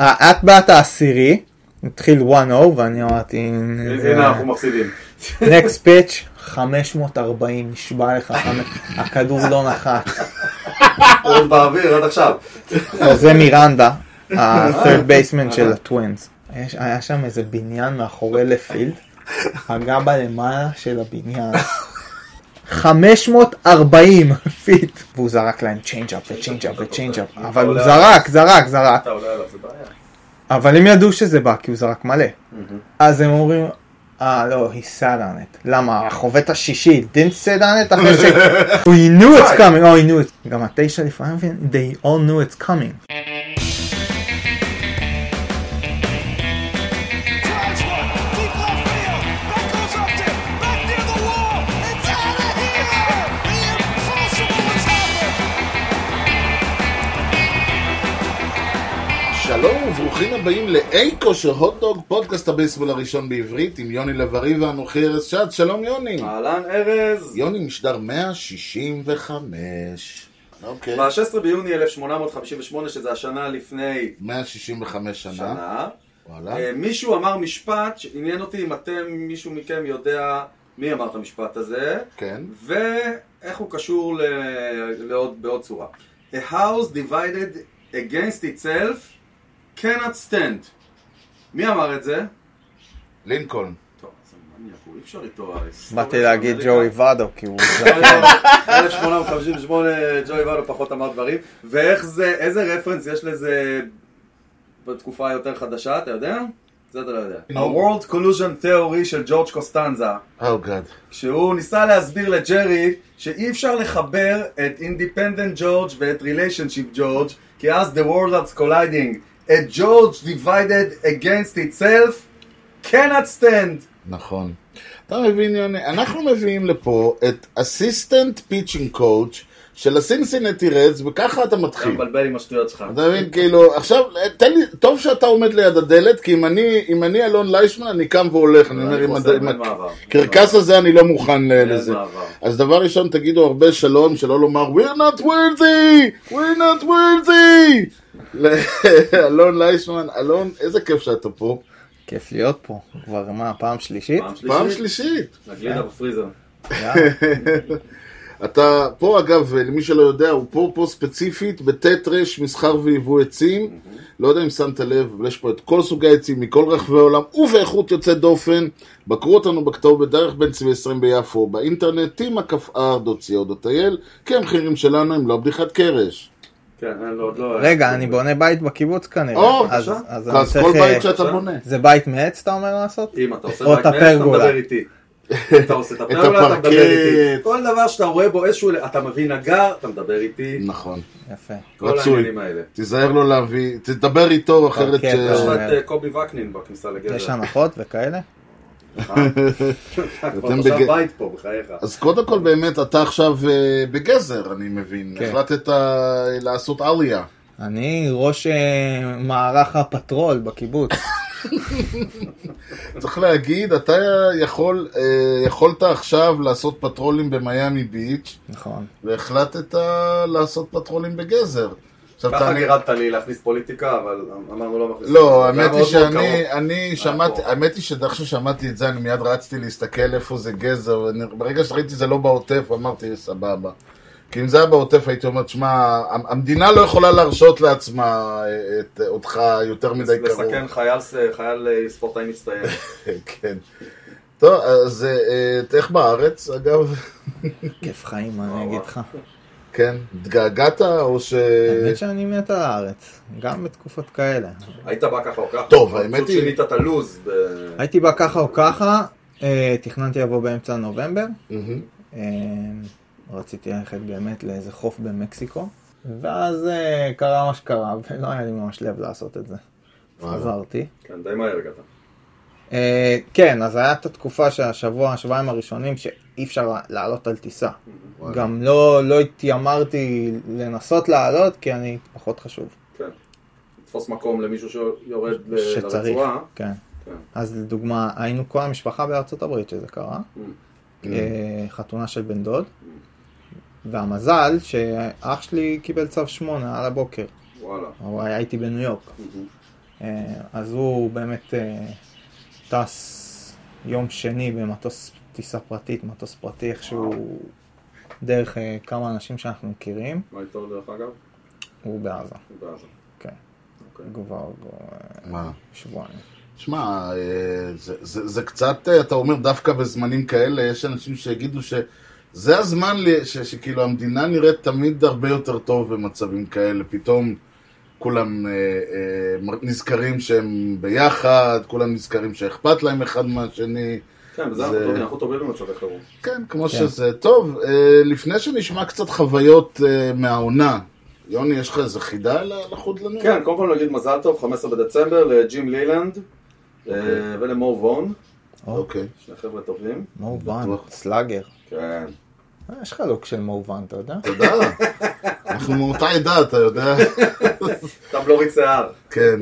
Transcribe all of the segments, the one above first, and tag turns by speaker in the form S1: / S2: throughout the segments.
S1: אה, את באת העשירי, התחיל 1-0 ואני אמרתי, "אה,
S2: הנה אנחנו מפסידים.
S1: נקסט פיץ', 540, נשבע לך, חמש- הכדור לא נחת.
S2: עוד באוויר עד עכשיו.
S1: זה מירנדה, ה-third basement של הטווינס. יש- היה שם איזה בניין מאחורי לפילד, פגע בלמעלה של הבניין. 540 פיט, והוא זרק להם צ'יינג'אפ וצ'יינג'אפ וצ'יינג'אפ, אבל הוא זרק, זרק, זרק,
S2: אתה עולה עליו, זה בעיה.
S1: אבל הם ידעו שזה בא, כי הוא זרק מלא. אז הם אומרים, אה, לא, he sat on it. למה, החובט השישי, didn't sit on it אחרי ש... We knew it's coming, oh, he knew it. גם התשע לפעמים, they all knew it's coming.
S3: Drives one, deep left field. That goes up there, back near the wall. It's out of here! The impossible has happened!
S4: שלום וברוכים הבאים לאי כושר הוטדוג, פודקאסט הבייסבול הראשון בעברית עם יוני לב-ארי ואנוכי ארז שץ, שלום יוני.
S2: אהלן ארז.
S4: יוני משדר 165. אוקיי.
S2: ב-16 ביוני 1858, שזה השנה לפני
S4: 165 שנה.
S2: שנה,
S4: וואלה.
S2: אה, מישהו אמר משפט שעניין אותי אם אתם, מישהו מכם יודע מי אמר את המשפט הזה,
S4: כן.
S2: ואיך הוא קשור ל- לעוד, בעוד צורה. A house divided against itself cannot stand. מי אמר את זה?
S4: לינקולן.
S2: טוב, זה מניאק, הוא אי אפשר איתו. ההיסטוריה
S1: באתי
S2: של
S1: להגיד
S2: אמריקה.
S1: ג'וי ואדו, כי הוא... זרק.
S2: 1858, ג'וי ואנו פחות אמר דברים. ואיך זה, איזה רפרנס יש לזה בתקופה היותר חדשה, אתה יודע? זה אתה לא יודע. ה-World Collusion Theory של ג'ורג' קוסטנזה,
S4: או גאד.
S2: כשהוא ניסה להסביר לג'רי שאי אפשר לחבר את Independent George ואת Relationship George, כי אז the world that's colliding. A George divided against itself cannot stand.
S4: נכון. אתה מבין יוני, אנחנו מביאים לפה את אסיסטנט פיצ'ינג קואוץ' של הסינסינטי רדס, וככה אתה
S2: אתה
S4: מתחיל.
S2: מבלבל עם השטויות שלך.
S4: אתה מבין, כאילו, עכשיו, תן לי, טוב שאתה עומד ליד הדלת, כי אם אני, אם אני אלון ליישמן, אני קם והולך, אני אומר,
S2: אני
S4: עם
S2: חוזר,
S4: הד- עם
S2: אין מעבר.
S4: הקרקס הזה אני לא מוכן ל-
S2: אין
S4: לזה.
S2: מעבר.
S4: אז דבר ראשון, תגידו הרבה שלום, שלא לומר, we're not worthy! we're not worthy! לאלון ליישמן, אלון, איזה כיף שאתה פה.
S1: כיף להיות פה. כבר מה, פעם שלישית?
S2: פעם
S4: פעם
S2: שלישית.
S4: שלישית.
S2: נגלידה בפריזר.
S1: יאללה.
S4: אתה פה אגב, למי שלא יודע, הוא פה פה ספציפית בט' ר' מסחר ויבוא עצים. לא יודע אם שמת לב, אבל יש פה את כל סוגי העצים מכל רחבי העולם ובאיכות יוצאת דופן. בקרו אותנו בכתובת דרך בן צבי 20 ביפו, באינטרנט, טימה כ"ר, דוציא עוד הטייל, כי המחירים שלנו הם לא בדיחת קרש.
S2: כן, אין לו עוד לא...
S1: רגע, אני בונה בית בקיבוץ כנראה.
S4: או,
S1: כן, אז-
S2: בבקשה.
S1: אז אני
S4: אז
S1: צריך...
S4: כל בית
S1: אה,
S4: שאתה בונה.
S1: זה בית מעץ אתה אומר לעשות?
S2: אם אתה עושה
S1: או
S2: רק
S1: את
S2: נס, אתה
S1: הפרגולה.
S2: מדבר איתי. אתה עושה את הפרגולה, אתה מדבר איתי.
S4: הפרקט.
S2: כל דבר שאתה רואה בו איזשהו... אתה מביא נגר, אתה מדבר איתי.
S4: נכון,
S1: יפה.
S2: כל
S4: רצוי.
S2: העניינים האלה.
S4: תיזהר לא להביא, תדבר איתו אחרת
S1: כן,
S2: יש
S4: ש...
S1: לא.
S2: לך את אה, קובי וקנין בכניסה לגזר.
S1: יש הנחות וכאלה?
S2: אתה כבר
S4: אתם
S2: תושב
S4: בג-
S2: בית פה, בחייך.
S4: אז קודם כל באמת, אתה עכשיו אה, בגזר, אני מבין.
S1: כן.
S4: החלטת אה, לעשות עלייה.
S1: אני ראש אה, מערך הפטרול בקיבוץ.
S4: צריך להגיד, אתה יכול, אה, יכולת עכשיו לעשות פטרולים במיאמי ביץ',
S1: נכון.
S4: והחלטת לעשות פטרולים בגזר. עכשיו,
S2: ככה
S4: אני-
S2: גירדת לי להכניס פוליטיקה, אבל אמרנו לא מכניסים.
S4: לא,
S2: זה היה
S4: האמת היא
S2: מאוד מאוד
S4: שאני
S2: קרוב.
S4: אני שמעתי,
S2: פה.
S4: האמת היא שדרך ששמעתי את זה, אני מיד רצתי להסתכל איפה זה גזר, ואני- ברגע שראיתי זה לא בעוטף, אמרתי, סבבה. כי אם זה היה בעוטף, הייתי אומר, תשמע, המ- המדינה לא יכולה להרשות לעצמה אה, את אה, אותך יותר מדי קרוב.
S2: לסכן חייל ס- חייל אה, ספורטאי מצטיין.
S4: כן. טוב, אז אה, אה, איך בארץ, אגב?
S1: כיף חיים, אני
S2: וואו.
S1: אגיד לך.
S4: כן, התגעגעת או ש...
S1: האמת שאני מת על הארץ. גם בתקופות כאלה.
S4: אה.
S2: היית בא ככה או ככה.
S4: טוב, האמת
S2: פשוט
S4: היא-
S2: שינית את הלו"ז. ב-
S1: הייתי בא ככה או ככה, אה, תכננתי לבוא באמצע נובמבר.
S4: מהמם.
S1: אמ, רציתי ללכת באמת לאיזה חוף במקסיקו, ואז אה, קרה מה שקרה, ולא היה לי ממש לב לעשות את זה.
S4: וואלה.
S1: חזרתי.
S2: כן, די מהר הגעת.
S1: אה, כן, אז היה את התקופה שהשבוע, השבועיים הראשונים, שאי אפשר לעלות על טיסה.
S4: וואלה.
S1: גם לא, לא התיימרתי לנסות לעלות, כי אני פחות חשוב.
S2: כן. לתפוס מקום למישהו שיורד ל-
S1: שצריך.
S2: לרצועה.
S1: כן.
S2: כן.
S1: אז לדוגמה, היינו כל המשפחה בארצות הברית שזה קרה.
S2: Mm.
S1: אה, חתונה של בן דוד. והמזל שאח שלי קיבל צו שמונה על הבוקר.
S2: וואלה.
S1: הוא היה איתי בניו יורק.
S2: Mm-hmm.
S1: אה, אז הוא באמת אה, טס יום שני במטוס טיסה פרטית, מטוס פרטי איכשהו דרך אה, כמה אנשים שאנחנו מכירים,
S2: מה איתו דרך אגב?
S1: הוא בעזה,
S2: בעזה.
S1: כן.
S2: אוקיי.
S1: כבר אה,
S4: מה?
S1: שבועיים.
S4: שמע, אה, זה, זה, זה קצת, אה, אתה אומר דווקא בזמנים כאלה, יש אנשים שיגידו שזה הזמן, ל- ש, שכאילו המדינה נראית תמיד הרבה יותר טוב במצבים כאלה, פתאום כולם אה, אה, מ- נזכרים שהם ביחד, כולם נזכרים שאכפת להם אחד מהשני,
S2: כן, וזה אנחנו
S4: זה-
S2: טובים, אנחנו טובים במצבי חירום.
S4: כן, כמו כן. שזה. טוב, אה, לפני שנשמע קצת חוויות אה, מהעונה, יוני, יש לך איזה חידה ל- לחוד לנו?
S2: כן, קודם כל נגיד מזל טוב, 15 בדצמבר, לג'ים לילנד אה, ולמור וון,
S4: אוקיי.
S2: שני חבר'ה טובים.
S1: מאובן,
S4: בטוח.
S1: סלאגר.
S2: כן.
S1: אה, יש לך לוק של מאובן, אתה יודע?
S4: תודה. אנחנו מאותה עדה, אתה יודע.
S2: תבלורית שיער.
S4: כן.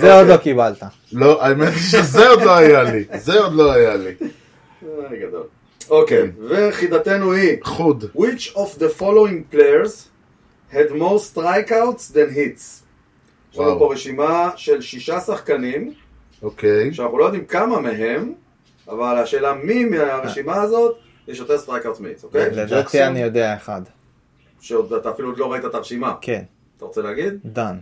S1: זה עוד לא קיבלת.
S4: לא, האמת היא שזה עוד לא היה לי. זה עוד לא היה לי.
S2: אה, גדול. אוקיי, וחידתנו היא,
S4: חוד.
S2: which of the following players had more strikeouts than hits? יש לנו
S4: וואו.
S2: פה רשימה של שישה שחקנים,
S4: אוקיי.
S2: שאנחנו לא יודעים כמה מהם, אבל השאלה מי מהרשימה הזאת, יש יותר סטרייקאוטס מאיץ, אוקיי?
S1: לדעתי
S4: ג'קסון?
S1: אני יודע אחד.
S2: שעוד אתה אפילו עוד לא ראית את הרשימה.
S1: כן,
S2: אתה רוצה להגיד?
S1: דן.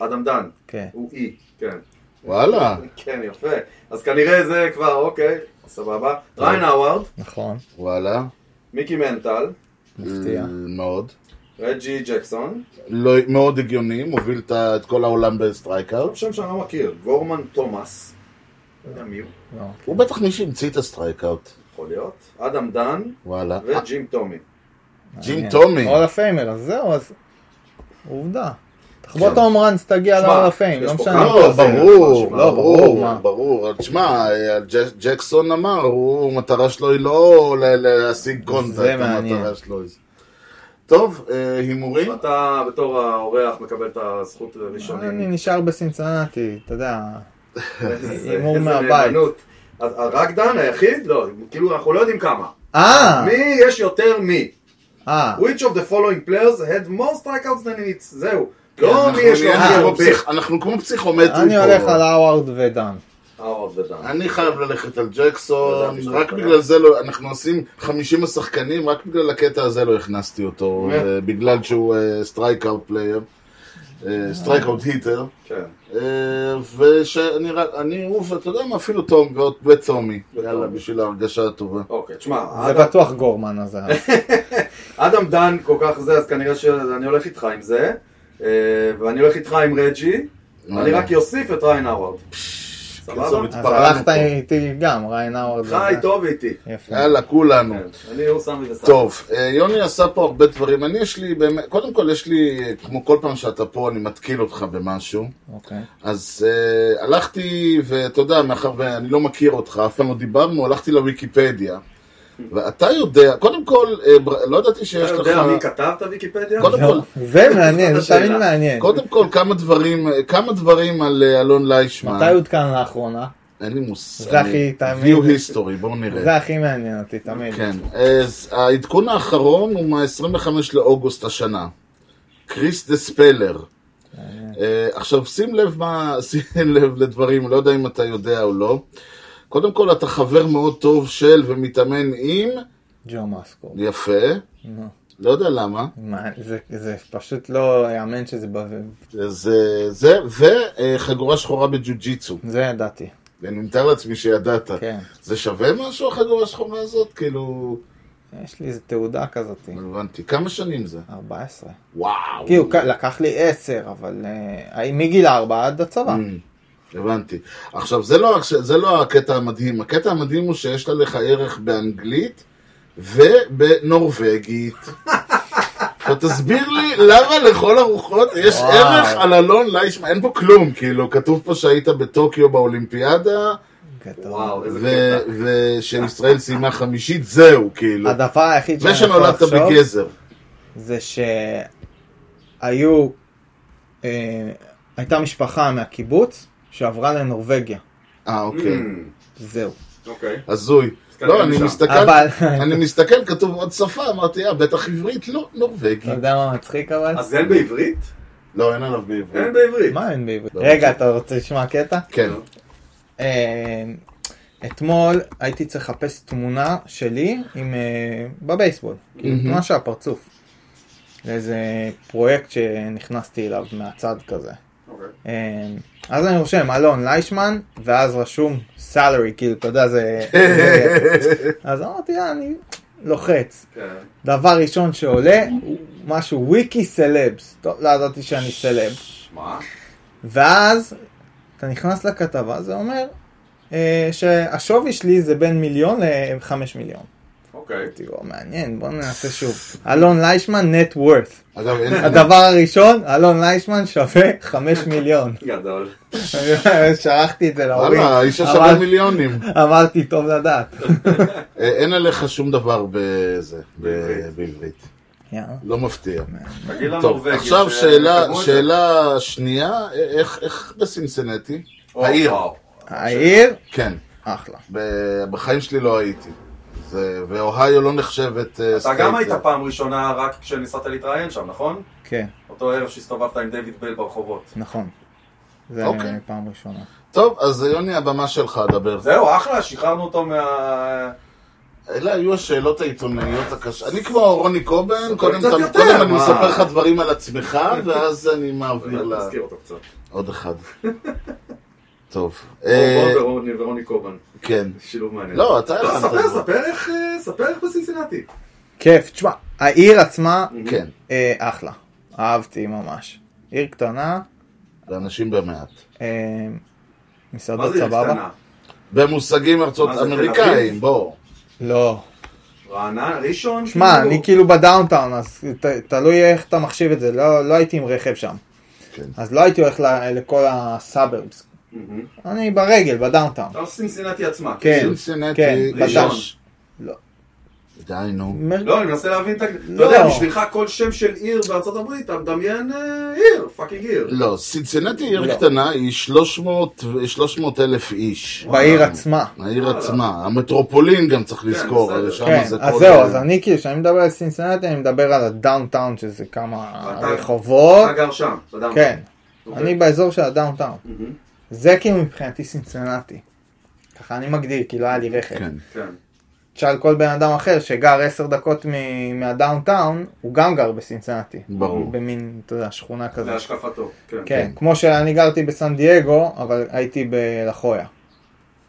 S2: אדם דן,
S1: כן.
S2: הוא אי, כן.
S4: וואלה.
S2: כן, יפה. אז כנראה זה כבר, אוקיי, סבבה. ריין האווארד,
S1: נכון,
S4: וואלה.
S2: מיקי מנטל,
S1: מפתיע.
S4: אה, מאוד.
S2: רג'י ג'קסון,
S4: לא, מאוד הגיוני, מוביל את ה- את כל העולם בסטרייקאוט.
S2: שם שאני לא מכיר, גורמן תומאס, לא יודע מי הוא,
S1: לא.
S4: הוא בטח מי שהמציא את הסטרייקאוט.
S2: יכול להיות, אדם דן
S4: וואלה.
S2: וג'ים טומי.
S4: ג'ים
S1: מעניין.
S4: טומי.
S1: הול הפיימר, אז זהו, אז... עובדה. תחבוט
S4: כן.
S1: ההומראנס, תגיע
S2: שמע,
S1: להול הפיימר,
S2: יש
S1: לא
S2: פה
S1: משנה.
S2: כמה-
S4: לא, ברור,
S2: מה,
S4: לא,
S1: ברור,
S4: ברור,
S1: מה?
S4: ברור. תשמע, אה, ג'- ג'קסון אמר, הוא, המטרה שלו היא לא ל- להשיג קונטקט,
S1: מעניין.
S4: המטרה שלו היא... טוב, אה, הימורים?
S2: אתה בתור האורח מקבל את הזכות
S1: אני
S2: ראשונים.
S1: נשאר בסינסנטי, אתה יודע.
S2: איזה-
S1: הימור
S2: איזה
S1: מהבית.
S2: נאמנות. אז רק דן היחיד? לא, כאילו אנחנו לא יודעים כמה.
S1: אה!
S2: מי יש יותר מי?
S1: אה,
S2: which of the following players had more strikeouts than hits? זהו. לא
S4: כן, אנחנו אה,
S2: מי יש לו
S4: נהיה
S2: הכי
S4: כמו
S2: הרבה.
S4: פסיכ- אנחנו כמו פסיכומטרי פה.
S1: אני הולך על האווארד ודן.
S2: האווארד ודן.
S4: אני חייב ללכת על
S2: לא
S4: ג'קסון,
S2: ידעתי שאתה
S4: רק
S2: קונה.
S4: בגלל זה לא, אנחנו עושים 50 השחקנים, רק בגלל הקטע הזה לא הכנסתי אותו,
S2: באמת?
S4: אה, בגלל שהוא סטרייקאוט פלייר, סטרייקאוט היטר,
S2: כן.
S4: אה, ושאני, רק- אני, אוף, אתה יודע מה, אפילו תום גוט וצומי,
S2: ותומי.
S4: יאללה, בשביל ההרגשה הטובה.
S2: אוקיי, תשמע,
S4: אה,
S1: זה
S4: לא.
S2: אדם-
S1: בטוח גורמן הזה.
S2: אדם דן כל כך זה, אז כנראה שאני הולך איתך עם זה. אה, ואני הולך איתך עם רג'י.
S4: לא
S2: אני רק אוסיף את ריין האווארד. סבבה?
S4: קיצור,
S1: אז
S4: התפרענו
S1: הלכת
S4: פה.
S1: איתי גם, ריין האווארד.
S2: חי
S1: ודן.
S2: טוב איתי. כן,
S1: יפה.
S4: יאללה, כולנו.
S2: אני הוא סמי וסמי.
S4: טוב, אה, יוני עשה פה הרבה דברים. אני יש לי, באמת, קודם כל יש לי, אה, כמו כל פעם שאתה פה, אני מתקיל אותך במשהו.
S1: אוקיי.
S4: אז uh, הלכתי, ואתה יודע, מאחר ואני לא מכיר אותך, אף פעם לא דיברנו, הלכתי לוויקיפדיה. ואתה יודע, קודם כל, uh, בר... לא ידעתי שיש
S2: אתה
S4: לך...
S2: יודע מי כתב את הוויקיפדיה?
S4: קודם כל,
S1: זה מעניין,
S2: זאת
S1: זה תמיד
S2: השאלה.
S1: מעניין.
S4: קודם כל, כמה דברים, אה, כמה דברים על אה, אלון ליישמן.
S1: מתי עודכן לאחרונה?
S4: אין לי מושג.
S1: זה הכי,
S4: אני-
S1: תאמין.
S4: view history, בואו נראה.
S1: זה הכי מעניין אותי, תמיד.
S4: כן, אז העדכון האחרון הוא מה-25 לאוגוסט השנה. קריס דה ספלר.
S1: כן.
S4: אה, עכשיו שים לב מה, שים לב לדברים, לא יודע אם אתה יודע או לא. קודם כל, אתה חבר מאוד טוב של ומתאמן עם,
S1: ג'ו מסקו.
S4: יפה,
S1: נו,
S4: לא יודע למה.
S1: מה, זה- זה פשוט לא יאמן שזה... ב-
S4: זה, זה, וחגורה שחורה בג'ו-ג'יצו.
S1: זה ידעתי,
S4: אני מתאר לעצמי שידעת.
S1: כן.
S4: זה שווה משהו, החגורה השחורה הזאת? כאילו,
S1: יש לי איזה תעודה כזאת.
S4: לא הבנתי. כמה שנים זה?
S1: 14.
S4: וואו.
S1: כאילו, כ- לקח לי 10, אבל אה, מגיל 4 עד הצבא.
S4: Mm, הבנתי. עכשיו, זה לא, זה לא הקטע המדהים. הקטע המדהים הוא שיש לה לך ערך באנגלית ובנורבגית. עכשיו, תסביר לי למה לכל הרוחות יש
S1: וואו.
S4: ערך על אלון ליישמן. אין פה כלום, כאילו, כתוב פה שהיית בטוקיו באולימפיאדה,
S1: גדול.
S2: וואו, איזה
S4: ו-
S2: קטע.
S4: ושישראל סיימה חמישית, זהו, כאילו.
S1: הדבר היחיד שאני יכול
S4: ושנולדת
S1: לחשוב
S4: בגזר.
S1: זה שהיו... אה, הייתה משפחה מהקיבוץ שעברה לנורבגיה.
S4: אה, אוקיי.
S2: Mm,
S1: זהו.
S2: אוקיי.
S4: הזוי.
S2: אז
S4: לא,
S2: כנראה
S4: אני
S2: משם.
S4: מסתכל,
S1: אבל,
S4: אני מסתכל, כתוב עוד שפה, אמרתי, אה, בטח עברית, לא, נורבגי.
S1: אתה יודע מה מצחיק אבל?
S2: אז אין בעברית?
S4: לא, אין עליו בעברית.
S5: אין בעברית.
S1: מה אין בעברית?
S4: לא
S1: רגע,
S4: רוצה.
S1: אתה רוצה לשמוע קטע?
S4: כן.
S1: אה, אתמול הייתי צריך לחפש תמונה שלי עם, אה, בבייסבול, כאילו
S4: מהמם.
S1: תמונה של הפרצוף. לאיזה פרויקט שנכנסתי אליו מהצד כזה.
S5: אוקיי.
S1: אה, אז אני רושם אלון ליישמן, ואז רשום salary, כאילו, אתה יודע, זה... זה- אז אמרתי, "אה, אני לוחץ.
S5: כן.
S1: דבר ראשון שעולה, הוא משהו וויקי סלבס. טוב, לא ידעתי שאני סלב.
S5: מה?
S1: ואז אתה נכנס לכתבה, זה אומר אה, שהשווי שלי זה בין מיליון לחמש מיליון.
S5: אוקיי.
S1: אמרתי, "וואו, מעניין, בוא ננסה שוב. אלון ליישמן, נט וורת.
S4: אגב, אין...
S1: הדבר הראשון, אלון ליישמן שווה חמש מיליון.
S5: גדול.
S1: שלחתי את זה להורים.
S4: וואלה, האישה
S1: אבל-
S4: שווה מיליונים.
S1: אמרתי, טוב לדעת.
S4: אה, אין עליך שום דבר בזה, ב-
S5: בעברית.
S4: בעברית.
S1: יאללה.
S4: לא מפתיע.
S5: תגיד
S4: טוב,
S5: לנורבגי.
S4: עכשיו
S5: ש-
S4: שאלה-
S5: תקבעו את זה.
S4: שאלה שנייה, א- איך- איך בסינסנטי?
S5: או,
S4: העיר.
S5: וואו.
S1: העיר,
S4: כן,
S1: אחלה.
S4: ב- בחיים שלי לא הייתי. זה- ואוהיו לא נחשבת אה,
S5: אתה
S4: סטייט.
S5: גם היית פעם ראשונה רק כשניסעת להתראיין שם, נכון?
S1: כן,
S5: אותו ערב שהסתובבת עם דיוויד בל ברחובות.
S1: נכון. זה
S4: אוקיי.
S1: פעם ראשונה.
S4: טוב, אז יוני, הבמה שלך, דבר.
S5: זהו, אחלה, שחררנו אותו מה...
S4: אלה היו השאלות העיתונאיות הקשות. אני כמו רוני קובן, קודם
S5: קצת
S4: אתה-
S5: יותר,
S4: קודם אני
S5: מה?
S4: מספר לך דברים על עצמך, ואז אני מעביר ל...
S5: נזכיר אותו קצת.
S4: עוד אחד. טוב. אה,
S5: רוני ורוני- ורוני קובן.
S4: כן.
S5: שילוב מעניין.
S4: לא, אתה
S5: לא,
S4: הכנת
S5: ספר,
S4: את זה.
S5: ספר איך, אה, ספר איך בסינסינטי.
S1: כיף, תשמע, העיר עצמה,
S4: כן,
S1: אה, אחלה. אהבתי ממש. עיר קטנה,
S4: לאנשים במעט.
S1: אה,
S5: מה
S1: מסעדות
S5: זה עיר
S1: סבבה?
S5: קטנה?
S4: במושגים ארצות
S5: מה זה, תל
S4: אמריקאים,
S5: אביב?
S4: בוא.
S1: לא.
S5: רעננה, ראשון?
S1: שמע,
S5: כאילו?
S1: אני כאילו בדאונטאון, אז ת, תלוי איך אתה מחשיב את זה, לא, לא הייתי עם רכב שם.
S4: כן.
S1: אז לא הייתי הולך ל, לכל הסאברבס.
S5: מהמם.
S1: אני ברגל, בדאונטאון.
S5: אתה על סינסינטי עצמה.
S1: כן, כן,
S4: סינסינטי,
S1: ראשון.
S4: יש-
S1: לא.
S4: די, נו.
S1: מר-
S5: לא, אני מנסה להבין את ה... אתה
S1: לא.
S5: יודע, בשבילך כל שם של עיר בארצות הברית, אתה מדמיין אה, עיר, פאקינג עיר.
S4: לא, סינסינטי היא עיר
S1: לא.
S4: קטנה, היא 300 אלף איש. אה,
S5: אה,
S1: בעיר עצמה.
S4: העיר עצמה. המטרופולין גם צריך לזכור,
S5: בסדר.
S4: שם
S1: כן,
S4: זה
S1: אז
S4: כל-
S1: זהו, אז אני כאילו, כשאני מדבר על סינסנטי, אני מדבר על הדאונטאון, שזה כמה
S5: אתה-
S1: רחובות.
S5: אתה גר שם, אתה יודע.
S1: כן,
S5: אוקיי.
S1: אני באזור של הדאונטאון.
S5: מהמם.
S1: זה כאילו מבחינתי סינסנטי. ככה אני מגדיר, כי לא היה לי רכב.
S4: כן.
S5: כן.
S1: תשאל כל בן אדם אחר שגר עשר דקות מ- מהדאונטאון, הוא גם גר בסינסנטי.
S4: ברור.
S1: במין, אתה יודע, שכונה כזו.
S5: זה השקפתו. כן.
S1: כן, כמו שאני גרתי בסן דייגו, אבל הייתי בלחויה.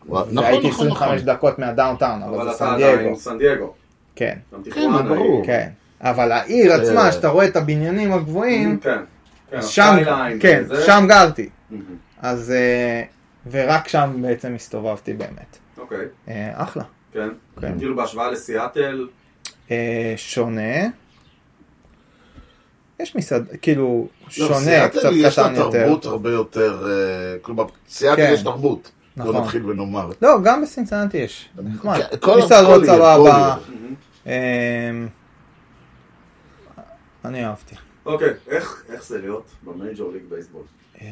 S4: נכון,
S1: והייתי
S4: נכון,
S1: 25
S4: נכון.
S1: דקות מהדאונטאון, אבל
S5: אבל
S1: זה
S5: אתה
S1: סן
S5: עדיין
S1: דייגו.
S5: סן דייגו.
S1: כן,
S5: גם אה,
S4: כן,
S5: תיכואנה.
S4: זה ברור.
S1: כן. אבל העיר
S4: אה.
S1: עצמה, שאתה רואה את הבניינים
S5: היא-
S1: הגבוהים,
S5: כן. כן,
S1: שם,
S5: הסקייליין
S1: כן,
S5: וזה.
S1: שם גרתי.
S5: מהמם.
S1: אז, אה, ורק שם בעצם הסתובבתי באמת.
S5: אוקיי,
S1: אה, אחלה.
S5: כן.
S1: כן.
S5: כאילו בהשוואה לסיאטל,
S1: אה, שונה. יש מסעד, כאילו,
S4: לא,
S1: שונה,
S4: סיאטל
S1: קצת
S4: יש לה
S1: קטן יותר.
S4: תרבות הרבה יותר, אה, כלומר, סיאטל
S1: כן.
S4: יש תרבות. בוא
S1: נכון.
S4: נתחיל ונאמר.
S1: לא, גם בסינסנטי יש. נחמד.
S4: כן, כל-
S1: מסעדות
S4: כל עיר,
S1: סבבה.
S4: כל
S5: מהמם.
S1: אמ, אני אהבתי.
S5: אוקיי, איך איך זה להיות במייג'ור ליג בייסבול?
S1: אה,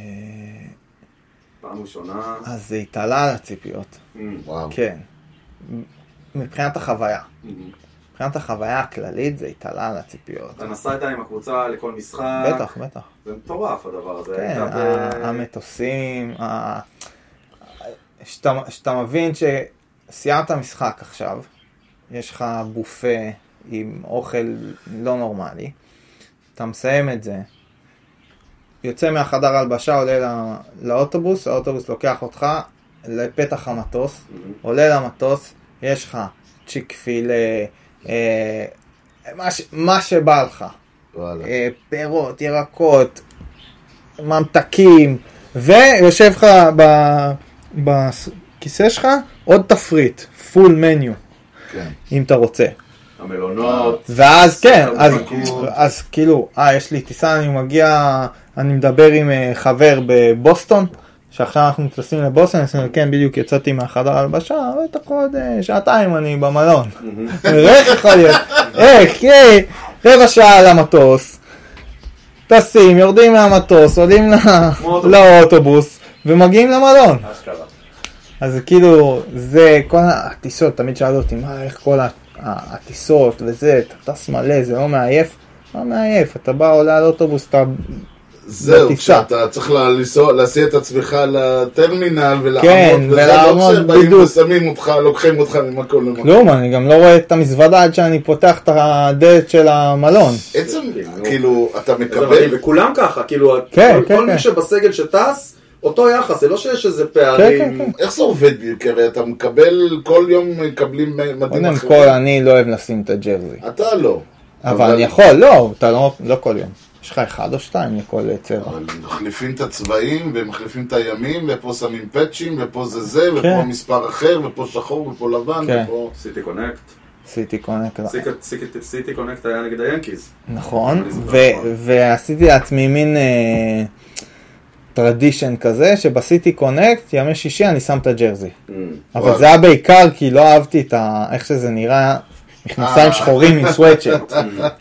S5: פעם ראשונה, אה,
S1: אז אה, זה התעלה על הציפיות.
S5: מהמם.
S4: וואו.
S1: כן. מבחינת החוויה.
S5: מהמם.
S1: מבחינת החוויה הכללית זה התעלה על הציפיות.
S5: אתה נסעת עם הקבוצה לכל משחק,
S4: אה,
S1: בטח, בטח.
S5: זה מטורף הדבר הזה,
S1: כן,
S5: היית ב-
S1: ה- המטוסים, ה- שאתה שאתה מבין שסיימת משחק עכשיו, יש לך בופה עם אוכל לא נורמלי, אתה מסיים את זה, יוצא מהחדר הלבשה, עולה לא- לאוטובוס, האוטובוס לוקח אותך לפתח המטוס,
S5: מהמם.
S1: עולה למטוס, יש לך צ'יק פיל, אה, אה, מה ש- מה שבא לך.
S4: וואלה.
S1: אה, פירות, ירקות, ממתקים, ויושב לך ב- בכיסא שלך עוד תפריט, פול מניו,
S4: כן.
S1: אם אתה רוצה.
S5: המלונות,
S1: ואז כן,
S5: סוכר
S1: אז,
S5: ורקוד.
S1: אז כאילו, אה, יש לי טיסה, אני מגיע, אני מדבר עם אה, חבר בבוסטון, שעכשיו אנחנו טסים לבוסטון, אז אני אומר, כן, בדיוק יצאתי מהחדר הלבשה, בטח עוד אה, שעתיים אני במלון.
S4: Mm-hmm.
S1: איך יכול להיות? איך, אה, רבע שעה על המטוס, טסים, יורדים מהמטוס, עולים ל-
S5: כמו אוטובוס.
S1: לאוטובוס, ומגיעים למלון.
S5: אשכרה,
S1: אז כאילו, זה כל הטיסות, תמיד שאלו אותי, מה, איך כל ה- ה- "לא הטיסות וזה, אתה טס מלא, זה לא מעייף? מה מעייף? אתה בא, עולה על אוטובוס, אתה
S4: זהו,
S1: בטיסה.
S4: כשאתה צריך לה- לנסוע- להסיע את עצמך לטרמינל ולעמוד
S1: כן,
S4: בזה,
S1: ולעמוד,
S4: לא כשבאים
S1: בדיוק.
S4: ושמים אותך, לוקחים אותך ממקום למקום.
S1: כלום, אני גם לא רואה את המזוודה עד שאני פותח את הדלת של המלון.
S4: עצם, כאילו, אתה
S2: זה מדהים,
S4: מקבל,
S2: אוקיי, וכולם ככה, כאילו,
S1: כן,
S2: כל-
S1: כן,
S2: כל מי
S1: כן.
S2: שבסגל שטס, אותו יחס, זה לא שיש איזה
S1: כן, כן,
S2: פערים.
S1: כן.
S4: איך זה עובד בדיוק? הרי אתה מקבל, כל יום מקבלים מדים
S1: קודם
S4: אחרים.
S1: כל, אני לא אוהב לשים את הג'רזי.
S4: אתה לא.
S1: אבל אני יכול, לא, אתה לא, לא כל יום. יש לך אחד או שתיים לכל צבע.
S4: אבל מחליפים את הצבעים, ומחליפים את הימים, ופה שמים פאצ'ים, ופה זה זה, ופה
S1: כן.
S4: מספר אחר, ופה שחור, ופה לבן,
S1: כן. אה.
S4: ופה...
S2: סיטי קונקט,
S1: עשיתי קונקט,
S2: סיטי- סיטי- סיטי קונקט היה נגד היאנקיז.
S1: נכון,
S2: אני זוכר,
S1: ו-
S2: נכון.
S1: ועשיתי לעצמי מין טרדישן כזה, שבסיטי קונקט, ימי שישי אני שם את הג'רזי. אבל
S2: Mm.
S4: וואי.
S1: זה היה בעיקר כי לא אהבתי את ה... איך שזה נראה, מכנסיים שחורים עם סוואצ'ט.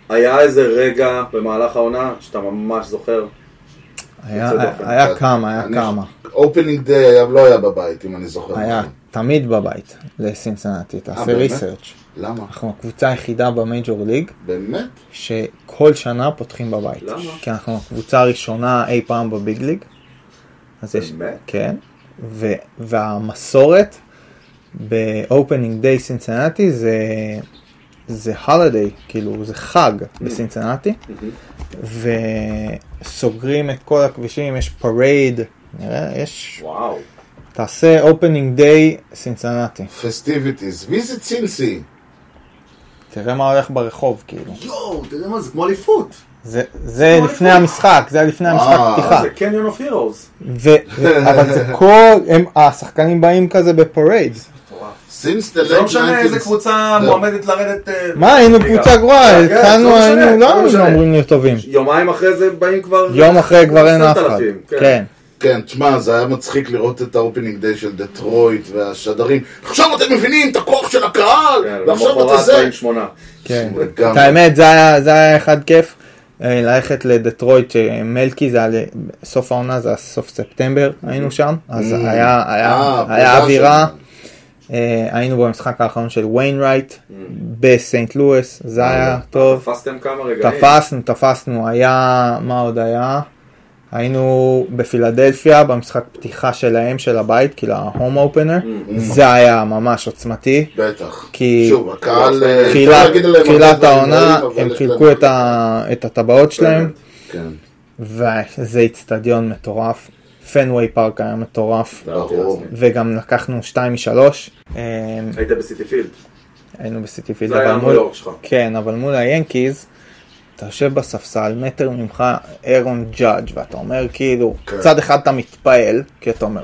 S2: היה איזה רגע במהלך העונה שאתה ממש זוכר.
S1: היה
S2: יוצא דופן.
S1: היה כמה, היה
S4: אני-
S1: כמה.
S4: אופנינג דיי היה- לא היה בבית, אם אני זוכר.
S1: היה
S4: נכון.
S1: תמיד בבית לסינסנטי, תעשה
S4: באמת?
S1: ריסרצ'.
S4: למה?
S1: אנחנו הקבוצה היחידה במייג'ור ליג
S4: באמת?
S1: שכל שנה פותחים בבית.
S2: למה?
S1: כי אנחנו הקבוצה הראשונה אי פעם בביג ליג. אז יש...
S2: באמת?
S1: כן. ו... והמסורת ב-opening day סינסנטי זה... זה holiday, כאילו זה חג
S2: Mm-hmm.
S1: בסינסנטי. וסוגרים את כל הכבישים, יש פרייד, נראה, יש...
S2: וואו.
S1: תעשה opening day סינסנטי.
S4: פסטיביטיז. מי זה צינסי?
S1: תראה מה הולך ברחוב, כאילו.
S2: יואו, אתה יודע מה, זה כמו אליפות.
S1: זה, זה
S2: כמו
S1: לפני
S2: איפה?
S1: המשחק, זה היה לפני המשחק
S4: אה,
S1: פתיחה.
S2: זה קניון אוף הירוז.
S1: ו- ו- אבל זה כל, הם, השחקנים באים כזה בפרייד.
S4: סינס דה
S2: לא
S4: לייט
S2: משנה איזה קבוצה
S4: לא.
S2: מועמדת לרדת... אה,
S1: מה, היינו
S2: ליגה.
S1: קבוצה גרועה,
S2: כן, כן,
S1: התחלנו,
S2: לא משנה,
S1: היינו,
S2: לא
S1: לא היינו
S2: משנה.
S1: אמורים להיות טובים.
S2: יומיים אחרי זה באים כבר...
S1: יום אחרי כבר אין אף אחד.
S2: 10,000,
S1: כן.
S4: כן, תשמע, זה היה מצחיק לראות את האופנינג דיי של דטרויט והשדרים. עכשיו אתם מבינים את הכוח של הקהל!
S2: כן,
S4: ועכשיו
S2: למחרת
S4: אתה זה!
S2: באים שמונה.
S1: כן.
S4: לגמרי.
S1: את האמת, זה היה, זה היה אחד כיף, אה, ללכת לדטרויט, שמלקי זה היה סוף העונה, זה היה סוף ספטמבר, היינו שם, אז
S4: Mm.
S1: היה, היה,
S4: אה,
S1: היה
S4: פגשנו.
S1: אווירה. אה, היינו במשחק האחרון של ויינרייט
S2: Mm.
S1: בסנט לואס, זה
S2: אה,
S1: היה
S2: לא.
S1: טוב.
S2: תפסתם כמה רגעים.
S1: תפסנו, תפסנו, היה, מה עוד היה? היינו בפילדלפיה במשחק פתיחה שלהם, של הבית, כאילו ההום אופנר, זה היה ממש עוצמתי.
S4: בטח.
S1: כי-
S4: שוב, הקהל... אה, אפשר
S1: תחילת-
S4: להגיד עליהם הרבה
S1: תחילת
S4: דברים
S1: העונה,
S4: רעים, אבל
S1: הם
S4: יש
S1: חילקו
S4: להם-
S1: את ה- את הטבעות שלהם,
S4: כן,
S1: וזה איצטדיון מטורף. פנוויי פארק היה מטורף,
S4: ברור.
S1: וגם לקחנו 2 מ-3,
S2: היית בסיטי פילד.
S1: היינו בסיטי פילד,
S2: זה היה
S1: כן. אבל
S2: הניו
S1: מול,
S2: יורק שלך.
S1: כן, אבל מול היאנקיז, אתה יושב בספסל, מטר ממך אירון ג'אדג', ואתה אומר כאילו,
S4: כן.
S1: צד אחד אתה מתפעל, כי אתה אומר,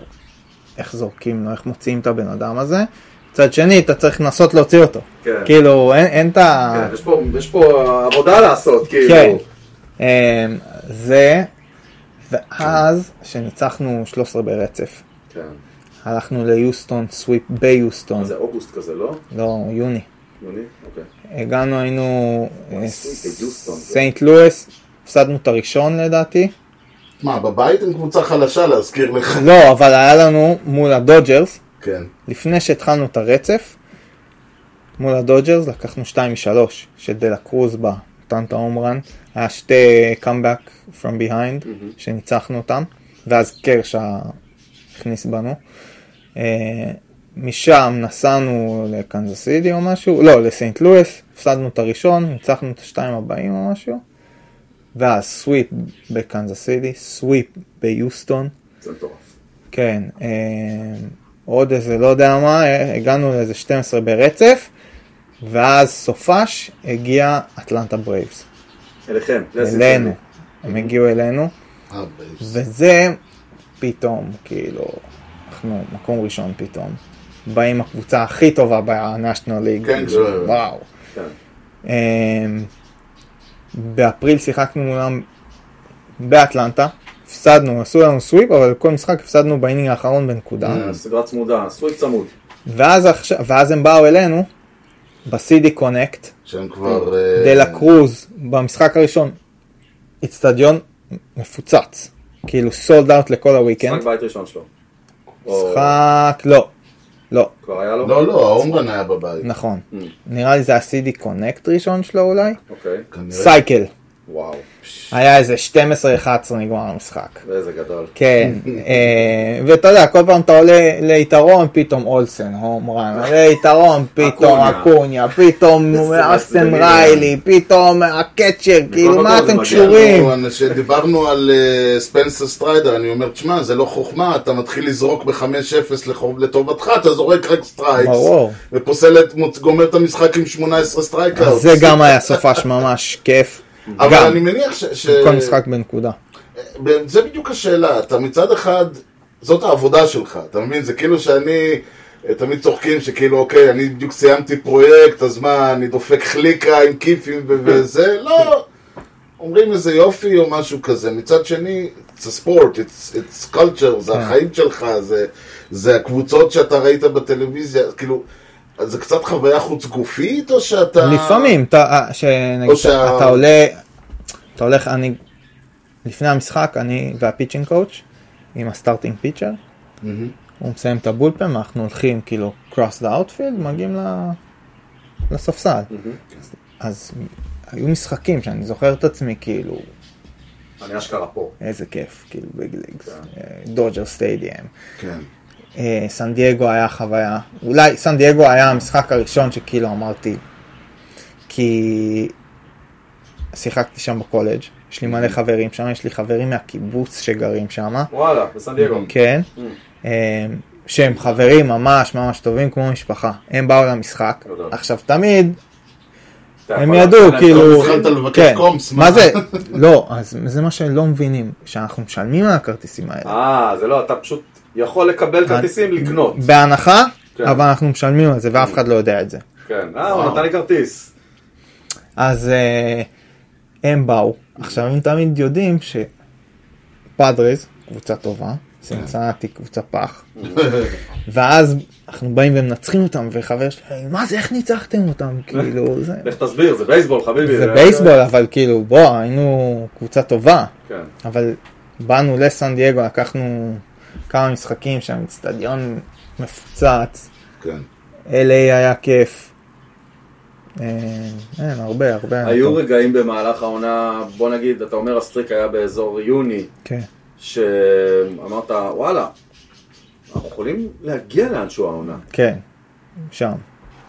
S1: איך זורקים לו, איך מוציאים את הבן אדם הזה, צד שני אתה צריך לנסות להוציא אותו.
S2: כן.
S1: כאילו, אין- אין את ה...
S2: כן, יש פה- יש פה עבודה לעשות, כאילו.
S1: כן. אמ, זה, ואז, שניצחנו 13 ברצף,
S2: כן.
S1: הלכנו ליוסטון, סוויפ ביוסטון,
S2: זה אוגוסט כזה, לא?
S1: לא, יוני.
S2: יוני? אוקיי.
S1: הגענו, היינו אה,
S2: סוויט, ביוסטון.
S1: סיינט לואס, הפסדנו את הראשון לדעתי.
S4: מה, בבית הם קבוצה חלשה להזכיר לך.
S1: לא, אבל היה לנו מול הדודג'רס,
S4: כן.
S1: לפני שהתחלנו את הרצף, מול הדודג'רס לקחנו 2 מ-3, שדלה קרוז בה, נתן את ההומרן, היה שתי קאמבק from behind, שניצחנו אותם, ואז קרש ה- הכניס בנו. אה, משם נסענו לקנזס סיטי או משהו, לא, לסנט לואס, הפסדנו את הראשון, ניצחנו את השתיים הבאים או משהו, ואז סוויפ בקנזס סיטי, סוויפ ביוסטון,
S2: זה מטורף.
S1: כן, אה, עוד איזה לא יודע מה, אה, הגענו לאיזה 12 ברצף, ואז סופש הגיע אטלנטה ברייבס,
S2: אליכם. לסיטי.
S1: אלינו, הם הגיעו אלינו,
S4: אה, ב-
S1: וזה פתאום, כאילו, אנחנו מקום ראשון פתאום, באים הקבוצה הכי טובה בנאשנל ליג,
S4: כן, זה-
S1: וואו.
S2: כן.
S1: אה, באפריל שיחקנו מולם באטלנטה, הפסדנו, עשו לנו סוויפ, אבל כל משחק הפסדנו באינינג האחרון בנקודה.
S4: אה.
S2: אה, סדרה צמודה, סוויק צמוד.
S1: ואז, עכשיו, ואז הם באו אלינו, בסידי קונקט,
S4: שהם כבר... אה,
S1: דלה קרוז, במשחק הראשון, אצטדיון מפוצץ, כאילו סולד אאוט לכל הוויקנד.
S2: משחק בית ראשון שלו. או-
S1: משחק, לא, לא,
S2: כבר היה לו?
S4: לא, לא, ההומרן היה בבית.
S1: נכון.
S2: Mm.
S1: נראה לי זה הסידי קונקט ראשון שלו אולי.
S2: אוקיי.
S4: כנראה.
S1: סייקל,
S2: וואו,
S1: היה איזה 12-11 נגמר המשחק.
S2: איזה גדול.
S1: כן, אה, ואתה יודע, כל פעם אתה עולה ליתרון, פתאום אולסן, הום רן, עולה ליתרון, פתאום
S2: אקוניה.
S1: אקוניה, פתאום
S2: איזה
S1: אסטן
S2: מעצבנים.
S1: ריילי, פתאום הקצ'ר, כאילו
S2: מקום
S1: מה
S2: זה
S1: אתם
S2: מגיע.
S1: קשורים?
S4: כשדיברנו על אה, ספנסר סטריידר, אני אומר, תשמע, זה לא חוכמה, אתה מתחיל לזרוק ב-5-0 לחוב- לטובתך, אתה זורק רק סטרייקס.
S1: ברור.
S4: ופוסל את, מוצ- גומר את המשחק עם 18 סטרייקאוט.
S1: זה גם היה סופש ממש כיף.
S4: אבל
S1: גם.
S4: אני מניח ש... ש-
S1: כל
S2: אה,
S1: משחק בנקודה.
S4: זה בדיוק השאלה, אתה מצד אחד, זאת העבודה שלך, אתה מבין? זה כאילו שאני, אה, תמיד צוחקים שכאילו, אוקיי, אני בדיוק סיימתי פרויקט, אז מה, אני דופק חליקה עם כיפים ו- וזה, לא. אומרים איזה יופי או משהו כזה, מצד שני, it's a sport, it's, it's culture, זה החיים שלך, זה, זה הקבוצות שאתה ראית בטלוויזיה, כאילו, אז זה קצת חוויה חוץ גופית או שאתה...
S1: לפעמים, אתה- אה, שנגיד,
S4: או שה-
S1: אתה עולה, אתה הולך, אני, לפני המשחק, אני והפיצ'ינג קואוץ', עם הסטארטינג פיצ'ר, הוא מסיים את הבולפן, אנחנו הולכים כאילו קרוס דה אאוטפילד, מגיעים ל- לספסל. אז- אז היו משחקים שאני זוכר את עצמי כאילו,
S2: אני אשכרה פה.
S1: איזה כיף, כאילו ביג ליגס, אה, דודג'ר סטיידיאם.
S4: כן.
S1: אה, סן דייגו היה חוויה, אולי סן דייגו היה המשחק הראשון שכאילו אמרתי, כי שיחקתי שם בקולג', יש לי מלא חברים שם, יש לי חברים מהקיבוץ שגרים שם,
S2: וואלה, בסן דייגו. Mm.
S1: כן, אה, שהם חברים ממש ממש טובים כמו משפחה, הם באו למשחק,
S2: גדול.
S1: עכשיו תמיד
S2: אתה
S1: הם
S2: יכול
S1: ידעו,
S2: לתת להם
S1: כאילו...
S2: טוב.
S4: התחלת לבקש
S1: כן.
S4: קומס,
S1: מה
S4: מה?
S1: זה? לא, אז זה מה שהם לא מבינים, שאנחנו משלמים על הכרטיסים האלה.
S2: אה, זה לא, אתה פשוט יכול לקבל כרטיסים לקנות.
S1: בהנחה,
S2: כן.
S1: אבל אנחנו משלמים על זה, ואף אחד לא יודע את זה.
S2: כן, אה, הוא נתן לי כרטיס.
S1: אז אה, הם באו. עכשיו הם תמיד יודעים שפאדריז, קבוצה טובה, סנסנטי קבוצה פח, ואז אנחנו באים ומנצחים אותם, וחבר שלי, מה זה, איך ניצחתם אותם? כאילו, זה...
S2: לך תסביר, זה בייסבול, חביבי.
S1: זה בייסבול, אבל כאילו, בוא, היינו קבוצה טובה,
S2: כן.
S1: אבל באנו לסן דייגו, לקחנו כמה משחקים שם, אצטדיון מפוצץ,
S4: כן.
S1: LA היה כיף. אה, אין, הרבה, הרבה.
S2: היו רגעים במהלך העונה, בוא נגיד, אתה אומר הסטריק היה באזור יוני,
S1: כן.
S2: שאמרת, וואלה, אנחנו יכולים להגיע לאנשהו העונה.
S1: כן, שם.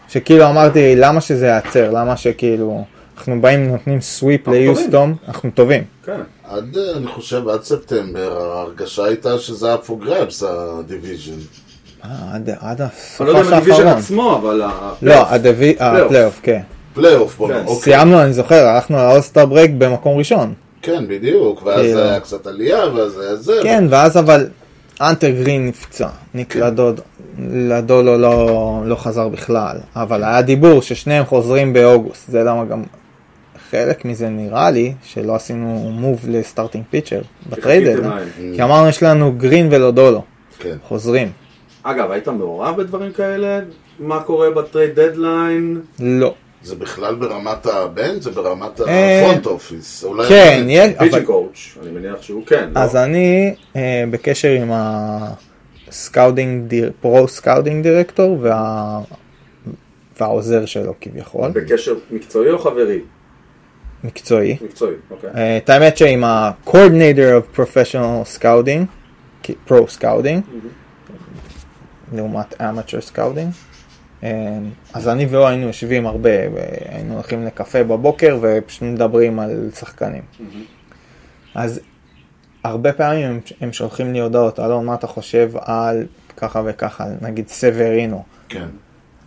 S1: שכאילו אמרתי, למה שזה ייעצר? למה שכאילו, אנחנו באים, נותנים סוויפ
S2: טובים.
S1: ליוסטום, אנחנו טובים.
S2: כן.
S4: עד, אה, אני חושב, עד ספטמבר, ההרגשה הייתה שזה היה for grabs, הדיוויז'ן.
S1: אה, עד- עד
S2: אני לא
S1: הסופש
S2: יודע אם הדיוויז'ן
S1: האחרון.
S2: עצמו, אבל... ה-
S1: לא,
S2: הפלייאוף.
S1: הדווי- הפלייאוף, כן.
S4: פלייאוף, בוא
S2: כן,
S4: נאמר. אוקיי.
S1: סיימנו, אני זוכר, הלכנו לאוסטר ברייק במקום ראשון.
S4: כן, בדיוק, ואז
S1: כאילו.
S4: היה קצת עלייה, ואז היה זה.
S1: כן, ואז אבל אנטר גרין נפצע. ניק
S2: כן.
S1: לדוד, לדולו לא- לא חזר בכלל. אבל היה דיבור ששניהם חוזרים באוגוסט. זה למה גם... חלק מזה נראה לי שלא עשינו מוב לסטארטינג פיצ'ר בטרייד
S2: חיכיתם
S1: הזה.
S2: להם.
S1: כי אמרנו יש לנו גרין ולודולו,
S4: כן.
S1: חוזרים.
S2: אגב, היית מעורב בדברים כאלה? מה קורה בטרייד דדליין?
S1: לא.
S4: זה בכלל ברמת הבן? זה ברמת
S1: אה,
S4: הפרונט אופיס. אולי-
S1: כן, יש, אבל...
S2: פיצ'ינג קואוץ', אני מניח שהוא כן. לא?
S1: אז אני אה, בקשר עם הסקאודינג, פרו סקאודינג דירקטור וה... והעוזר שלו כביכול,
S2: לא? בקשר מקצועי או חברי?
S1: מקצועי.
S2: מקצועי, אוקיי.
S1: אה, את האמת שעם ה-coordinator of professional scouting, pro scouting, לעומת amateur scouting. אה, אז אני והוא היינו יושבים הרבה, היינו הולכים לקפה בבוקר ופשוט מדברים על שחקנים. אז הרבה פעמים הם, הם שולחים לי הודעות, אלון, מה אתה חושב על ככה וככה, נגיד סברינו,
S4: כן.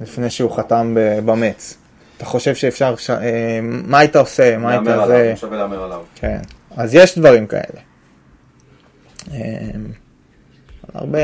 S1: לפני שהוא חתם ב- במץ. אתה חושב שאפשר, ש... אה, מה היית עושה, מה היית
S2: להמר
S1: זה...
S2: עליו, שווה להמר עליו.
S1: כן, אז יש דברים כאלה. אמ, הרבה,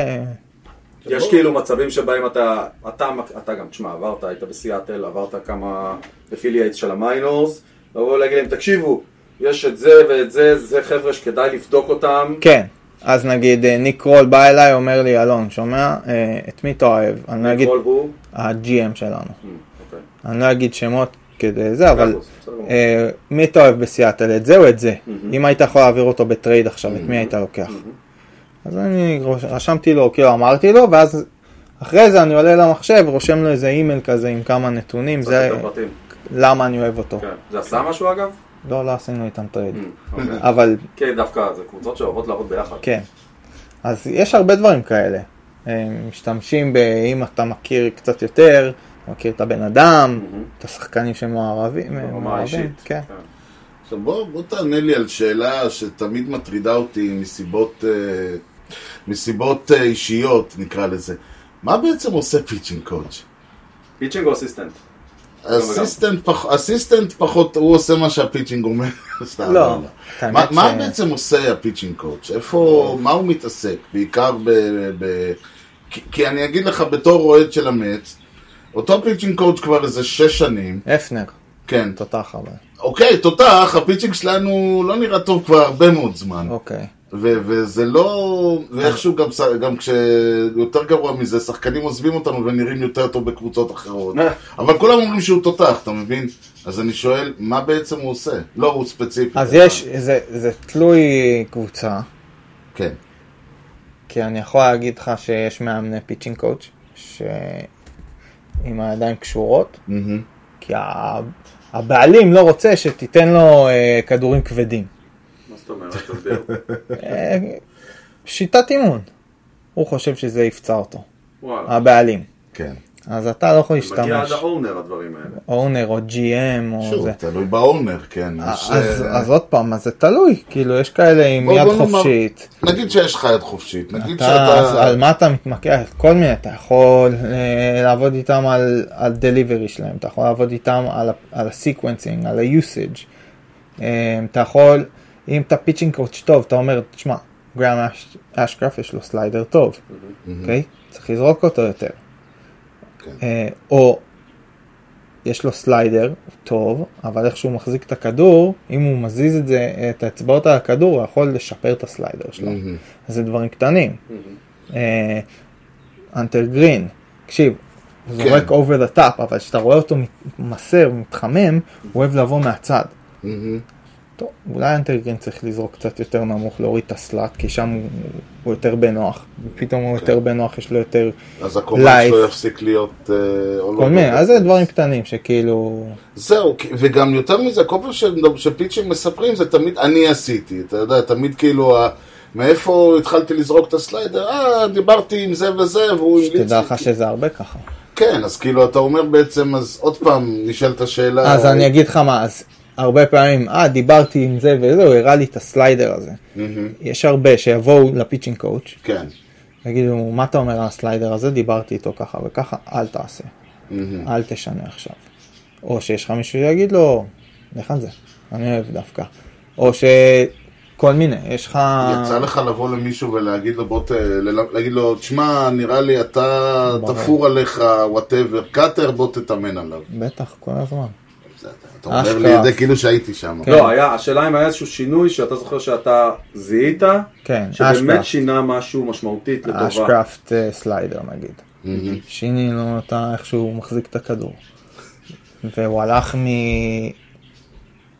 S2: יש כאילו מצבים שבהם אתה, אתה, אתה גם, תשמע, עברת, היית בסיאטל, עברת כמה אפילייטס של המיינורס, לבוא ולהגיד להם, תקשיבו, יש את זה ואת זה, זה חבר'ה שכדאי לבדוק אותם.
S1: כן. אז נגיד אה, ניק רול בא אליי, אומר לי, אלון, שומע? אה, את מי אתה אוהב? אני לא אגיד,
S2: כל הוא.
S1: ה-GM שלנו.
S2: Mm, אוקיי.
S1: אני לא אגיד שמות כדי זה, אבל
S2: אחוז, בסדר גמור.
S1: אה, מי אתה אוהב בסיאטל? את זה או את זה? אם היית יכול להעביר אותו בטרייד עכשיו, את מי היית לוקח? אז אני רש- רשמתי לו, כאילו אמרתי לו, ואז אחרי זה אני עולה למחשב, רושם לו איזה אימייל כזה עם כמה נתונים, זה
S2: צריך את הפרטים.
S1: למה אני אוהב אותו.
S2: כן. זה עשה משהו אגב?
S1: לא, לא עשינו איתם טרייד.
S2: אוקיי.
S1: אבל
S2: כן, דווקא זה קבוצות שאוהבות לעבוד ביחד.
S1: כן. אז יש הרבה דברים כאלה. הם משתמשים ב... אם אתה מכיר קצת יותר, אתה מכיר את הבן אדם, את השחקנים שמערבים.
S2: ברמה
S1: מעורבים,
S2: האישית.
S1: כן.
S2: כן.
S4: עכשיו בוא, בוא תענה לי על שאלה שתמיד מטרידה אותי מסיבות, אה, מסיבות אה, אישיות, נקרא לזה. מה בעצם עושה פיצ'ינג קואץ'?
S2: פיצ'ינג או אסיסטנט?
S4: אסיסטנט, פח, אסיסטנט פחות, הוא עושה מה שהפיצ'ינג אומר. סתם,
S1: לא, האמת
S4: אה, מה, מה
S1: ש-
S4: בעצם עושה הפיצ'ינג קואץ'? איפה, מה הוא מתעסק? בעיקר ב... ב כי, כי אני אגיד לך, בתור אוהד של המץ, אותו פיצ'ינג קואץ' כבר איזה שש שנים,
S1: הפנר,
S4: כן,
S1: תותח אבל.
S4: אוקיי, תותח, הפיצ'ינג שלנו לא נראה טוב כבר הרבה מאוד זמן.
S1: אוקיי.
S4: ו- וזה לא, ואיכשהו גם, ש- גם כש... יותר גרוע מזה, שחקנים עוזבים אותנו ונראים יותר טוב בקבוצות אחרות.
S2: אה.
S4: אבל כולם אומרים שהוא תותח, אתה מבין? אז אני שואל, מה בעצם הוא עושה? לא הוא ספציפי.
S1: אז
S4: אבל-
S1: יש, זה, זה תלוי קבוצה,
S4: כן.
S1: כי אני יכול להגיד לך שיש מאמני פיצ'ינג קואוץ', שעם הידיים קשורות,
S4: מהמם.
S1: כי ה- הבעלים לא רוצה שתיתן לו אה, כדורים כבדים.
S2: מה זאת אומרת? תסביר.
S1: אה, שיטת אימון. הוא חושב שזה יפצע אותו, אה,
S2: וואלה.
S1: הבעלים.
S4: כן.
S1: אז אתה לא יכול
S2: מגיע עד
S1: להשתמש,
S2: האורנר הדברים האלה.
S1: אונר או GM או
S4: שוב,
S1: זה.
S4: תלוי באונר, כן. יש,
S1: אז-
S4: אה,
S1: אז עוד פעם, אז זה תלוי, כאילו יש כאלה עם
S4: בוא-
S1: יד
S4: בוא נאמר-
S1: חופשית.
S4: נגיד שיש לך יד חופשית, נגיד
S1: אתה, אז
S4: שאתה...
S1: על מה אתה מתמקח? כל מיני, אתה יכול אה, לעבוד איתם על, על דליברי שלהם, אתה יכול לעבוד איתם על, ה- על הסיקוונסינג, על ה-usage. אה, אתה יכול, אם אתה פיצ'ינג קורץ' טוב, אתה אומר, תשמע, גראם אש- אשקרף יש לו סליידר טוב, אוקיי? צריך לזרוק אותו יותר.
S4: Mm-hmm. כן.
S1: אה, או יש לו סליידר הוא טוב, אבל איך שהוא מחזיק את הכדור, אם הוא מזיז את זה, את האצבעות על הכדור, הוא יכול לשפר את הסליידר שלו.
S4: Mm-hmm.
S1: אז זה דברים קטנים. אה, אנטר גרין, תקשיב, הוא
S4: כן.
S1: זורק אובר דה טאפ, אבל כשאתה רואה אותו מתמסר, מתחמם, הוא אוהב לבוא מהצד.
S4: מהמם.
S1: טוב, אולי אנטר גרין צריך לזרוק קצת יותר נמוך, להוריד את הסלאט, כי שם הוא, הוא יותר בנוח. פתאום
S4: כן.
S1: הוא יותר בנוח, יש לו יותר
S4: אז הקומה שלו
S1: Life.
S4: יפסיק להיות... אה, all
S1: כל מיני,
S4: over.
S1: אז זה דברים קטנים שכאילו...
S4: זהו, כי- וגם יותר מזה, כל פעם שמדבר- שפיצ'ים מספרים, זה תמיד אני עשיתי, אתה יודע, תמיד כאילו, ה- מאיפה התחלתי לזרוק את הסליידר? אה, דיברתי עם זה וזה, והוא המליץ
S1: תדע
S4: לי."
S1: לך שזה הרבה ככה.
S4: כן, אז כאילו, אתה אומר בעצם, אז עוד פעם, נשאלת השאלה... אה,
S1: אז אני אגיד לך מה, אז הרבה פעמים, אה, דיברתי עם זה וזה, הוא הראה לי את הסליידר הזה. יש הרבה שיבואו לפיצ'ינג קואוץ',
S4: כן.
S1: יגידו, מה אתה אומר על הסליידר הזה? דיברתי איתו ככה וככה, אל תעשה, אל תשנה עכשיו. או שיש לך מישהו שיגיד לו, לך על זה, אני אוהב דווקא. או שכל מיני, יש לך... אה,
S4: יצא לך לבוא למישהו ולהגיד לו, בוא ת... ל- להגיד לו, תשמע, נראה לי אתה
S1: ברור.
S4: תפור עליך, וואטאבר, קאטר, בוא תתאמן עליו.
S1: בטח, כל הזמן.
S4: זה- אתה אומר
S1: אשכרה.
S4: לי את זה כאילו שהייתי שם.
S1: כן.
S2: לא, היה, השאלה אם היה איזשהו שינוי שאתה זוכר שאתה זיהית,
S1: כן,
S2: שבאמת
S1: אשכרה.
S2: שינה משהו משמעותית לטובה.
S1: אשקראפט אה, סליידר נגיד. לא שינינו אותה איך שהוא מחזיק את הכדור. והוא הלך מ...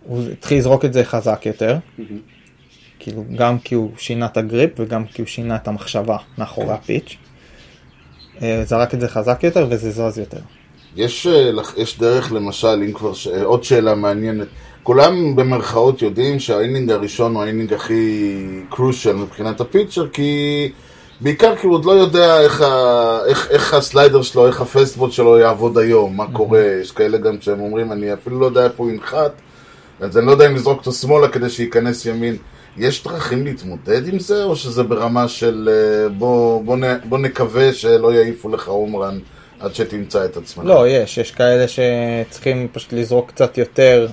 S1: הוא התחיל לזרוק את זה חזק יותר. כאילו גם כי הוא שינה את הגריפ וגם כי הוא שינה את המחשבה מאחורי הפיץ'. אה, זרק את זה חזק יותר וזה זז יותר.
S4: יש, אה, לך- יש דרך, למשל, אם כבר, ש... אה, עוד שאלה מעניינת. כולם במרכאות יודעים שהאינינג הראשון הוא האינינג הכי קרושיאל מבחינת הפיצ'ר, כי... בעיקר כי הוא עוד לא יודע איך, ה... איך, איך הסליידר שלו, איך הפסטבול שלו יעבוד היום, מה קורה, יש כאלה גם שהם אומרים, אני אפילו לא יודע איפה הוא ינחת, אז אני לא יודע אם לזרוק אותו שמאלה כדי שייכנס ימין. יש דרכים להתמודד עם זה, או שזה ברמה של אה, בוא, בוא, נ... בוא נקווה שלא יעיפו לך הומרן עד שתמצא את עצמך?
S1: לא, יש, יש כאלה שצריכים פשוט לזרוק קצת יותר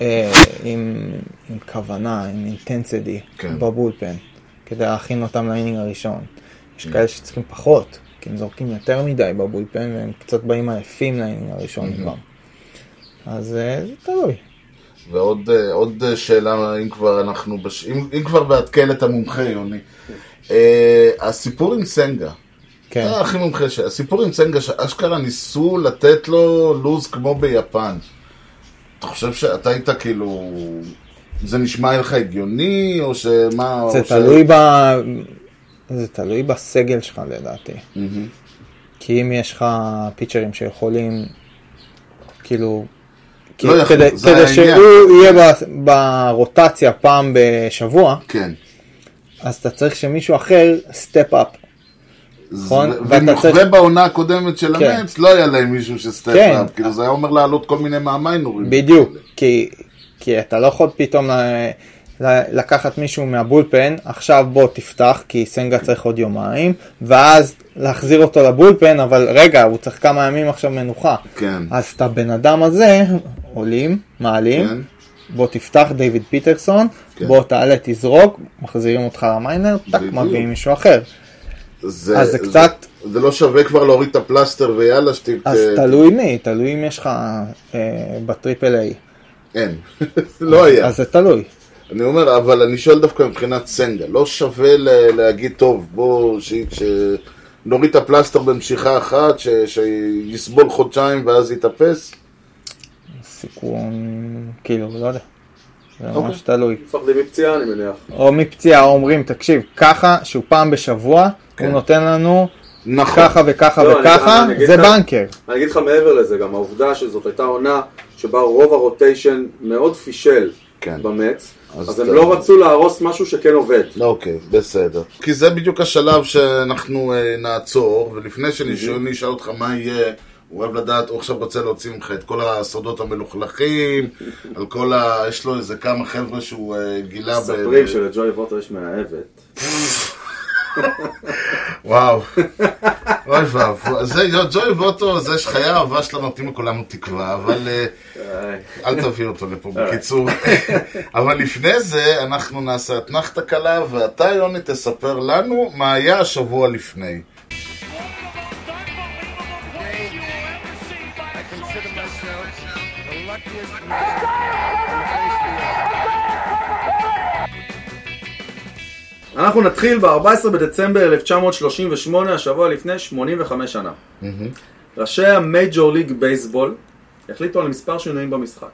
S1: אה, עם, עם כוונה, עם אינטנסיטי,
S4: כן.
S1: כן. בבולפן, כדי להכין אותם לאינינג הראשון. יש כאלה שצריכים פחות, כי הם זורקים יותר מדי בבולפן, והם קצת באים עייפים לאינינג הראשון כבר. אז אה, זה תלוי.
S4: ועוד אה, עוד אה, שאלה, אם כבר אנחנו, בש... אם, אם כבר בעדכן את המומחה, יוני. אה, הסיפור עם סנגה,
S1: כן,
S4: אתה הכי מומחה ש... הסיפור עם סנגה, שאשכרה ניסו לתת לו לוז כמו ביפן. אתה חושב שאתה היית כאילו... זה נשמע לך הגיוני, או שמה...
S1: זה
S4: או ש-
S1: תלוי ב... זה תלוי בסגל שלך לדעתי.
S4: מהמם.
S1: כי אם יש לך פיצ'רים שיכולים, כאילו, כי-
S4: לא יכול,
S1: כדי
S4: זה
S1: כדי
S4: העניין.
S1: שהוא יהיה ב- ברוטציה פעם בשבוע,
S4: כן.
S1: אז אתה צריך שמישהו אחר סטפ אפ. נכון, ואתה
S4: ונכווה
S1: צריך-
S4: בעונה הקודמת של
S1: כן.
S4: המץ, לא היה להם מישהו
S1: כן.
S4: שסטייפ-אפ, כאילו זה היה אומר לעלות כל מיני מהמיינורים.
S1: בדיוק, כי, כי אתה לא יכול פתאום ל- ל- לקחת מישהו מהבולפן, עכשיו בוא תפתח, כי סנגה צריך עוד יומיים, ואז להחזיר אותו לבולפן, אבל רגע, הוא צריך כמה ימים עכשיו מנוחה.
S4: כן.
S1: אז את הבן אדם הזה, עולים, מעלים,
S4: כן.
S1: בוא תפתח דיוויד פיטרסון,
S4: כן.
S1: בוא תעלה, תזרוק, מחזירים אותך למיינר, טק,
S4: בדיוק.
S1: מביאים מישהו אחר.
S4: זה,
S1: אז זה קצת-
S4: זה לא שווה כבר להוריד את הפלסטר ויאללה אה, שת...
S1: אז תלוי מי, תלוי אם יש לך אה, בטריפל איי.
S4: אין. לא היה.
S1: אז זה תלוי.
S4: אני אומר, אבל אני שואל דווקא מבחינת סנגה, לא שווה ל- להגיד, טוב, בוא, ש... ש... נוריד את הפלסטר במשיכה אחת, ש... שיסבול חודשיים ואז יתאפס?
S1: סיכון, כאילו, לא יודע. זה
S4: אוקיי.
S1: ממש תלוי.
S2: מפחדים מפציעה אני מניח.
S1: או מפציעה, או אומרים, תקשיב, ככה, שהוא פעם בשבוע,
S4: כן.
S1: הוא נותן לנו
S4: נכון.
S1: ככה וככה
S2: לא, אני-
S1: וככה,
S2: אני אגיד
S1: זה
S2: לך-
S1: בנקר.
S2: אני אגיד לך מעבר לזה, גם העובדה שזאת הייתה עונה שבה רוב הרוטיישן מאוד פישל
S4: כן.
S2: במץ,
S4: אז
S2: אז, הם
S4: אתה-
S2: לא רצו להרוס משהו שכן עובד.
S4: אוקיי, בסדר. כי זה בדיוק השלב שאנחנו אה, נעצור, ולפני שאני אשאל אותך מה יהיה, הוא אוהב לדעת, הוא עכשיו רוצה להוציא ממך את כל הסודות המלוכלכים, על כל ה... יש לו איזה כמה חבר'ה שהוא אה, גילה... ב-
S2: מספרים
S4: ב-
S2: שלג'וי ווטר יש מאהבת.
S4: וואו. אוי ואבוי. זה ג'וי ווטו, זה שחיי האהבה שלו נותנים לכולם תקווה, אבל אה,
S2: איי.
S4: אל תביא אותו לפה בקיצור. אבל לפני זה, אנחנו נעשה אתנחתה קלה, ואתה, יוני, תספר לנו מה היה השבוע לפני.
S2: אנחנו נתחיל ב-14 בדצמבר 1938, השבוע לפני 85 שנה. ראשי המייג'ור ליג בייסבול החליטו על מספר שינויים במשחק.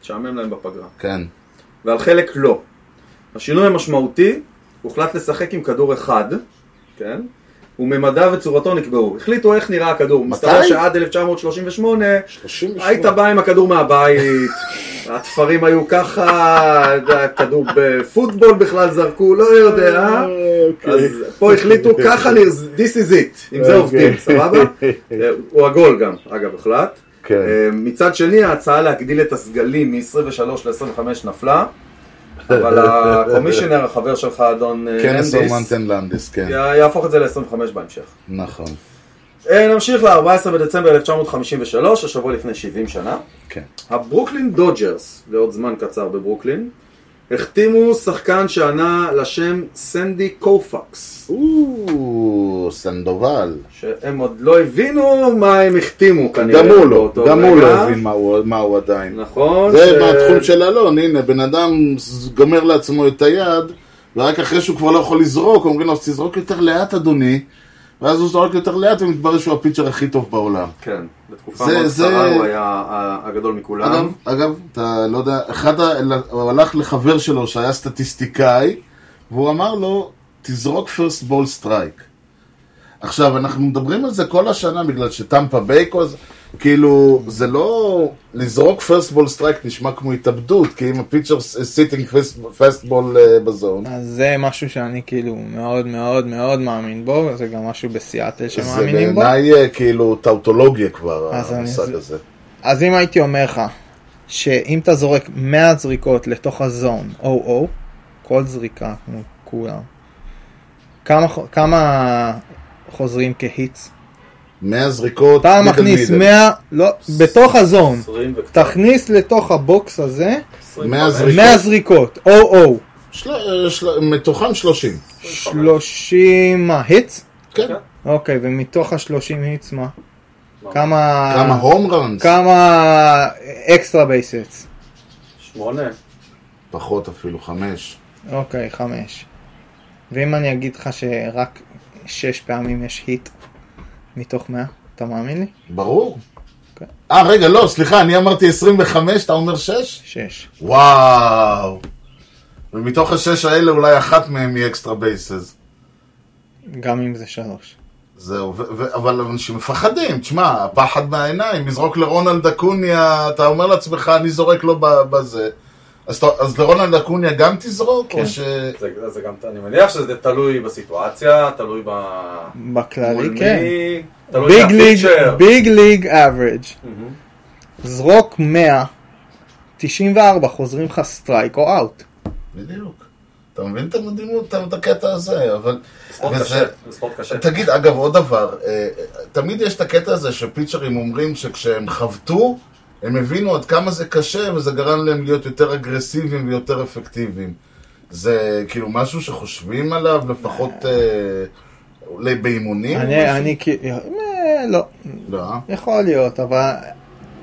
S2: תשעמם להם בפגרה.
S4: כן.
S2: ועל חלק לא. השינוי המשמעותי, הוחלט לשחק עם כדור אחד, כן? וממדיו וצורתו נקבעו. החליטו איך נראה הכדור. מסתבר שעד 1938 היית בא עם הכדור מהבית, התפרים היו ככה, הכדור בפוטבול בכלל זרקו, לא
S4: אה,
S2: יודע. אז פה החליטו ככה, נראה, this is it, עם זה עובדים, סבבה? אה, הוא עגול גם, אגב, הוחלט.
S4: כן.
S2: אה, מצד שני, ההצעה להגדיל את הסגלים מ-23 ל-25 נפלה, אבל הקומישיונר, החבר שלך, אדון אה,
S4: כן,
S2: אנדיס,
S4: סורמנטן לנדיס, כן.
S2: י- יהפוך את זה ל-25 בהמשך.
S4: נכון.
S2: אה, נמשיך ל-14 בדצמבר 1953, השבוע לפני 70 שנה.
S4: כן.
S2: הברוקלין דודג'רס, לעוד זמן קצר בברוקלין, החתימו שחקן שענה לשם סנדי קופקס,
S4: או, סנדובל.
S2: שהם עוד לא הבינו מה הם החתימו כנראה.
S4: גם הוא לא,
S2: באותו
S4: גם הוא
S2: רגע.
S4: לא הבין מה הוא- מה הוא עדיין.
S2: נכון.
S4: זה
S2: ש-
S4: מהתחום של אלון, הנה, בן אדם ז- גומר לעצמו את היד, ורק אחרי שהוא כבר לא יכול לזרוק, אומרים לו, "אז תזרוק יותר לאט, אדוני, ואז הוא זורק יותר לאט, ומתברר שהוא הפיצ'ר הכי טוב בעולם.
S2: כן, בתקופה
S4: זה-
S2: מאוד
S4: זה-
S2: קצרה הוא היה ה- הגדול מכולם.
S4: אגב, אגב, אתה לא יודע, אחד, ה- הוא הלך לחבר שלו שהיה סטטיסטיקאי, והוא אמר לו, תזרוק פרסט בול סטרייק. עכשיו, אנחנו מדברים על זה כל השנה, בגלל שטמפה בייקו, אז כאילו, זה לא... לזרוק פרסט בול סטרייק נשמע כמו התאבדות, כי אם הפיצ'ר סיטינג פרסט בול אה, בזון.
S1: אז זה משהו שאני כאילו מאוד מאוד מאוד מאמין בו, זה גם משהו בסיאטל
S4: זה
S1: שמאמינים בו.
S4: בעיניי אה, כאילו טאוטולוגיה כבר,
S1: אז אני-
S4: המושג הזה.
S1: אז אם הייתי אומר לך, שאם אתה זורק 100 זריקות לתוך הזון, או-או, כל זריקה, כמו כולם, כמה, ח- כמה חוזרים כהיטס?
S4: 100 זריקות,
S1: אתה
S4: middle
S1: מכניס
S4: middle.
S1: 100, לא, בתוך הזון,
S2: 20 וקצת.
S1: תכניס לתוך הבוקס הזה
S4: 100 זריקות.
S1: 100 זריקות, או-או,
S4: של- אה, של- מתוכם 30.
S1: 30 מה, היטס?
S4: כן.
S1: אוקיי, ומתוך ה-30 היטס מה?
S2: מה?
S1: כמה...
S4: כמה הום ראנס?
S1: כמה אקסטרה בייסטס?
S2: שמונה.
S4: פחות אפילו, חמש.
S1: אוקיי, חמש. ואם אני אגיד לך שרק שש פעמים יש היט מתוך מאה, אתה מאמין לי?
S4: ברור.
S1: כן.
S4: אה, רגע, לא, סליחה, אני אמרתי 25, אתה אומר 6?
S1: שש.
S4: וואו. ומתוך השש האלה אולי אחת מהם היא אקסטרה בייסס.
S1: גם אם זה שלוש.
S4: זהו, ו- ו- אבל אנשים מפחדים, תשמע, הפחד מהעיניים, לזרוק לרונלד אקוניה, אתה אומר לעצמך, אני זורק לו ב- בזה. אז, אתה- אז לרונלד אקוניה גם תזרוק? או ש...
S2: זה, זה גם, אני מניח שזה תלוי בסיטואציה, תלוי ב... מול
S1: בכללי
S2: מי,
S1: כן.
S2: תלוי
S1: ביג ליג,
S2: בפיצ'ר.
S1: ביג ליג אברג'. זרוק 100, 94 חוזרים לך סטרייק או אאוט.
S4: בדיוק. אתה מבין את המדהימות, את- את הקטע הזה, אבל...
S2: ספורט
S4: וזה-
S2: קשה, זה ספורט קשה.
S4: תגיד, אגב, עוד דבר, אה, תמיד יש את הקטע הזה שפיצ'רים אומרים שכשהם חבטו, הם הבינו עד כמה זה קשה, וזה גרם להם להיות יותר אגרסיביים ויותר אפקטיביים. זה כאילו משהו שחושבים עליו, לפחות אה, אולי באימונים? או
S1: אני,
S4: אה, משהו?
S1: אני כאילו, אה, לא,
S4: לא, אה?
S1: יכול להיות, אבל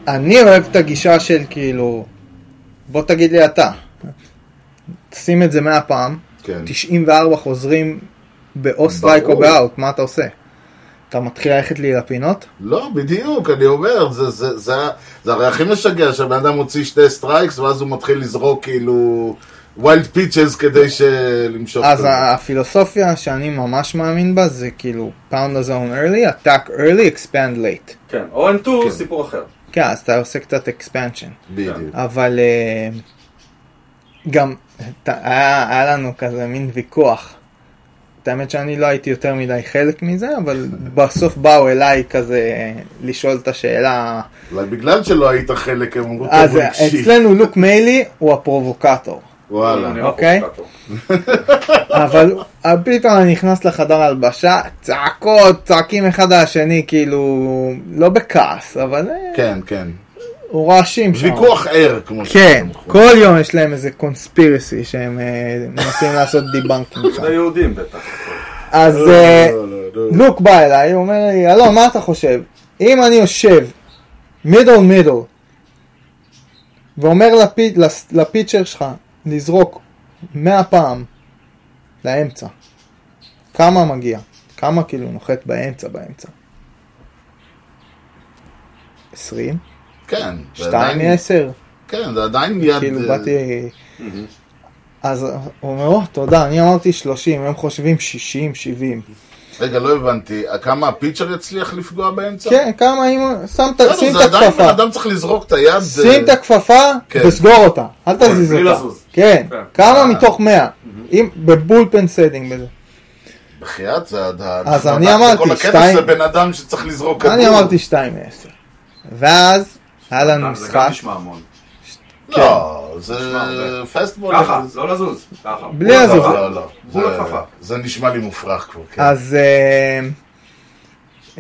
S1: אני אוהב את הגישה של כאילו, בוא תגיד לי אתה. שים את זה 100 פעם,
S4: כן.
S1: 94 חוזרים באו סטרייק או
S4: ברור.
S1: באאוט, מה אתה עושה? אתה מתחיל ללכת לי לפינות?
S4: לא, בדיוק, אני אומר, זה, זה, זה, זה הרי הכי משגע שהבן אדם מוציא שתי סטרייקס ואז הוא מתחיל לזרוק כאילו ווילד פיצ'ס כדי שלמשוך
S1: אז
S4: כדור.
S1: ה- הפילוסופיה שאני ממש מאמין בה זה כאילו pound the zone early, attack early, expand late.
S2: כן, אורן
S4: כן.
S2: טו, סיפור אחר.
S1: כן, אז אתה עושה קצת expansion.
S4: בדיוק.
S1: אבל אה, גם ת- היה, היה לנו כזה מין ויכוח. את האמת שאני לא הייתי יותר מדי חלק מזה, אבל בסוף באו אליי כזה לשאול את השאלה.
S4: אולי בגלל שלא היית חלק, הם אמרו, טוב,
S1: אז
S4: הוא הקשיב.
S1: אה, אצלנו לוק מיילי הוא הפרובוקטור.
S2: הוא
S4: וואלה.
S2: נראה
S1: אוקיי.
S2: פרובוקטור.
S1: אבל אה, פתאום אני נכנס לחדר הלבשה, צעקות, צועקים אחד על השני, כאילו, לא בכעס, אבל אה,
S4: כן, כן.
S1: רועשים שם.
S4: ויכוח ער, כמו
S1: כן,
S4: שאתם אומרים.
S1: כל יום יש להם איזה קונספירסי שהם אה, מנסים לעשות דיבנקים שם.
S2: זה יהודים בטח.
S1: אז
S4: לא,
S1: אה,
S4: לא, לא, לא.
S1: לוק בא אליי, הוא אומר לי, הלו, מה אתה חושב? אם אני יושב מידל מידל ואומר לפי- לס- לפיצ'ר שלך לזרוק 100 פעם לאמצע, כמה מגיע? כמה כאילו נוחת באמצע באמצע? 20?
S4: כן. זה
S1: 2
S4: עדיין-
S1: מ-10?
S4: כן, זה עדיין יד...
S1: כאילו
S4: אה,
S1: באתי... אז הוא אומר, "או, תודה, אני אמרתי 30, הם חושבים 60, 70.
S4: רגע, לא הבנתי. כמה הפיצ'ר יצליח לפגוע באמצע?
S1: כן, כמה אם... שם את
S4: בסדר,
S1: שים את
S4: זה עדיין
S1: הכפפה.
S4: בן אדם צריך לזרוק את היד.
S1: שים את הכפפה
S4: כן. אוקיי,
S1: וסגור אותה, אל תזיז
S2: בלי
S1: אותה.
S2: לזוז.
S1: כן,
S2: כן.
S1: כמה
S4: אה.
S1: מתוך 100, אם- בבולפן סדינג. בזה.
S4: בחייאת, זה עדיין.
S1: אז אני אמרתי,
S4: כל הקטע
S1: שתיים-
S4: זה בן אדם שצריך לזרוק כדור.
S1: אני אמרתי 2 מ-10. ואז היה לנו
S4: אה,
S2: זה גם
S1: משחק,
S2: נשמע המון.
S4: לא, זה
S2: נשמע הרבה.
S4: פסטבול.
S2: ככה, לא לזוז. ככה.
S1: בלי
S4: לא,
S1: לזוז.
S4: לא, לא.
S2: בול
S4: זה-
S2: הכפפה.
S4: זה נשמע לי מופרך כבר, כן.
S1: אז אה,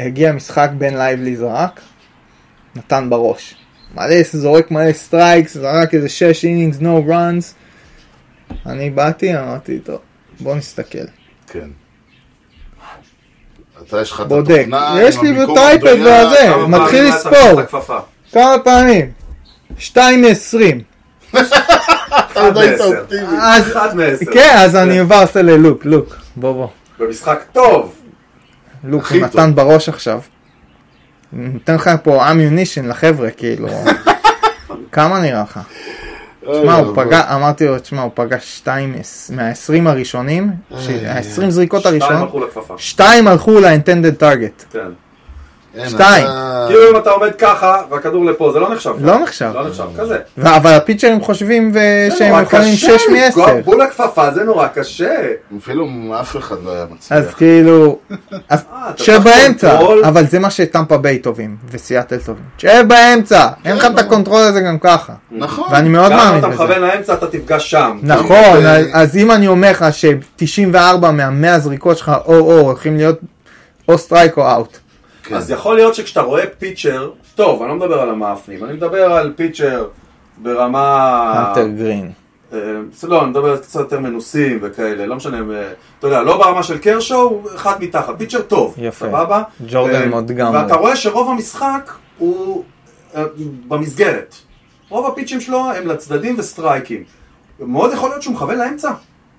S1: הגיע משחק בין לייבלי זרק, נתן בראש. מלא ס- זורק מלא סטרייקס, זרק איזה 6 אינינגס, נו ראנס. אני באתי, אמרתי, טוב, בוא נסתכל.
S4: כן. אתה יש לך את
S1: בודק.
S4: התוכנה,
S1: יש
S4: עם
S1: לי
S4: המיקום
S1: בטייפד
S4: המדויק.
S1: והזה.
S2: כמה
S1: מתחיל
S2: פעמים היה
S1: לספור.
S2: צריך את הכפפה?
S1: כמה פעמים? 2 מ-20.
S4: אתה יודע,
S2: עד
S4: אתה
S2: עשר.
S4: אופטימי.
S1: אז
S2: אחד מעשר.
S1: כן, אז אני כבר עושה ללוק, לוק, בוא בוא.
S2: במשחק טוב.
S1: לוק
S4: הכי
S1: הוא נתן בראש עכשיו. נותן לך פה אמונישן לחבר'ה, כאילו. כמה נראה לך?
S2: לא,
S1: תשמע,
S4: אוי,
S1: הוא פגע, אמרתי לו, תשמע, הוא פגע שתיים מ- מהעשרים הראשונים, העשרים זריקות
S2: שתיים
S1: הראשונות,
S2: הלכו לכפפה.
S1: שתיים הלכו לאינטנדד טארגט.
S2: כן.
S4: אין,
S1: שתיים.
S4: אתה-
S2: כאילו אם אתה עומד ככה והכדור לפה, זה לא נחשב.
S1: לא
S2: ככה.
S1: נחשב.
S2: לא נחשב, כזה.
S1: אבל הפיצ'רים חושבים ו- שהם
S2: נורא
S1: יכולים
S2: קשה
S1: שש
S2: לפגוע
S1: מעשר.
S2: בול הכפפה זה נורא קשה.
S4: אפילו אף אחד לא היה מצליח.
S1: אז כאילו, אז
S2: כן. אה, אתה
S1: שב
S2: צריך
S1: באמצע,
S2: קונטרול.
S1: אבל זה מה שטמפה ביי טובים, וסיאטל טובים. שב באמצע, אין לך את
S4: ברור.
S1: הקונטרול הזה גם ככה.
S4: נכון.
S1: כאילו- ואני מאוד
S2: גם אם
S1: מאמין
S2: אתה
S1: בזה.
S2: מכוון לאמצע אתה תפגע שם.
S1: נכון,
S4: אה,
S1: אז- אז אם אני אומר לך ש-94 מה-100 זריקות שלך או-או הולכים להיות או סטרייק או אאוט.
S4: כן.
S2: אז יכול להיות שכשאתה רואה פיצ'ר, טוב, אני לא מדבר על המאפנים, אני מדבר על פיצ'ר ברמה...
S1: אנטר גרין.
S2: אה, לא, אני מדבר קצת יותר מנוסים וכאלה, לא משנה, אה, אתה יודע, לא ברמה של קרשו, הוא אחד מתחת, פיצ'ר טוב,
S1: יפה.
S2: סבבה?
S1: ג'ורדן
S2: אה,
S1: מונטגמרי.
S2: ואתה רואה שרוב המשחק הוא אה, במסגרת. רוב הפיצ'ים שלו הם לצדדים וסטרייקים. מאוד יכול להיות שהוא מכוון לאמצע,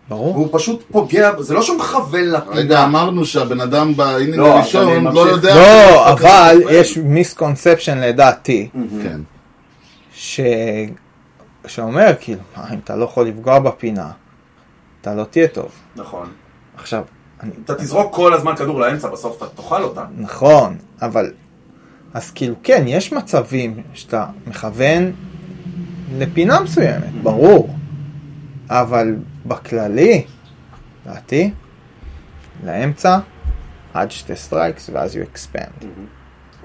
S1: ברור.
S2: והוא פשוט פוגע, זה לא שהוא מכוון
S4: רגע,
S2: לפינה.
S4: אמרנו שהבן אדם באינינג
S2: לא, אז אני
S4: הראשון לא
S2: ממשיך.
S4: יודע...
S1: לא,
S4: איפה
S1: אבל
S4: הכדור
S1: יש מיסקונספשן לדעתי,
S2: Mm.
S4: עובד. כן.
S1: ש... שאומר כאילו, "מה, אם אתה לא יכול לפגוע בפינה, אתה לא תהיה טוב.
S2: נכון.
S1: עכשיו,
S2: אתה תזרוק כל הזמן כדור לאמצע, בסוף אתה תאכל אותה.
S1: נכון, אבל... אז כאילו, כן, יש מצבים שאתה מכוון לפינה מסוימת, ברור. אבל בכללי, לדעתי, לאמצע, עד שתי סטרייקס, ואז you expand.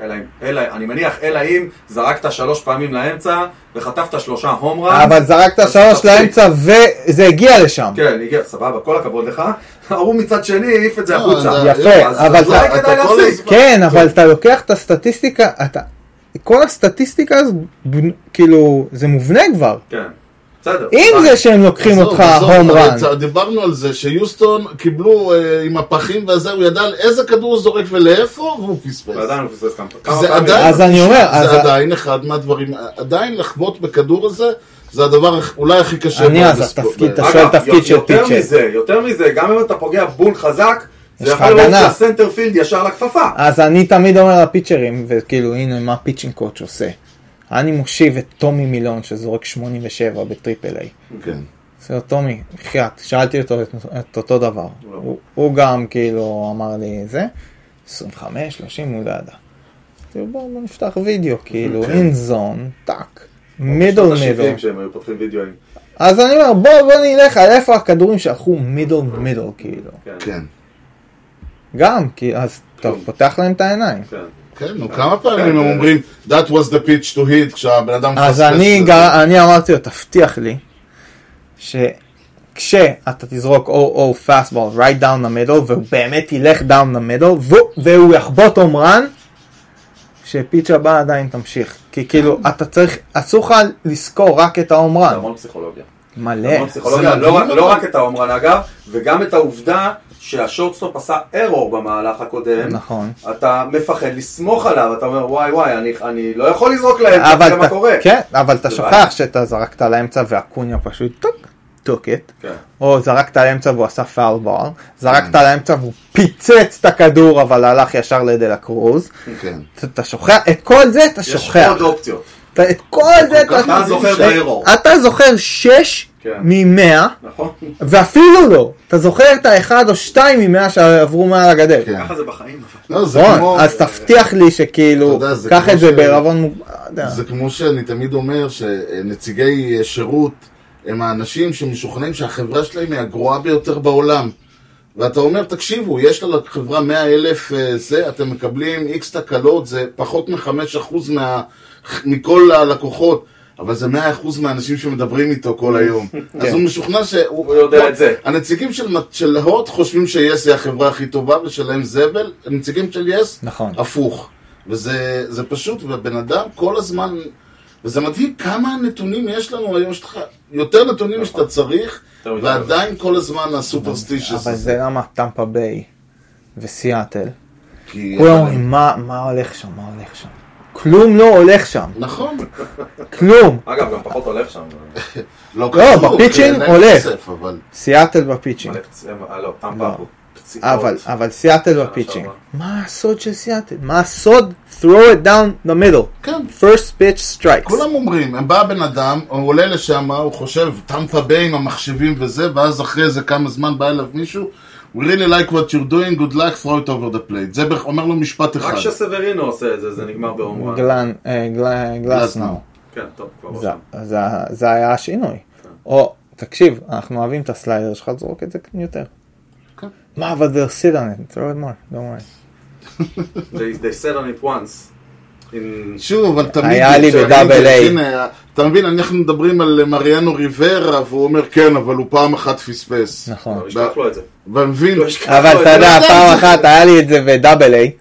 S2: אלא אם, אלא, אני מניח, אלא אם זרקת שלוש פעמים לאמצע וחטפת שלושה הום ראנס.
S1: אבל זרקת
S2: Mm-hmm. אז
S1: שלוש
S2: תפסיק.
S1: לאמצע, וזה הגיע לשם.
S2: כן, הגיע, סבבה, כל הכבוד לך. ההוא מצד שני העיף את לא, זה החוצה.
S4: אתה-
S1: יפה,
S2: אז
S1: אבל...
S2: אולי
S1: אתה-
S4: אתה
S2: כדאי
S4: כל
S2: להפסיק.
S4: הזמן-
S1: כן, אבל אתה לוקח את הסטטיסטיקה, אתה... כל הסטטיסטיקה הזו, בנ- כאילו, זה מובנה כבר.
S2: כן, בסדר.
S1: אם זה שהם לוקחים
S4: עזוב,
S1: אותך
S4: עזוב,
S1: הום
S4: אבל
S1: רן.
S4: צ- דיברנו על זה שיוסטון קיבלו אה, עם הפחים וזה, הוא ידע על איזה כדור הוא זורק ולאיפה, והוא פספס.
S2: ועדיין הוא פספס כמה כמה
S4: זה
S2: פעמים.
S4: עדיין,
S1: אז אני אומר, אז-
S4: זה עדיין אחד מהדברים, עדיין לחבוט בכדור הזה, זה הדבר הכ- אולי הכי קשה.
S1: אני אז
S4: בספורט.
S1: התפקיד, אתה
S2: אגב,
S1: שואל תפקיד של
S2: יותר
S1: פיצ'ר.
S2: מזה, יותר מזה, גם אם אתה פוגע בול חזק,
S1: יש
S2: זה
S1: לך
S2: יכול להיות
S1: הגנה. אה,
S2: שהסנטרפילד ישר לכפפה.
S1: אז אני תמיד אומר לפיצ'רים, וכאילו, הנה מה פיצ'ינג קואץ' עושה. אני מושיב את טומי מילון שזורק 87 בטריפל איי.
S4: כן.
S1: בסדר, טומי, בחייאת, שאלתי אותו את, את אותו דבר. הוא, הוא גם כאילו אמר לי זה, 25, 30, הוא לא ידע. אמרתי, בואו בוא נפתח וידאו, כאילו, אין זון, טאק, מידל
S2: שנות
S1: מידל.
S2: ה-שבעים שהם היו פותחים וידאוים.
S1: אז אני אומר, בוא, בוא נלך על איפה הכדורים שהלכו מידל מידל, כאילו.
S2: כן,
S4: כן.
S1: גם, כי אז אתה
S2: כלום.
S1: פותח להם את העיניים.
S2: כן.
S4: כן, נו, כמה פעמים הם אומרים, that was the pitch to hit, כשהבן אדם
S1: אז אני,
S4: זה.
S1: גם, אני אמרתי לו, תבטיח לי, שכשאתה תזרוק 0-0 fastball right down the middle, והוא באמת ילך down the middle, והוא- והוא יחבוט אומרן, שפיץ' הבא עדיין תמשיך. כי כאילו,
S2: כן.
S1: אתה צריך, אסור לך לזכור רק את
S2: זה
S1: האומרן.
S2: המון פסיכולוגיה.
S1: מלא.
S2: המון פסיכולוגיה,
S4: זה
S2: לא רק-
S4: מדהים,
S2: לא
S4: אבל-
S2: רק את האומרן אגב, וגם את העובדה שהשורטסטופ עשה ארור במהלך הקודם.
S1: נכון.
S2: אתה מפחד לסמוך עליו, אתה אומר וואי וואי, אני- אני לא יכול לזרוק להם,
S1: אבל
S2: תראה מה
S1: אתה,
S2: קורה.
S1: כן, אבל אתה
S2: זה
S1: שוכח
S2: בעיה.
S1: שאתה זרקת לאמצע והקוניה פשוט טוק, טוקט.
S2: כן.
S1: או זרקת לאמצע והוא עשה פאול בר,
S4: כן.
S1: זרקת לאמצע והוא פיצץ את הכדור אבל הלך ישר לדלה קרוז.
S4: כן.
S1: אתה- אתה שוכח, את כל זה אתה
S2: יש
S1: שוכח.
S2: עוד אופציות.
S1: אתה- את כל זה אתה...
S2: אתה זוכר באירו.
S1: אתה זוכר 6
S2: כן.
S1: מ-100,
S2: נכון?
S1: ואפילו לא. אתה זוכר את האחד או שתיים מ-100 שעברו מעל הגדר.
S4: כן.
S2: ככה זה בחיים. אבל.
S4: לא, זה כמו...
S1: רון, אז תבטיח לי שכאילו,
S4: אתה יודע, זה
S1: קח
S4: כמו
S1: את זה
S4: ש-
S1: בערבון מוגבל. לא יודע.
S4: זה כמו שאני תמיד אומר שנציגי אה, שירות הם האנשים שמשוכנעים שהחברה שלהם היא הגרועה ביותר בעולם. ואתה אומר, תקשיבו, יש לחברה 100 אלף אה, זה, אתם מקבלים איקס תקלות, זה פחות מ-5% מה... מכל הלקוחות, אבל זה 100% מהאנשים שמדברים איתו כל היום. אז הוא משוכנע שהוא...
S2: כן. הוא יודע את זה.
S4: הנציגים של, של הוט חושבים שיס היא החברה הכי טובה ושלהם זבל, הנציגים של יס,
S1: נכון.
S4: הפוך. וזה זה פשוט, ובן אדם כל הזמן, וזה מדהים כמה נתונים יש לנו היום, יש לך יותר נתונים
S1: נכון.
S4: שאתה צריך,
S2: יותר מדי.
S4: ועדיין כל הזמן הסופרסטישס.
S1: אבל זה למה טמפה ביי וסיאטל.
S4: כן. כי-
S1: כולם אומרים, "מה- מה הולך שם? מה הולך שם? כלום לא הולך שם.
S4: נכון,
S1: כלום.
S2: אגב, גם פחות הולך שם.
S4: לא
S1: לא,
S4: קשור,
S1: בפיצ'ינג
S4: כי אין להם
S1: עולה.
S4: כסף, אבל
S1: סיאטל בפיצ'ינג.
S2: מלא פצעים, אה, לא,
S1: לא.
S2: טמפה פה. פציעות.
S1: אבל, אבל סיאטל בפיצ'ינג.
S2: שעברה.
S1: מה הסוד של סיאטל? מה הסוד? throw it down the middle.
S4: כן.
S1: first pitch strikes.
S4: כולם אומרים, הם בא בן אדם, הוא עולה לשם, הוא חושב, טמפה ביי עם המחשבים וזה, ואז אחרי זה כמה זמן בא אליו מישהו, We really like what you're doing, good luck, throw it over the plate. זה בערך- אומר לו משפט אחד. לא
S2: רק כשסברינו עושה את זה, זה נגמר בהומרן.
S1: גלן, אה, גל- גלסנאו.
S2: כן, טוב, כבר
S1: זה-
S2: עכשיו.
S1: זה- זה היה השינוי. או, תקשיב, אנחנו אוהבים את הסליידר שלך, תזרוק את זה יותר.
S4: כן.
S1: מה, אבל they'll sit on it, throw it more, don't worry.
S2: They they said on it once. In-
S4: שוב, אבל תמיד...
S1: היה לי
S4: כשאני-
S1: ב-double A.
S4: הנה, אתה מבין, אנחנו מדברים על מריאנו ריברה, והוא אומר כן, אבל הוא פעם אחת פספס.
S1: נכון.
S2: לא ישכח לו את זה.
S4: ואתה מבין?
S2: לא ישכח לו
S1: אבל
S2: את
S1: אתה
S2: זה.
S1: יודע,
S4: יודע,
S1: פעם
S4: זה-
S1: אחת היה לי את זה בדאבל איי,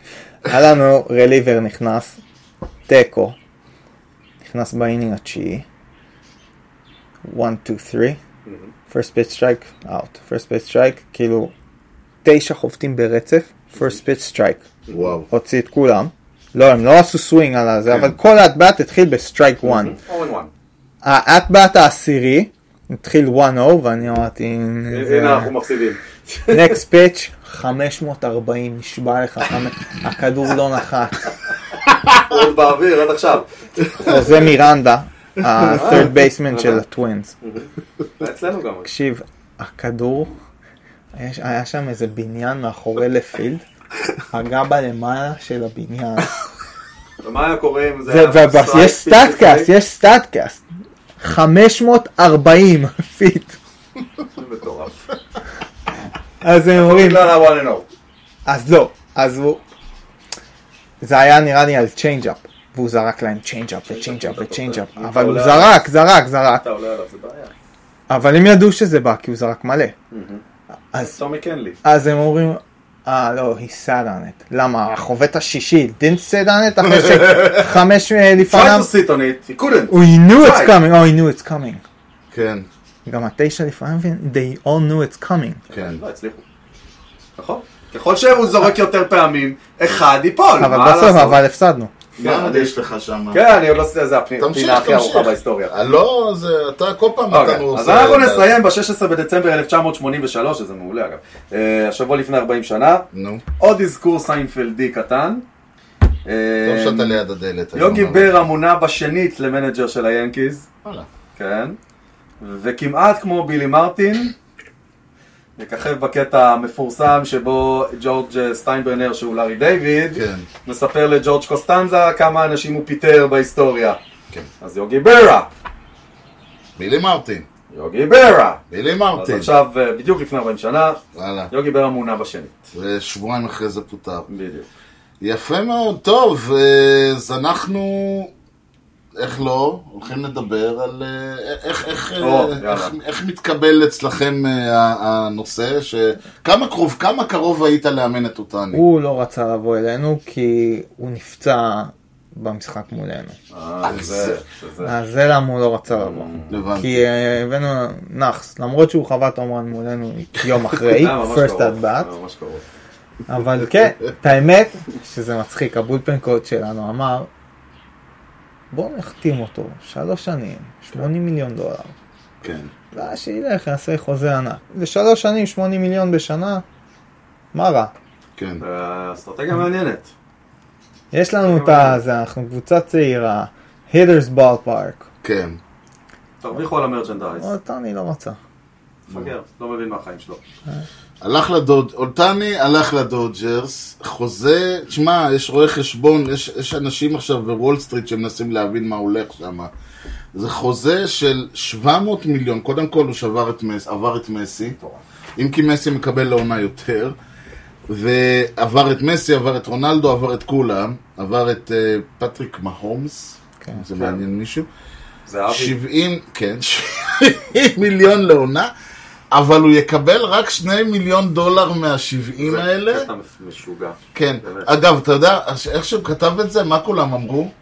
S1: היה לנו רליבר נכנס, תיקו, נכנס באינינג התשיעי, 1, 2, 3,
S2: Mm-hmm.
S1: first pitch strike, out, first pitch strike, כאילו, תשע חובטים ברצף, first
S2: Mm-hmm.
S1: pitch strike,
S4: וואו.
S1: הוציא את כולם, לא, הם לא עשו סווינג על
S2: Mm-hmm.
S1: הזה, אבל כל האט-באט התחיל בסטרייק 1.
S2: All in one.
S1: האט-באט העשירי, התחיל 1-0, ואני אמרתי... זה-
S2: הנה אנחנו מפסידים.
S1: נקסט פאץ', 540, נשבע לך, חמ- הכדור לא נחת.
S2: עוד באוויר עד עכשיו.
S1: חוזה מירנדה, ה-third basement של הטווינס.
S2: אצלנו גם.
S1: תקשיב, הכדור יש- היה שם איזה בניין מאחורי לפילד, פגע בלמעלה של הבניין.
S2: ומה היה קורה אם זה
S1: זה- זה-
S2: היה... סטרייק
S1: יש
S2: פיט
S1: סטאטקאסט,
S2: לפני?
S1: יש סטאטקאסט. 540 פיט.
S2: מטורף.
S1: אז הם אומרים,
S2: לא, לא, וואלה, לא.
S1: אז לא, אז הוא... זה היה נראה לי על צ'יינג'אפ, והוא זרק להם צ'יינג'אפ וצ'יינג'אפ
S2: אוקיי.
S1: וצ'יינג'אפ, אבל הוא זרק, זרק, זרק,
S2: אתה עולה עליו, זה בעיה.
S1: אבל הם ידעו שזה בא, כי הוא זרק מלא. אז
S2: סטומי קנלי.
S1: אז הם אומרים, אה, לא, he sat on it. למה, החובט השישי, didn't sit on it, אחרי שחמש אה,
S2: try
S1: לפניו,
S2: to sit on it, he couldn't.
S1: הוא knew it's
S2: Try.
S1: coming, oh, he knew it's coming.
S4: כן,
S1: גם התשע לפעמים, they all knew it's coming.
S4: כן.
S2: לא הצליחו. נכון. ככל שהוא זורק יותר פעמים, אחד ייפול.
S1: אבל
S2: מה
S1: בסוף,
S2: לעשות?
S1: אבל הפסדנו.
S4: מה עוד יש לך שם?
S2: כן, אני עוד לא עשיתי את זה
S4: תמשיך,
S2: הפינה הכי ארוכה
S4: תמשיך.
S2: בהיסטוריה.
S4: אה, לא, זה, אתה כל פעם
S2: אוקיי,
S4: נתנו...
S2: אז
S4: זה-
S2: אנחנו נסיים ב-16 בדצמבר 1983, שזה מעולה אגב, אה, השבוע לפני 40 שנה,
S4: נו,
S2: עוד אזכור סיינפלדי קטן. אה,
S4: טוב שאתה ליד הדלת. היום,
S2: יוגי
S4: אבל-
S2: בר מונה בשנית למנג'ר של היאנקיז,
S4: וואלה.
S2: כן, וכמעט כמו בילי מרטין, מככב בקטע המפורסם שבו ג'ורג' אה, סטיינברנר שהוא לארי דיוויד,
S4: כן.
S2: מספר לג'ורג' קוסטנזה כמה אנשים הוא פיטר בהיסטוריה.
S4: כן.
S2: אז יוגי ברה,
S4: בילי מרטין,
S2: יוגי ברה.
S4: בילי
S2: אז
S4: מרטין.
S2: עכשיו, אה, בדיוק לפני 40 שנה,
S4: וואלה.
S2: יוגי ברה מונה בשנית.
S4: ושבועיים אחרי זה פוטר.
S2: בדיוק.
S4: יפה מאוד, טוב, אה, אז אנחנו, איך לא, הולכים לדבר על אה, איך, איך, אה,
S2: או, יאללה.
S4: איך, איך מתקבל אצלכם אה, ה- הנושא, שכמה קרוב, כמה קרוב היית לאמן את אותני?
S1: הוא לא רצה לבוא אלינו, כי הוא נפצע במשחק מולנו.
S2: אה, זה, זה, זה.
S4: אה,
S1: אז זה למה הוא לא רצה לבוא.
S4: הבנתי.
S1: כי אה, הבאנו נאחס, למרות שהוא חבט הומרן מולנו יום אחרי,
S2: אה, ממש
S1: first
S2: קרוב,
S1: at bat,
S2: אה, ממש קרוב.
S1: אבל כן, את האמת, שזה מצחיק, הבולפן קוד שלנו אמר, בואו נחתים אותו, שלוש שנים, 80 מיליון דולר.
S4: כן.
S1: לא, שילך, יעשה חוזה ענק. לשלוש שנים, 80 מיליון בשנה, מה רע?
S4: כן,
S2: אה, אסטרטגיה מעניינת.
S4: אה.
S1: יש לנו את הזה, אנחנו קבוצה צעירה, הידרס בול פארק.
S4: כן.
S2: תרוויחו על המרצ'נדייז.
S1: טוני לא רצה.
S2: מפגר, לא מבין מה החיים שלו.
S4: הלך לדוד, אולטני הלך לדודג'רס, חוזה, תשמע, יש רואי חשבון, יש, יש אנשים עכשיו בוול סטריט שמנסים להבין מה הולך שם. זה חוזה של 700 מיליון, קודם כל הוא שבר את מס, עבר את מסי, אם כי מסי מקבל לעונה יותר, ועבר את מסי, עבר את רונלדו, עבר את כולם, עבר את uh, פטריק מהומס,
S1: כן.
S4: זה מעניין מישהו,
S2: זה אבי.
S4: 70, כן, 70 מיליון לעונה, אבל הוא יקבל רק 2 מיליון דולר מה-70 האלה.
S2: קטע מפ- משוגע.
S4: כן.
S2: באמת.
S4: אגב, אתה יודע, אז איך שהוא כתב את זה, מה כולם אמרו?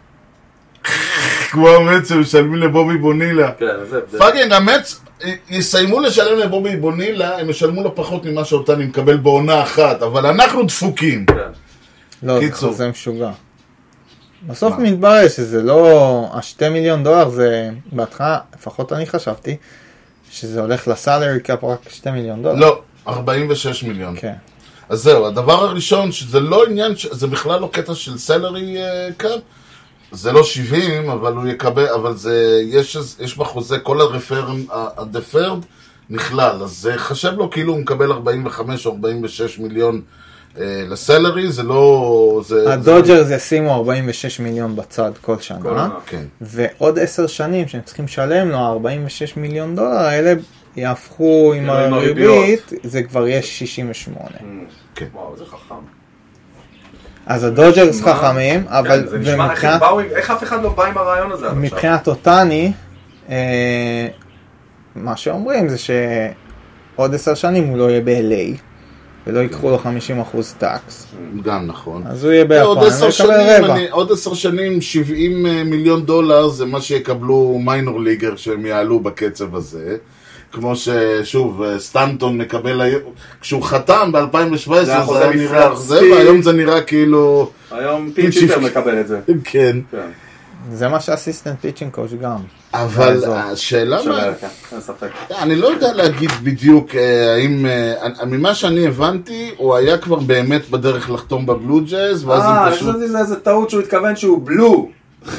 S4: כמו המץ שמשלמים לבובי בונילה.
S2: כן, זה הבדל.
S4: פאגינג, המץ, י- יסיימו לשלם לבובי בונילה, הם ישלמו לו פחות ממה שאותני מקבל בעונה אחת, אבל אנחנו דפוקים.
S2: כן.
S1: לא, זה
S4: קיצור.
S1: חוזה משוגע. בסוף
S4: מה?
S1: מתברר שזה לא... השתי מיליון דולר זה... בהתחלה, לפחות אני חשבתי, שזה הולך לסלרי קאפ רק שתי מיליון דולר.
S4: לא, 46 מיליון.
S1: כן.
S4: אז זהו, הדבר הראשון, שזה לא עניין, ש- זה בכלל לא קטע של סלרי אה, כאן, זה לא 70, אבל הוא יקבל, אבל זה, יש, איז- יש בחוזה, כל הרפרם, ה- הדפרד נכלל, אז זה חשב לו כאילו הוא מקבל 45 או 46 מיליון אה, לסלרי, זה לא... זה,
S1: הדודג'רס ישימו 46 מיליון בצד כל
S2: כל
S1: שנה,
S2: עונה.
S4: זה, כן,
S1: ועוד עשר שנים שהם צריכים לשלם לו 46 מיליון דולר האלה יהפכו עם
S2: כן, עם הריביות.
S1: הריבית, זה כבר יהיה 68.
S4: כן.
S2: וואו, זה חכם.
S1: אז הדודג'רס
S2: מה?
S1: חכמים,
S2: כן,
S1: אבל...
S2: זה נשמע, איך הם
S1: ומבחינת-
S2: באו עם- איך אף אחד לא בא עם הרעיון הזה עד עכשיו?
S1: מבחינת אותני, אה, מה שאומרים זה שעוד עשר שנים הוא לא יהיה ב-LA, ולא
S4: כן.
S1: ייקחו לו 50% טאקס,
S4: גם נכון.
S1: אז הוא יהיה ביפן,
S4: עוד
S1: הוא
S4: עשר
S1: יקבל
S4: שנים,
S1: רבע.
S4: אני, עוד עשר שנים 70 אה, מיליון דולר זה מה שיקבלו מיינור ליגר שהם יעלו בקצב הזה. כמו ששוב, אה, סטנטון מקבל היום, כשהוא חתם ב-2017
S2: זה
S4: זה
S2: היה חוזה
S4: היה נראה
S2: מפלצתי.
S4: זה, והיום זה נראה כאילו,
S2: היום פיצ'יפר
S4: פיצ'יפ.
S2: מקבל את זה.
S4: כן.
S2: כן.
S1: זה מה שהאסיסטנט פיצ'ינג קוש גם.
S2: אה,
S4: אבל
S1: לעזור.
S4: השאלה מה,
S2: שווה, כן, אין ספק.
S4: אני לא יודע להגיד בדיוק אה, האם, אה, אני- ממה שאני הבנתי, הוא היה כבר באמת בדרך לחתום בבלו ג'אז, ואז
S2: אה,
S4: הם
S2: אני
S4: פשוט...
S2: חשבתי שזה איזה טעות שהוא התכוון שהוא בלו.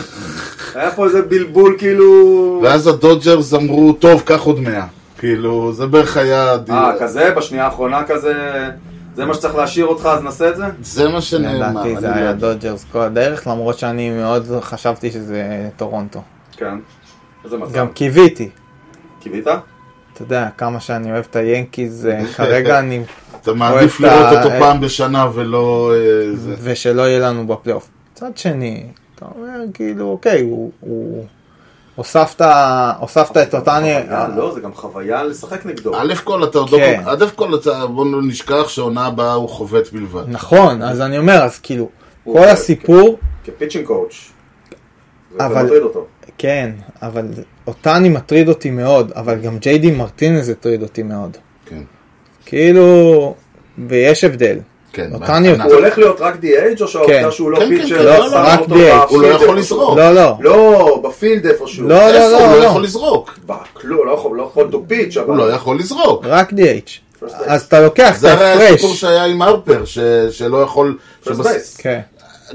S2: היה פה איזה בלבול כאילו...
S4: ואז הדודג'רס אמרו, טוב, קח עוד 100. כאילו, זה בערך היה...
S2: אה,
S4: הדיל.
S2: כזה? בשנייה האחרונה כזה? זה מה שצריך להשאיר אותך, אז נעשה את זה?
S4: זה מה שנאמר.
S1: לדעתי זה
S4: אני
S1: היה
S4: לא יודע.
S1: דודג'רס כל הדרך, למרות שאני מאוד חשבתי שזה טורונטו.
S2: כן. איזה
S4: אוקיי.
S2: מצב?
S1: גם קיוויתי.
S2: קיווית?
S1: אתה יודע, כמה שאני אוהב את היאנקיז, אה, כרגע אני...
S4: אתה מעדיף
S1: אוהב את
S4: לראות
S1: ה-
S4: אותו פעם בשנה ולא... אה, זה.
S1: ושלא יהיה לנו בפלייאוף. מצד שני, אתה אומר כאילו, אוקיי, הוא... הוא... הוספת, הוספת את אותה...
S2: חוויה, לא, זה גם חוויה לשחק נגדו.
S4: א' כל אתה עוד לא...
S1: כן.
S4: כל- א' כל אתה... בוא לא נשכח שהעונה הבאה הוא חובט בלבד.
S1: נכון, אז אני אומר, אז כאילו,
S2: הוא
S1: כל
S2: עובד,
S1: הסיפור,
S2: כפיצ'ינג קואוץ'. זה
S1: אבל-
S2: מטריד אותו.
S1: כן, אבל אותני מטריד אותי מאוד, אבל גם ג'יי די מרטינז הטריד אותי מאוד.
S4: כן.
S1: כאילו, ויש הבדל.
S4: כן.
S1: אותני
S4: בהתחלה.
S2: הוא הולך להיות רק DH או שהעובדה שהוא לא
S4: כן, כן,
S2: פיצ'ר?
S4: כן, לא,
S2: שמה
S1: רק
S2: אותו
S1: DH.
S2: בפילד
S4: הוא לא יכול
S2: איפשהו?
S4: לזרוק.
S1: לא, לא.
S2: לא, בפילד
S1: לא,
S2: איפשהו.
S1: לא,
S4: איפה? הוא לא
S1: לא.
S4: יכול לזרוק.
S2: בכלום, לא יכול, לא יכול to pitch, אבל...
S4: הוא לא יכול לזרוק.
S1: רק DH.
S2: First base.
S1: אז אתה לוקח את
S4: זה הרי הסיפור
S1: ההפרש.
S4: שהיה עם הרפר, ש- שלא יכול...
S2: First
S4: שבס-
S2: base.
S1: כן.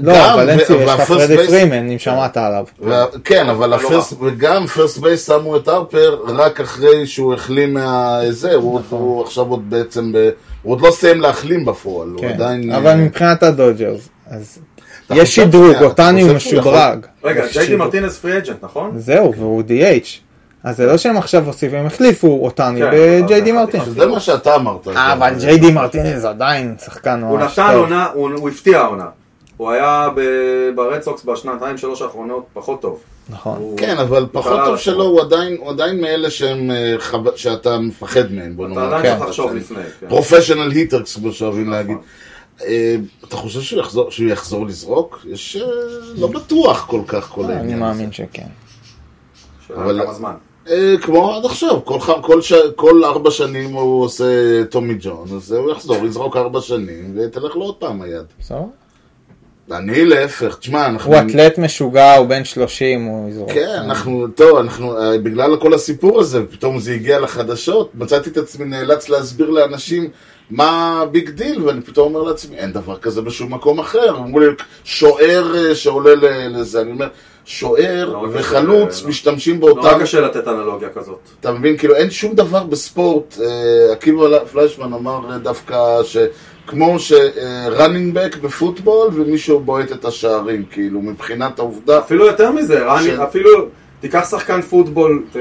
S4: גם,
S1: לא, אבל אין
S4: ו-
S1: סיבה, יש
S4: וה-
S1: לך
S4: first base-
S1: פרדי פרימן, אם שמעת עליו.
S4: וה- כן, אבל
S2: לא
S4: הפרסט, וגם פרסט בייס שמו את הרפר רק אחרי שהוא החלים מה... זה, הוא
S1: נכון.
S4: עוד- הוא עכשיו עוד בעצם, ב- הוא עוד לא סיים להחלים בפועל, הוא
S1: כן.
S4: עדיין... אה,
S1: אבל מבחינת הדודג'רס, אז
S4: אתה
S1: יש
S4: חושב
S1: שדרוג,
S4: שנייה, אתה
S1: אותני
S4: חושב
S1: הוא
S4: שהוא יכול-
S1: משודרג.
S4: כן.
S2: רגע,
S1: יש
S2: ג'יידי
S1: שדרוג.
S2: מרטינס פרי אג'נט, נכון?
S1: זהו, והוא DH. אז זה לא שהם עכשיו הוסיפו, הם החליפו אותני
S2: כן,
S1: ב-JD
S2: אבל-
S1: מרטינס.
S4: זה מה שאתה אמרת.
S1: אה, אבל ג'יי די מרטינז עדיין שחקן
S2: הוא
S1: ממש
S2: נתן
S1: טוב.
S2: עונה, הוא הוא הפתיע עונה. הוא היה ב- ברד סוקס בשנתיים שלוש האחרונות פחות טוב.
S1: נכון.
S2: הוא-
S4: כן, אבל פחות
S2: קלע
S4: טוב
S2: לעצמו.
S4: שלו, הוא עדיין- הוא עדיין מאלה שהם, אה, חב- שאתה מפחד מהם, בוא
S2: אתה
S4: נאמר.
S2: עדיין
S1: כן.
S2: צריך לחשוב לפני. נכון. כן.
S4: פרופשיונל היטרס, כמו שאוהבים להגיד. אה, אתה חושב שהוא יחזור- שהוא יחזור לזרוק? יש... אה, לא בטוח כל כך כל העניין.
S1: אני
S4: הזה.
S1: מאמין שכן.
S2: שאלה
S4: אבל-
S2: כמה זמן.
S4: אה, כמו עד עכשיו, כל, ח- כל, ש... כל ארבע שנים הוא עושה טומי ג'ון, אז הוא יחזור, יזרוק ארבע שנים, ותלך לו עוד פעם היד.
S1: בסדר?
S4: אני להפך, תשמע, אנחנו...
S1: הוא אתלט משוגע, הוא בן 30, הוא יזרוק.
S4: כן, אנחנו, טוב, אנחנו, אה, בגלל כל הסיפור הזה, פתאום זה הגיע לחדשות, מצאתי את עצמי נאלץ להסביר לאנשים מה הביג דיל, ואני פתאום אומר לעצמי, אין דבר כזה בשום מקום אחר. אמרו לי, שוער אה, שעולה ל- לזה, אני אומר, שוער
S2: לא,
S4: וחלוץ
S2: זה-
S4: משתמשים
S2: נורא
S4: באותם
S2: קשה לתת אנלוגיה כזאת.
S4: אתה מבין, כאילו אין שום דבר בספורט, אה, עקיבא פליישמן אמר אה, דווקא שכמו שרנינג בק אה, בפוטבול ומישהו בועט את השערים, כאילו מבחינת העובדה,
S2: אפילו יותר מזה, רני,
S4: ש-
S2: אפילו תיקח שחקן פוטבול, ת-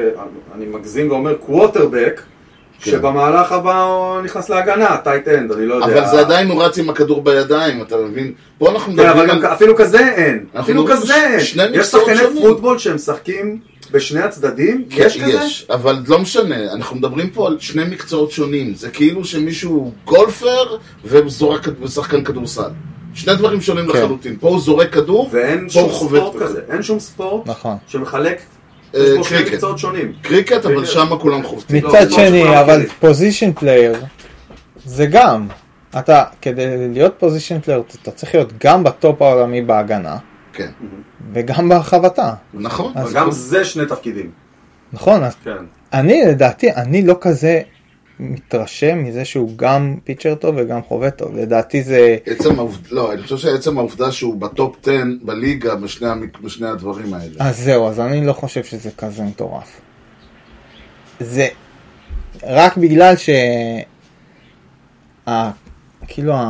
S2: אני מגזים ואומר קווטרבק,
S4: כן.
S2: שבמהלך הבא הוא נכנס להגנה, טייט אנד, אני לא יודע.
S4: אבל זה עדיין הוא רץ עם הכדור בידיים, אתה מבין? פה אנחנו
S2: כן, אבל
S4: מדברים
S2: גם
S4: על...
S2: אפילו כזה אין.
S4: אנחנו
S2: אפילו
S4: מדברים
S2: כזה
S4: ש-
S2: אין.
S4: שני
S2: יש
S4: מקצועות
S2: שחקני
S4: שונים.
S2: פוטבול שהם משחקים בשני הצדדים? יש כזה?
S4: יש, אבל לא משנה, אנחנו מדברים פה על שני מקצועות שונים, זה כאילו שמישהו הוא גולפר וזורק ושחקן כדורסל. שני דברים שונים לחלוטין, פה הוא זורק כדור,
S2: כן. ואין
S4: פה
S2: שום
S4: הוא חובט.
S2: ספורט כזה. אין שום ספורט
S1: נכון.
S2: שמחלק,
S4: אה,
S2: יש פה שני
S4: קריקט.
S2: מקצועות שונים.
S4: קריקט, אבל
S2: קריקט.
S4: שם כולם חובטים.
S2: לא,
S1: מצד
S2: לא
S1: שני,
S2: שכולם
S1: אבל
S2: מכירים.
S1: פוזיישן פלייר זה גם. אתה, כדי להיות פוזיישן פלייר, אתה צריך להיות גם בטופ העולמי בהגנה,
S4: כן,
S1: וגם בהרחבתה.
S4: נכון.
S1: אז
S2: אבל גם זה שני תפקידים.
S1: נכון, אז
S2: כן.
S1: אני לדעתי, אני לא כזה מתרשם מזה שהוא גם פיצ'ר טוב וגם חובט טוב. לדעתי זה...
S4: עצם העובדה, לא, אני חושב שעצם העובדה שהוא בטופ 10 בליגה בשני, המק- בשני הדברים האלה.
S1: אז זהו, אז אני לא חושב שזה כזה מטורף. זה רק בגלל ש... ה... כאילו ה...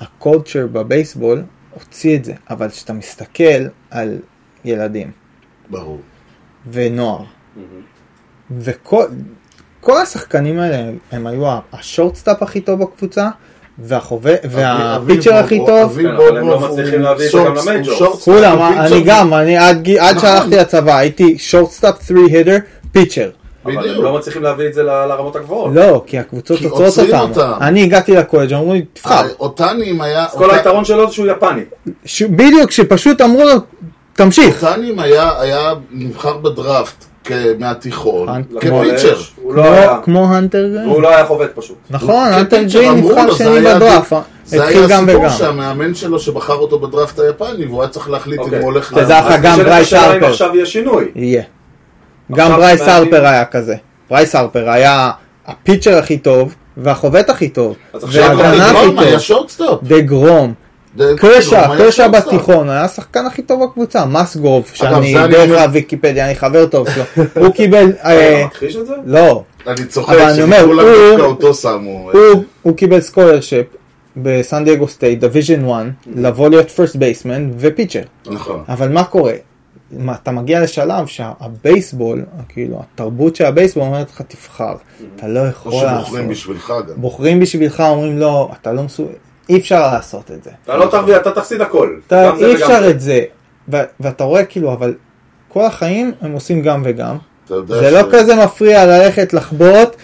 S1: הקולצ'ר בבייסבול הוציא את זה, אבל כשאתה מסתכל על ילדים
S4: ברור.
S1: ונוער,
S4: Mm-hmm.
S1: וכל כל השחקנים האלה הם היו השורטסטאפ הכי טוב בקבוצה, והחובב, והפיצ'ר
S4: אביב
S1: הכי
S4: בוב-
S1: טוב,
S4: אביב
S2: כן, אבל הם לא
S4: בוב הוא
S2: מצליחים להביא את זה גם
S4: שורטס-
S2: למייג'ורס.
S4: הוא שורטס-
S1: כולם,
S4: הוא
S1: אני
S4: פיצ'ר.
S1: גם, אני עד גיל- עד
S4: נכון.
S1: שהלכתי לצבא הייתי שורטסטאפ 3 הידר, פיצ'ר.
S2: אבל הם
S4: בדיוק.
S2: לא מצליחים להביא את זה ל- לרמות הגבוהות.
S1: לא, כי הקבוצות
S4: כי
S1: עוצרות
S4: עוצרים
S1: אותם.
S4: אותם.
S1: אני הגעתי לקולג', אמרו לי, תבחר.
S4: אה, אותני אם היה...
S2: כל
S1: אוקיי.
S2: היתרון שלו זה שהוא יפני.
S1: ש- בדיוק, שפשוט אמרו לו, תמשיך.
S4: אותני אם היה היה נבחר בדראפט כ- מהתיכון,
S1: אה,
S2: כמו
S4: כפיצ'ר.
S2: לאש, הוא לא
S1: כמו-
S2: היה.
S1: כמו הנטר גרין.
S2: והוא לא היה חובט פשוט.
S1: נכון, הנטר
S4: כפיצ'ר,
S1: גרין
S4: כן, אמרו
S1: נבחר
S4: לו, זה
S1: שני
S4: היה
S1: בדראפט. אה,
S4: הדיפ- זה
S1: התחיל
S4: היה
S1: גם
S4: הסיפור
S1: וגם.
S4: שהמאמן שלו שבחר אותו בדראפט היפני, והוא היה צריך להחליט אם
S2: אוקיי.
S4: הוא הולך...
S1: אתה
S4: ל-
S1: יודע,
S2: אז
S1: גם
S2: נשאלת
S1: ברייס
S2: השאלה אם
S1: הרפר.
S2: עכשיו יש שינוי.
S1: יהיה. גם
S2: עכשיו
S1: ברייס
S2: הבנתי.
S1: הרפר היה כזה. ברייס הרפר היה הפיצ'ר הכי טוב, והחובט הכי טוב.
S2: אז עכשיו
S4: עכשיו
S2: והגנה
S1: והגנה
S4: גם
S1: הכי
S4: לגרום היה
S1: טוב.
S4: שורטסטופ.
S1: דה גרום.
S4: כאילו,
S1: קרשה, קרשה בתיכון, היה השחקן הכי טוב בקבוצה, מסגרוב, שאני
S4: זה אני
S1: דרך
S4: אומר-
S1: הוויקיפדיה, אני חבר טוב שלו, הוא קיבל, אה,
S2: אתה מכחיש את זה?
S1: לא,
S4: אני צוחק
S1: אבל אני אומר, הוא-
S4: שכולם דווקא אותו שמו.
S1: הוא- הוא קיבל סקולרשיפ בסן דייגו סטייט, דיוויז'ן 1, לבוא להיות פרסט בייסמן ופיצ'ר.
S4: נכון.
S1: אבל מה קורה? מה, אתה מגיע לשלב שהבייסבול, כאילו התרבות של הבייסבול אומרת לך תבחר, אתה לא
S4: או
S1: יכול לעשות.
S4: שבוחרים בשבילך גם.
S1: בוחרים בשבילך, אומרים לא, אתה לא מסוגל, אי אפשר לעשות את זה.
S2: אתה לא תרוויח, אתה תפסיד הכל.
S1: אתה,
S2: גם זה
S1: אי
S2: וגם
S1: אפשר
S2: זה.
S1: את זה. ו- ואתה רואה כאילו, אבל כל החיים הם עושים גם וגם.
S4: אתה יודע
S1: זה לא
S4: ש-
S1: כזה מפריע ללכת לחבוט,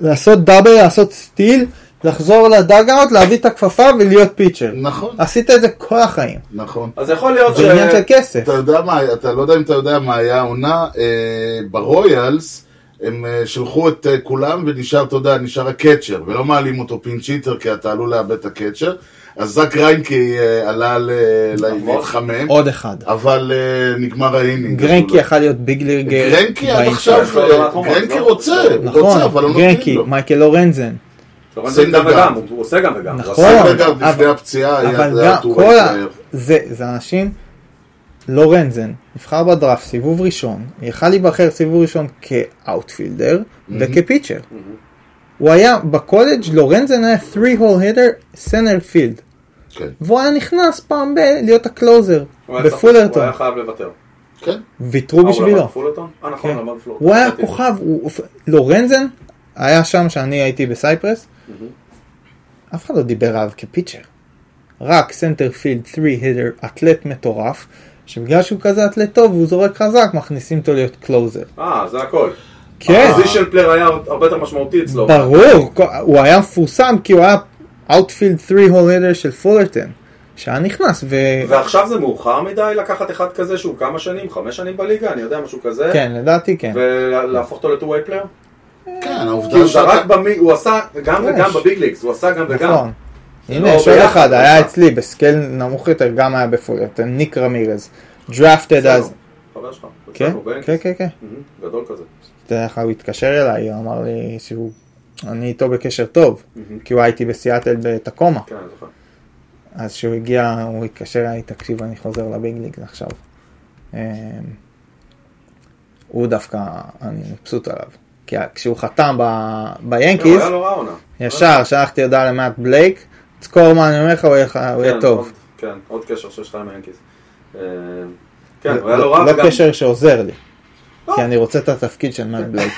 S1: לעשות דאבל, לעשות סטיל, לחזור לדאגאוט, להביא את הכפפה ולהיות פיצ'ר.
S4: נכון,
S1: עשית את זה כל החיים.
S4: נכון.
S2: אז יכול להיות ש...
S1: זה עניין של כסף.
S4: אתה יודע מה, אתה לא יודע אם אתה יודע מה היה העונה, אה, ברויאלס הם אה, שלחו את אה, כולם ונשאר, אתה יודע, נשאר הקצ'ר, ולא מעלים אותו פינצ'יטר כי אתה עלול לאבד את הקצ'ר. אז זאק ריינקי אה, עלה ל- להתחמם,
S1: עוד אחד.
S4: אבל אה, נגמר האינינג. לא-
S1: גרנקי יכול להיות ביג ליגר.
S4: גרנקי עד
S1: באמצע.
S4: עכשיו,
S2: לא, לא,
S4: אה,
S2: לא,
S4: גרנקי
S2: לא.
S4: רוצה, הוא
S1: נכון,
S4: רוצה, אבל לא נותנים
S1: גרנקי,
S4: לו.
S1: מייקל לורנזן.
S2: אבל זה
S4: עושים
S2: גם
S4: גם.
S2: וגם, הוא הוא עושה גם וגם.
S1: נכון.
S2: הוא עושה-
S4: זה גם
S1: אבל-
S4: לפני הפציעה, היה
S1: אבל
S4: זה היה
S1: גם
S4: טורי
S1: כל ה...
S4: פלייר.
S1: זה, זה אנשים, לורנזן, נבחר בדראפט סיבוב ראשון, יכל להיבחר סיבוב ראשון כאוטפילדר וכפיצ'ר. הוא היה בקולג' לורנזן היה 3 הול הידר סנר פילד.
S4: כן,
S1: והוא היה נכנס פעם ב... להיות הקלוזר
S2: הוא היה צריך- הוא
S1: בפולרטון.
S2: היה חייב לוותר.
S4: כן.
S1: ויתרו
S2: אה, הוא למד
S1: בשבילו.
S2: בפולרטון? אה, נכון,
S1: כן.
S2: הוא למד בפולרטון.
S1: הוא היה
S2: ידעתי.
S1: כוכב, הוא- לורנזן היה שם שאני הייתי בסייפרס, אף אחד לא דיבר עליו כפיצ'ר. רק סנטרפילד 3-הידר, אתלט מטורף, שבגלל שהוא כזה אתלט טוב והוא זורק חזק, מכניסים אותו להיות קלוזר.
S2: אה, זה הכל.
S1: כן,
S2: הפוזיישן פלייר היה הרבה יותר משמעותי אצלו.
S1: ברור, כל- הוא היה מפורסם כי הוא היה אאוטפילד 3-הול-הידר של פולרטון, שהיה נכנס ו...
S2: ועכשיו זה מאוחר מדי לקחת אחד כזה שהוא כמה שנים, חמש שנים בליגה, אני יודע, משהו כזה.
S1: כן, לדעתי כן.
S2: ולהפוך אותו לטו-ווי פלייר?
S4: כן,
S2: כי הוא
S4: העובדה
S2: זרק
S4: שאתה...
S2: במי, הוא עשה גם
S1: יש.
S2: וגם בביג ליקס, הוא עשה גם וגם.
S1: נכון. הנה,
S2: לא
S1: יש עוד
S2: ביחד,
S1: אחד,
S2: לא
S1: היה
S2: ביחד.
S1: אצלי בסקייל נמוך יותר, גם היה בפולרטון, ניק רמירז. דרפטד
S2: בסדר,
S1: אז.
S2: חבר שלך,
S1: כן,
S2: בסדר, בן.
S1: כן, כן, כן.
S2: מהמם, גדול כזה.
S1: אתה יודע איך הוא התקשר אליי, הוא אמר לי שהוא... אני איתו בקשר טוב, כי הוא היה איתי בסיאטל בתקומה.
S2: כן, אני זוכר.
S1: אז כשהוא הגיע, הוא התקשר אליי, תקשיב, אני חוזר לביג ליג עכשיו. אמ, הוא דווקא, אני מבסוט עליו. כי כשהוא חתם ב-
S2: כן, הוא
S1: ביאנקיז,
S2: היה לו רע עונה.
S1: ישר שלחתי הודעה למאט בלייק, תזכור מה אני אומר לך, הוא יהיה לך- הוא יהיה
S2: כן,
S1: טוב.
S2: עוד- כן, עוד קשר שיש לך עם היאנקיז. אה, כן, הוא היה לו רע
S1: לא
S2: וגם...
S1: קשר שעוזר לי.
S2: לא. כן,
S1: כי אני רוצה את התפקיד של מאט בלייק.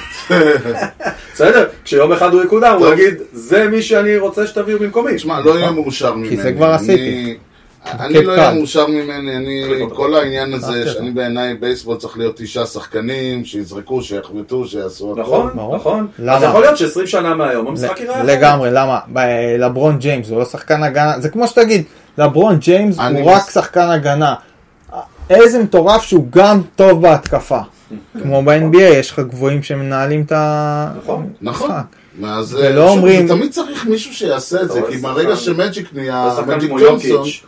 S2: בסדר, כשיום אחד הוא יקודם, הוא יגיד, זה מי שאני רוצה שתביאו במקומי.
S4: תשמע, לא יהיה מאושר ממני.
S1: זה כבר
S4: אני-
S1: עשיתי.
S4: אני לא
S1: קל.
S4: אהיה מאושר ממני, אני,
S2: אותו.
S4: כל העניין הזה,
S1: אהבתי
S4: שאני בעיניי בייסבול צריך להיות תשעה שחקנים, שיזרקו, שיחבטו, שיעשו הכל.
S2: נכון,
S1: ברור.
S2: נכון.
S1: למה?
S2: אז יכול להיות ש-20 שנה מהיום המשחק ייראה אחרת.
S1: לגמרי, למה? ב- לברון ג'יימס הוא לא שחקן הגנה, זה כמו שתגיד, לברון ג'יימס
S4: אני
S1: הוא רק
S4: מס-
S1: שחקן הגנה. איזה מטורף שהוא גם טוב בהתקפה. כמו ב-NBA, יש לך גבוהים שמנהלים את ה...
S2: נכון.
S4: נכון.
S1: משחק.
S4: אז
S1: ולא
S4: אה, אני חושב
S1: אומרים-
S4: שזה תמיד צריך מישהו שיעשה את
S2: אתה
S4: זה,
S2: רואה
S4: כי
S2: שחקן-
S4: ברגע שמג'יק
S2: הוא
S4: נהיה,
S2: שחקן
S4: מג'יק
S2: כמו
S4: ג'ונסון,
S2: יוקיץ'.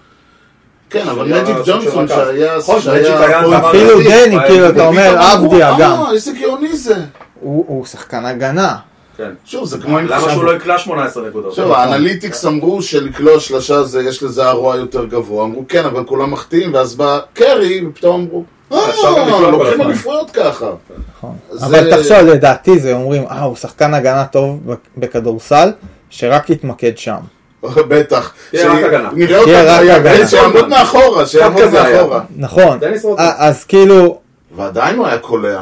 S4: כן, אבל
S2: שהיה
S4: מג'יק
S2: סוג של
S4: ג'ונסון
S2: רכז.
S4: שהיה,
S2: נכון,
S4: שהיה
S2: מג'יק היה
S4: הפועל
S2: דבר
S4: תל
S1: אפילו
S4: אביב,
S2: מדהים.
S1: דני, כאילו, אתה
S4: ופתאום
S1: אומר,
S4: אמרו,
S1: אבדיה גם.
S4: אה, איזה גאוני זה.
S1: הוא הוא שחקן הגנה.
S2: כן.
S4: שוב, זה כמו... עם-
S2: למה
S4: עכשיו-
S2: שהוא לא יקלע 18 נקודות?
S4: עכשיו, האנליטיקס אמרו שלקלוע שלושה זה, יש לזה ROI יותר גבוה. אמרו, כן, אבל כולם מחטיאים, ואז בא קרי, ופתאום אמרו,
S2: אפשר גם לקלוע
S4: אה,
S2: כל
S4: לוקחים
S2: הזמן."
S4: אליפויות ככה. אה, זה-
S1: נכון. אבל תחשוב, לדעתי זה אומרים, אה, הוא שחקן הגנה טוב בכדורסל, שרק יתמקד שם.
S4: בטח.
S2: תהיה רק
S4: שהיא-
S2: הגנה.
S4: נראה אותה
S1: תהיה רק הגנה.
S4: שיעמוד מאחורה, שיעמוד
S2: כזה היה.
S4: מאחורה.
S1: נכון.
S2: דניס רודמן.
S1: אה, אז כאילו,
S4: ועדיין הוא היה קולע.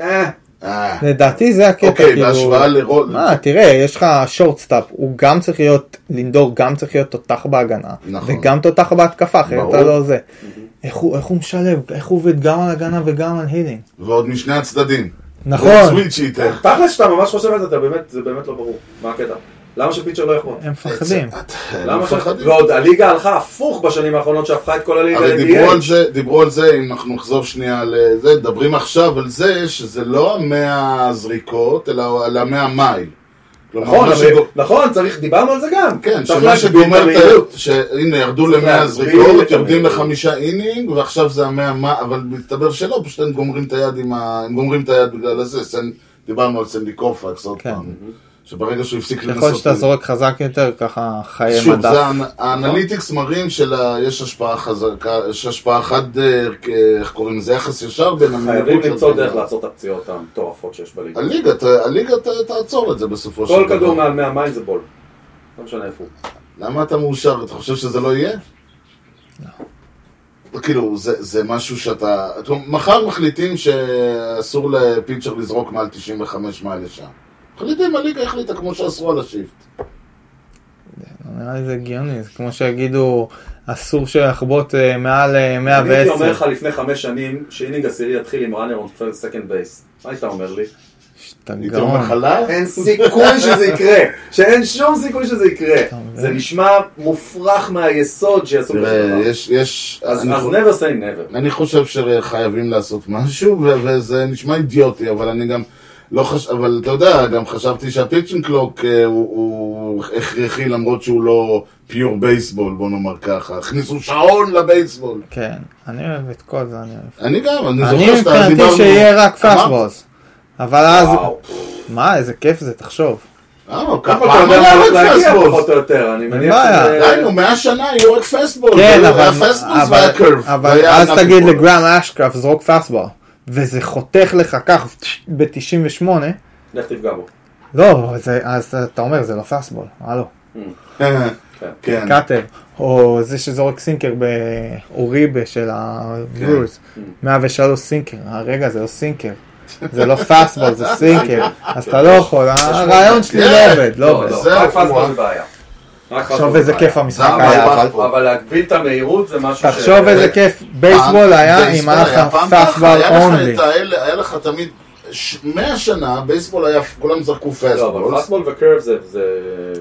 S2: אה,
S4: אה.
S1: לדעתי זה הקטע,
S4: אוקיי,
S1: כן, כאילו...
S4: בהשוואה לרול.
S1: מה, תראה, יש לך שורטסטאפ, הוא גם צריך להיות, לינדור גם צריך להיות תותח בהגנה,
S4: נכון.
S1: וגם תותח בהתקפה, אחרת
S4: ברור.
S1: אתה לא זה. איך הוא איך הוא משלב, איך הוא עובד גם על הגנה וגם על הילינג.
S4: ועוד משני הצדדים.
S1: נכון,
S4: סוויץ' שייתן.
S2: תכל'ס שאתה ממש חושב על זה, אתה באמת, זה באמת לא ברור. מה הקטע? למה שפיצ'ר לא יכול?
S1: הם מפחדים.
S2: למה ש...
S4: אה,
S2: לא,
S4: מפחדים.
S2: ועוד הליגה הלכה הפוך בשנים האחרונות שהפכה את כל הליגה
S4: הרי דיברו על
S2: ל-NBA.
S4: זה, דיברו על זה, אם אנחנו נחזור שנייה לזה, מדברים עכשיו על זה שזה לא המאה זריקות, אלא על המאה מייל. כלומר,
S2: נכון,
S4: מה
S2: אבל-
S4: שגו-
S2: נכון, צריך, דיברנו על זה גם.
S4: כן,
S2: צריך
S4: שמה
S2: להגביל את
S4: שגומר את
S2: המהירות.
S4: ה... שהנה, ירדו
S2: צריך
S4: למאה
S2: להגביל את
S4: זריקות, יורדים
S2: המהירות.
S4: לחמישה אינינג, ועכשיו זה המאה מייל, אבל מסתבר שלא, פשוט הם גומרים את היד עם ה... הם גומרים את היד בגלל הזה, סנ- דיברנו על סנדי קורפקס עוד
S1: כן.
S4: פעם. שברגע שהוא הפסיק לנסות...
S1: ככל שאתה זורק חזק יותר, ככה חיי
S4: שוב, זה
S1: מדף.
S4: האנ- האנליטיקס מראים שיש השפעה חזקה, יש השפעה חד, אה, אה, איך קוראים לזה, יחס ישר בין
S2: חייבים
S4: המהירות
S2: למצוא
S4: לדרגה.
S2: דרך לעצור את הפציעות המטורפות שיש בליגה.
S4: לא הליגה, לא ת- הליגה ת- תעצור את זה בסופו של
S2: כל
S4: דבר.
S2: כדור מעל 100 מייל זה בול. לא משנה איפה הוא.
S4: למה אתה מאושר? אתה חושב שזה לא יהיה? כאילו, זה, זה משהו שאתה... זאת אומרת, מחר מחליטים שאסור לפיצ'ר לזרוק מעל 95 מייל לשם. מחליטים, הליגה החליטה כמו שאסרו על השיפט.
S1: נראה לי זה הגיוני, זה כמו שיגידו, אסור שיחבוט אה, מעל אה,
S2: אני הייתי אומר לך
S1: 110.
S2: לפני חמש שנים, שאינינג עשירי יתחיל עם runner on first second base. מה היית אומר לי?
S1: שאתה
S4: הייתי
S1: גאון.
S4: אומר לך, "לא?"
S2: אין סיכוי שזה יקרה. שאין שום סיכוי שזה יקרה.
S1: אה.
S2: זה נשמע מופרך מהיסוד שיעשו כזה
S4: תראה,
S2: דבר.
S4: יש... יש
S2: אז
S4: אני
S2: אז
S4: חו-
S2: never say never.
S4: אני חושב שחייבים לעשות משהו, ו- וזה נשמע אידיוטי, אבל אני גם לא חשב... אבל אתה יודע, גם חשבתי שהפיצ'ינג קלוק אה, הוא, הוא הכרחי, למרות שהוא לא פיור בייסבול, בוא נאמר ככה. הכניסו שעון לבייסבול.
S1: כן, אני אוהב את כל זה, אני אוהב.
S4: אני גם, אני
S1: אני
S4: זוכר שאתה
S1: מבחינתי שיהיה רק
S4: אמרת?
S1: פאסבוס. אבל אז,
S2: וואו.
S1: מה, איזה כיף זה, תחשוב.
S4: אה,
S2: כמה אתה
S4: כמה
S2: יודע
S4: לארץ
S2: להגיע
S4: פסבול?
S2: פחות או יותר, אני מניח
S1: בעיה.
S2: שזה...
S4: די, נו, מאה שנה יהיו רק פסבול.
S1: כן,
S4: היה
S1: אבל,
S4: פסבולס
S1: אבל,
S4: והיה קרב.
S1: אבל
S4: והיה
S1: אז
S4: נאפי
S1: תגיד
S4: בול.
S1: לגראם אשקרף, זרוק פאסבול. וזה חותך לך כך ב-98.
S2: לך תפגע בו.
S1: לא, זה, אז אתה אומר, זה לא פאסבול, הלו.
S4: כן.
S1: קאטר, או זה שזורק סינקר באוריבה של הבלוז, 103 סינקר, הרגע זה לא סינקר, זה לא פאסטבול, זה סינקר, אז אתה לא יכול, הרעיון שלי לא עובד, לא
S2: לא,
S1: עובד.
S2: לא,
S4: זה
S2: רק
S4: הפרוע.
S2: פסבול זה בעיה. רק פסבול
S1: תחשוב
S2: זה
S1: איזה
S2: בעיה.
S1: כיף המשחק
S4: זה
S1: היה,
S4: הבעיה.
S1: אבל
S2: אבל להגביל את המהירות זה משהו ש...
S1: תחשוב איזה כיף בייסבול היה אם היה לך
S4: פעם ככה,
S1: פאסטבול
S4: היה לך
S1: אונלי.
S4: את האלה- היה לך תמיד, ש- מאה שנה, בייסבול היה, כולם זרקו
S2: לא,
S4: פסבול.
S2: אבל פסבול וקרב זה... זה...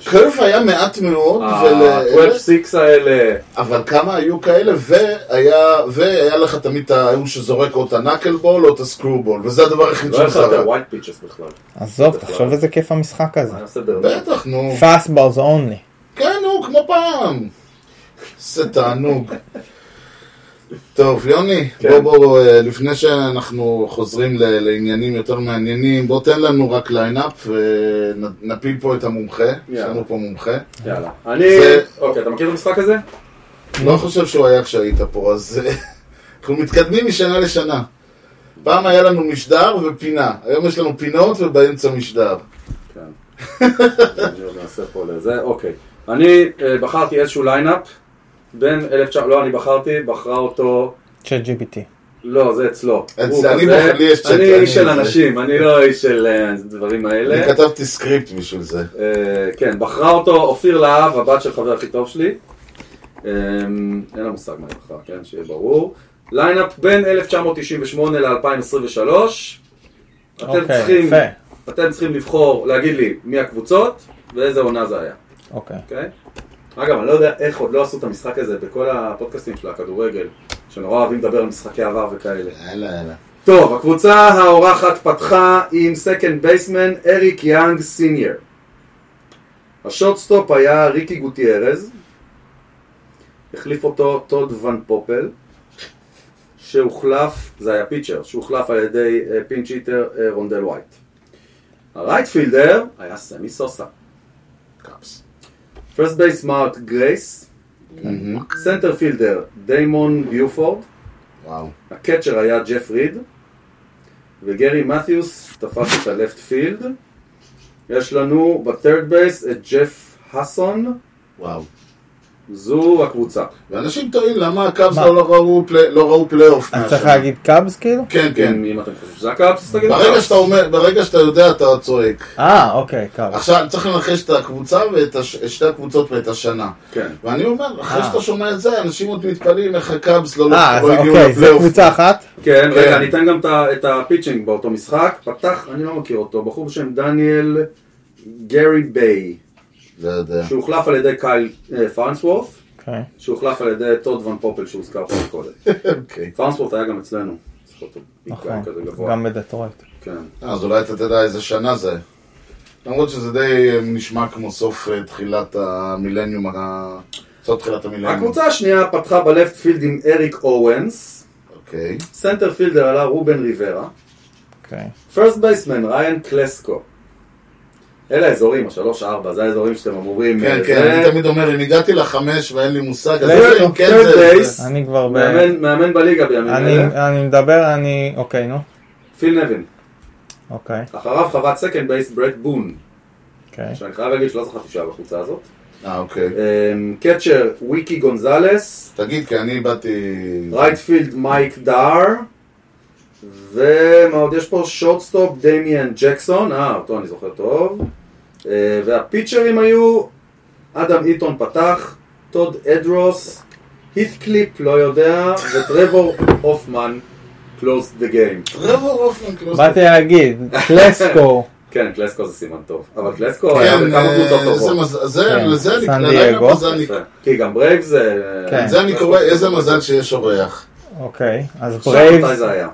S4: אה, קרב היה מעט מאוד,
S2: אה,
S4: ול- אה, אלה-
S2: ה-12-6 האלה...
S4: אבל כמה היו כאלה, והיה והיה לך תמיד את ההוא שזורק או את הנקלבול או את הסקרובול, וזה הדבר היחיד
S2: לא היה לך
S4: שזרק.
S2: יותר ווייט פיצ'ס בכלל.
S1: עזוב,
S2: לא-
S1: תחשוב איזה כיף המשחק
S4: אה,
S1: הזה.
S2: מה אני עושה ברלין?
S4: בטח, נו.
S1: פאסטבול זה אונלי.
S4: כן, נו, כמו פעם. זה תענוג. טוב, יוני,
S2: כן.
S4: בוא בוא, אה, לפני שאנחנו חוזרים ל- לעניינים יותר מעניינים, בוא תן לנו רק ליינאפ ונפיל פה את המומחה. יש לנו פה מומחה.
S2: יאללה. אני...
S4: זה-
S2: אוקיי, אתה מכיר את המשחק הזה?
S4: לא חושב שהוא היה כשהיית פה, אז אה, אנחנו מתקדמים משנה לשנה. פעם היה לנו משדר ופינה, היום יש לנו פינות ובאמצע משדר.
S2: כן. אני עוד אעשה פה לזה, אוקיי. אני אה, בחרתי איזשהו ליינאפ בין 1900... לא, אני בחרתי, בחרה אותו...
S1: צ'אט GPT.
S2: לא, זה אצלו.
S4: אז
S2: הוא
S4: אני
S2: כזה-
S4: בח- לי יש צ'אט,
S2: אני
S4: אני-
S2: איש של אנשים, אני לא איש של אה, דברים האלה.
S4: אני כתבתי סקריפט בשביל זה.
S2: אה, כן, בחרה אותו אופיר להב, הבת של חבר הכי טוב שלי. אה, אין לה מושג מה היא בחרה, כן, שיהיה ברור. ליינאפ בין 1998 ל-2023. אתם
S1: אוקיי,
S2: צריכים,
S1: יפה.
S2: אתם צריכים לבחור, להגיד לי מי הקבוצות ואיזה עונה זה היה,
S1: אוקיי.
S2: אוקיי? אגב, אני לא יודע איך עוד לא עשו את המשחק הזה בכל הפודקאסטים של הכדורגל, שנורא אוהבים לדבר על משחקי עבר וכאלה.
S4: יאללה, יאללה.
S2: טוב, הקבוצה האורחת פתחה עם סקנד בייסמן אריק יאנג סיניור. השורטסטופ היה ריקי גוטיירז, החליף אותו טוד ון פופל, שהוחלף, זה היה פיצ'ר, שהוחלף על ידי אה, פינצ' היטר אה, רונדל ווייט. הרייטפילדר היה סמי סוסה.
S4: קאפס.
S2: פרסט בייס מארק גרייס,
S4: מהמם.
S2: סנטר פילדר דיימון ביופורד,
S4: וואו.
S2: הקצ'ר היה ג'ף ריד, וגרי מתיוס תפס את הלפט פילד. יש לנו בטרד בייס את ג'ף האסון,
S4: וואו.
S2: זו הקבוצה.
S4: ואנשים טועים למה הקאבס
S1: מה?
S4: לא לא ראו פלי- לא ראו פלייאוף.
S1: אז צריך
S4: מהשנה.
S1: להגיד כן. קאבס כאילו?
S4: כן, כן.
S2: אם אם אתם חושבים שזה הקאפס, תגידו.
S4: ברגע שאתה אומר, ברגע שאתה יודע אתה צועק.
S1: אה, אוקיי, קאבס.
S4: עכשיו צריך לנחש את הקבוצה ואת הש- את שתי הקבוצות ואת השנה.
S2: כן.
S4: ואני אומר, אחרי
S1: אה.
S4: שאתה שומע את זה, אנשים עוד מתפלאים איך הקאבס לא
S1: אה, אז
S4: לא הגיעו
S1: אוקיי, זו
S4: לפלייאוף.
S1: קבוצה אחת?
S2: כן,
S4: כן.
S2: רגע, אני אתן גם את ה- את הפיצ'ינג באותו משחק. פתח, אני לא מכיר אותו, בחור בשם דניאל גרי ביי,
S4: לא יודע.
S2: שהוחלף על ידי קייל אה, פרנסוורף,
S1: אוקיי.
S2: שהוחלף על ידי טוד ון פופל שהוזכר פה קודם.
S4: אוקיי.
S2: פרנסוורף היה גם אצלנו. זכותו,
S1: נכון,
S2: כזה גבוה.
S1: גם בדטרויט.
S2: כן.
S4: אה, אז אולי אתה תדע איזה שנה זה. למרות שזה די אה, נשמע כמו סוף אה, תחילת המילניום, ה- סוף תחילת המילניום.
S2: הקבוצה השנייה פתחה בלפט פילד עם אריק אורנס,
S4: אוקיי.
S2: סנטר פילדר עלה רובן ריברה,
S1: אוקיי.
S2: פרסט בייסמן ריין קלסקו, אלה האזורים, השלוש, ארבע, זה האזורים שאתם אמורים...
S4: כן,
S2: אה,
S4: כן,
S2: זה-
S4: אני תמיד אומר, אם הגעתי לחמש ואין לי מושג, אז
S2: זה-
S4: יש לי כן
S2: third
S4: זה...
S2: base.
S1: אני כבר ב...
S2: מאמן- מאמן בליגה בימים
S1: אני,
S2: אלה,
S1: אני מדבר, אני... אוקיי, נו.
S2: פיל נבין.
S1: אוקיי,
S2: אחריו חוות סקנד בייס ברט בון,
S1: אוקיי.
S2: שאני חייב להגיד שלא זכרתי שהיה בחולצה הזאת.
S4: אה, אוקיי.
S2: אמ, קצ'ר וויקי גונזלס,
S4: תגיד, כי אני באתי...
S2: רייטפילד מייק דאר, ומה עוד יש פה? שורטסטופ דמיאן ג'קסון, אה, אותו אני זוכר טוב. אה, והפיצ'רים היו, אדם איטון פתח, טוד אדרוס, הית'קליפ לא יודע, וטרוור הופמן, קלוס דה גיים.
S4: טרוור הופמן
S2: לא
S4: כאילו...
S1: באתי להגיד, קלסקו,
S2: כן, קלסקו זה סימן טוב, אבל קלסקו היה
S4: כן,
S2: בכמה קבוצות
S4: אה, איזה
S2: טובות.
S4: מזל, זה,
S1: כן,
S4: לזה אני,
S1: סן
S4: ללילה
S1: דייגו.
S4: פה זה אני,
S2: יפה. כי גם אה, ברייב זה...
S1: כן.
S4: זה אני קורא, איזה מזל שיש אורח.
S1: אוקיי. אז
S2: עכשיו מתי
S1: ברייבס,
S2: זה היה?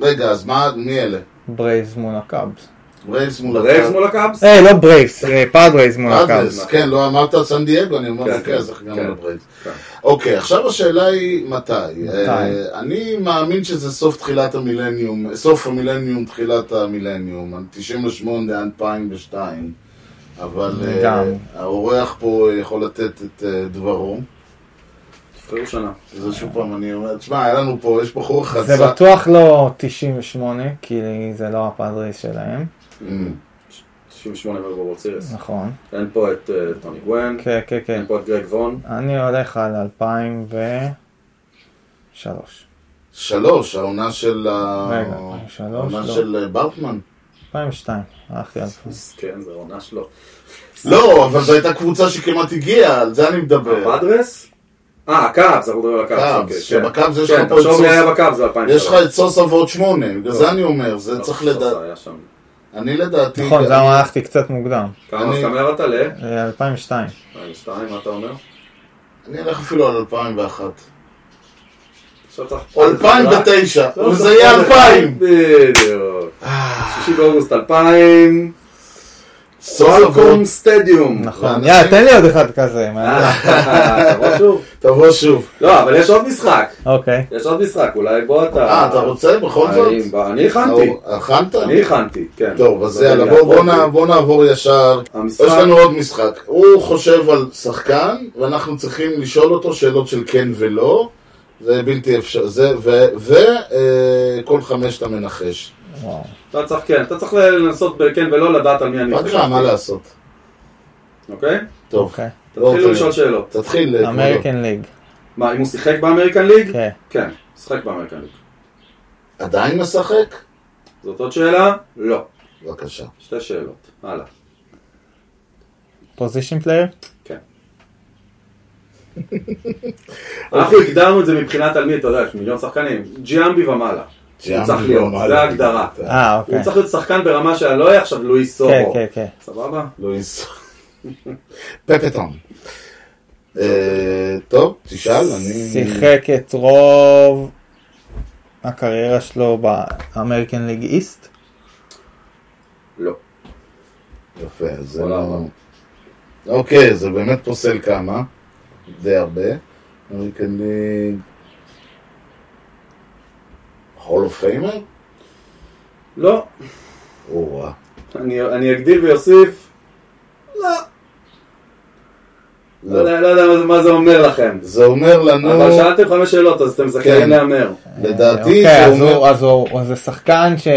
S4: רגע, אז מה, מי אלה?
S1: ברייבס מול הקאבס.
S4: רייבס מול
S2: ברייבס
S4: הקאב.
S2: מול הקאבס?
S1: היי, לא ברייבס, אה, פאדרייז מול הקאבס.
S4: פאדרס, כן, לא אמרת על סן דייגו, אני אומר,
S2: כן,
S4: אוקיי, אז
S2: כן,
S4: איך גם
S2: כן.
S4: על ברייבס.
S2: כן.
S4: אוקיי, עכשיו השאלה היא מתי. אה, אני מאמין שזה סוף תחילת המילניום, סוף המילניום, תחילת המילניום, 98, 2002, אבל אה,
S1: גם.
S4: האורח פה יכול לתת את אה, דברו.
S2: תבחרו שנה.
S4: זה שוב פעם, אני אומר, תשמע, היה לנו פה, יש בחור
S1: זה
S4: חצה.
S1: בטוח לא 98, כי זה לא הפאדרייז שלהם.
S4: אה,
S2: 98 ורבורות סיריס.
S1: נכון.
S2: אין פה את אה, טוני גוון,
S1: כן, כן, כן.
S2: אין פה את גרג וון.
S1: אני הולך על 2003.
S4: שלוש, העונה של... ה-
S1: רגע, 2003,
S4: העונה
S1: לא.
S4: של אה, ברטמן.
S1: 2002. הלכתי על זה.
S2: כן, זו עונה שלו.
S4: לא, אבל זו הייתה קבוצה שכמעט הגיעה, על זה אני מדבר.
S2: הפאדרס? אה, הקאבס, אנחנו מדברים על הקאבס.
S4: קאבס,
S2: אוקיי,
S4: שבקאבס יש
S2: כן,
S4: לך פה את
S2: תחשוב מי
S4: סוס-
S2: היה בקאבס ב-2003.
S4: יש לך את סוסה ועוד שמונה, בגלל
S2: לא.
S4: זה אני אומר, זה צריך לדעת. אני לדעתי...
S1: נכון, זה
S4: אני-
S1: למה הלכתי קצת מוקדם.
S2: כמה
S4: אני-
S2: כמה ירדת ל?
S1: אה, 2002.
S2: 2002, מה אתה אומר?
S4: אני אלך אפילו על 2001.
S2: עכשיו צריך...
S4: 2009,
S2: לא,
S4: וזה
S2: צריך
S4: יהיה אה.
S2: עוד
S4: 2000!
S2: אחד. בדיוק. שישי באוגוסט 2000.
S4: סוסה ועוד...
S2: וולקום סטדיום.
S1: נכון.
S4: ואנשים-
S1: יאללה, תן לי עוד אחד כזה. מה-
S2: אה, תבוא שוב.
S4: תבוא שוב.
S2: לא, אבל יש עוד משחק.
S1: אוקיי.
S2: יש עוד משחק, אולי בוא אתה...
S4: אה, אתה רוצה בכל זאת?
S2: אני- אני הכנתי.
S4: אה, הכנת?
S2: אני הכנתי, כן.
S4: טוב, אז
S2: אבל
S4: יאללה,
S2: אני
S4: בוא- בוא
S2: הכנתי.
S4: נע- בוא נעבור ישר.
S2: המשחק-
S4: יש לנו עוד משחק. הוא חושב על שחקן, ואנחנו צריכים לשאול אותו שאלות של כן ולא. זה אה, בלתי אפשרי, וכל חמש אתה מנחש.
S1: וואו.
S2: אתה צריך, כן, אתה צריך לנסות בכן ולא לדעת על מי אני
S4: פגרה, לא מה לעשות?
S2: אוקיי?
S4: טוב,
S1: אוקיי.
S4: לא
S2: תתחילו
S4: רוצה.
S2: לשאול שאלות.
S4: תתחיל. אה, כבודו.
S1: אמריקן ליג.
S2: מה, אם הוא שיחק באמריקן ליג?
S1: כן.
S2: כן, שיחק באמריקן ליג.
S4: עדיין משחק?
S2: זאת עוד שאלה? לא.
S4: בבקשה.
S2: שתי שאלות. הלאה.
S1: פוזיישן פלייר?
S2: כן.
S4: אוקיי.
S2: אנחנו הגדרנו את זה מבחינת על מי, אתה יודע, יש מיליון שחקנים. ג'יאמבי ומעלה.
S1: כן.
S2: הוא צריך להיות, זה ההגדרה.
S1: אה, אוקיי.
S2: הוא צריך להיות שחקן ברמה של לא יהיה עכשיו לואיס
S1: כן,
S2: סורו.
S1: כן, כן.
S2: סבבה?
S4: לואיס. פפטון. אה, טוב, תשאל, אני...
S1: שיחק את רוב הקריירה שלו באמריקן ליג איסט.
S2: לא.
S4: יפה, זה
S2: וואלה,
S4: לא...
S2: וואלה.
S4: אוקיי, זה באמת פוסל כמה. די הרבה. אמריקן ליג... הול אוף פיימר?
S2: לא.
S4: או
S2: אני אני אגדיל ויוסיף. לא. לא
S4: לא.
S2: יודע- לא יודע מה זה- מה זה אומר לכם.
S4: זה אומר לנו,
S2: אבל שאלתם חמש שאלות, אז אתם
S4: כן.
S2: זכאים להמר.
S4: לדעתי,
S1: אוקיי,
S4: זה
S1: אז
S4: אומר-
S1: הוא- אז הוא אז זה שחקן שהוא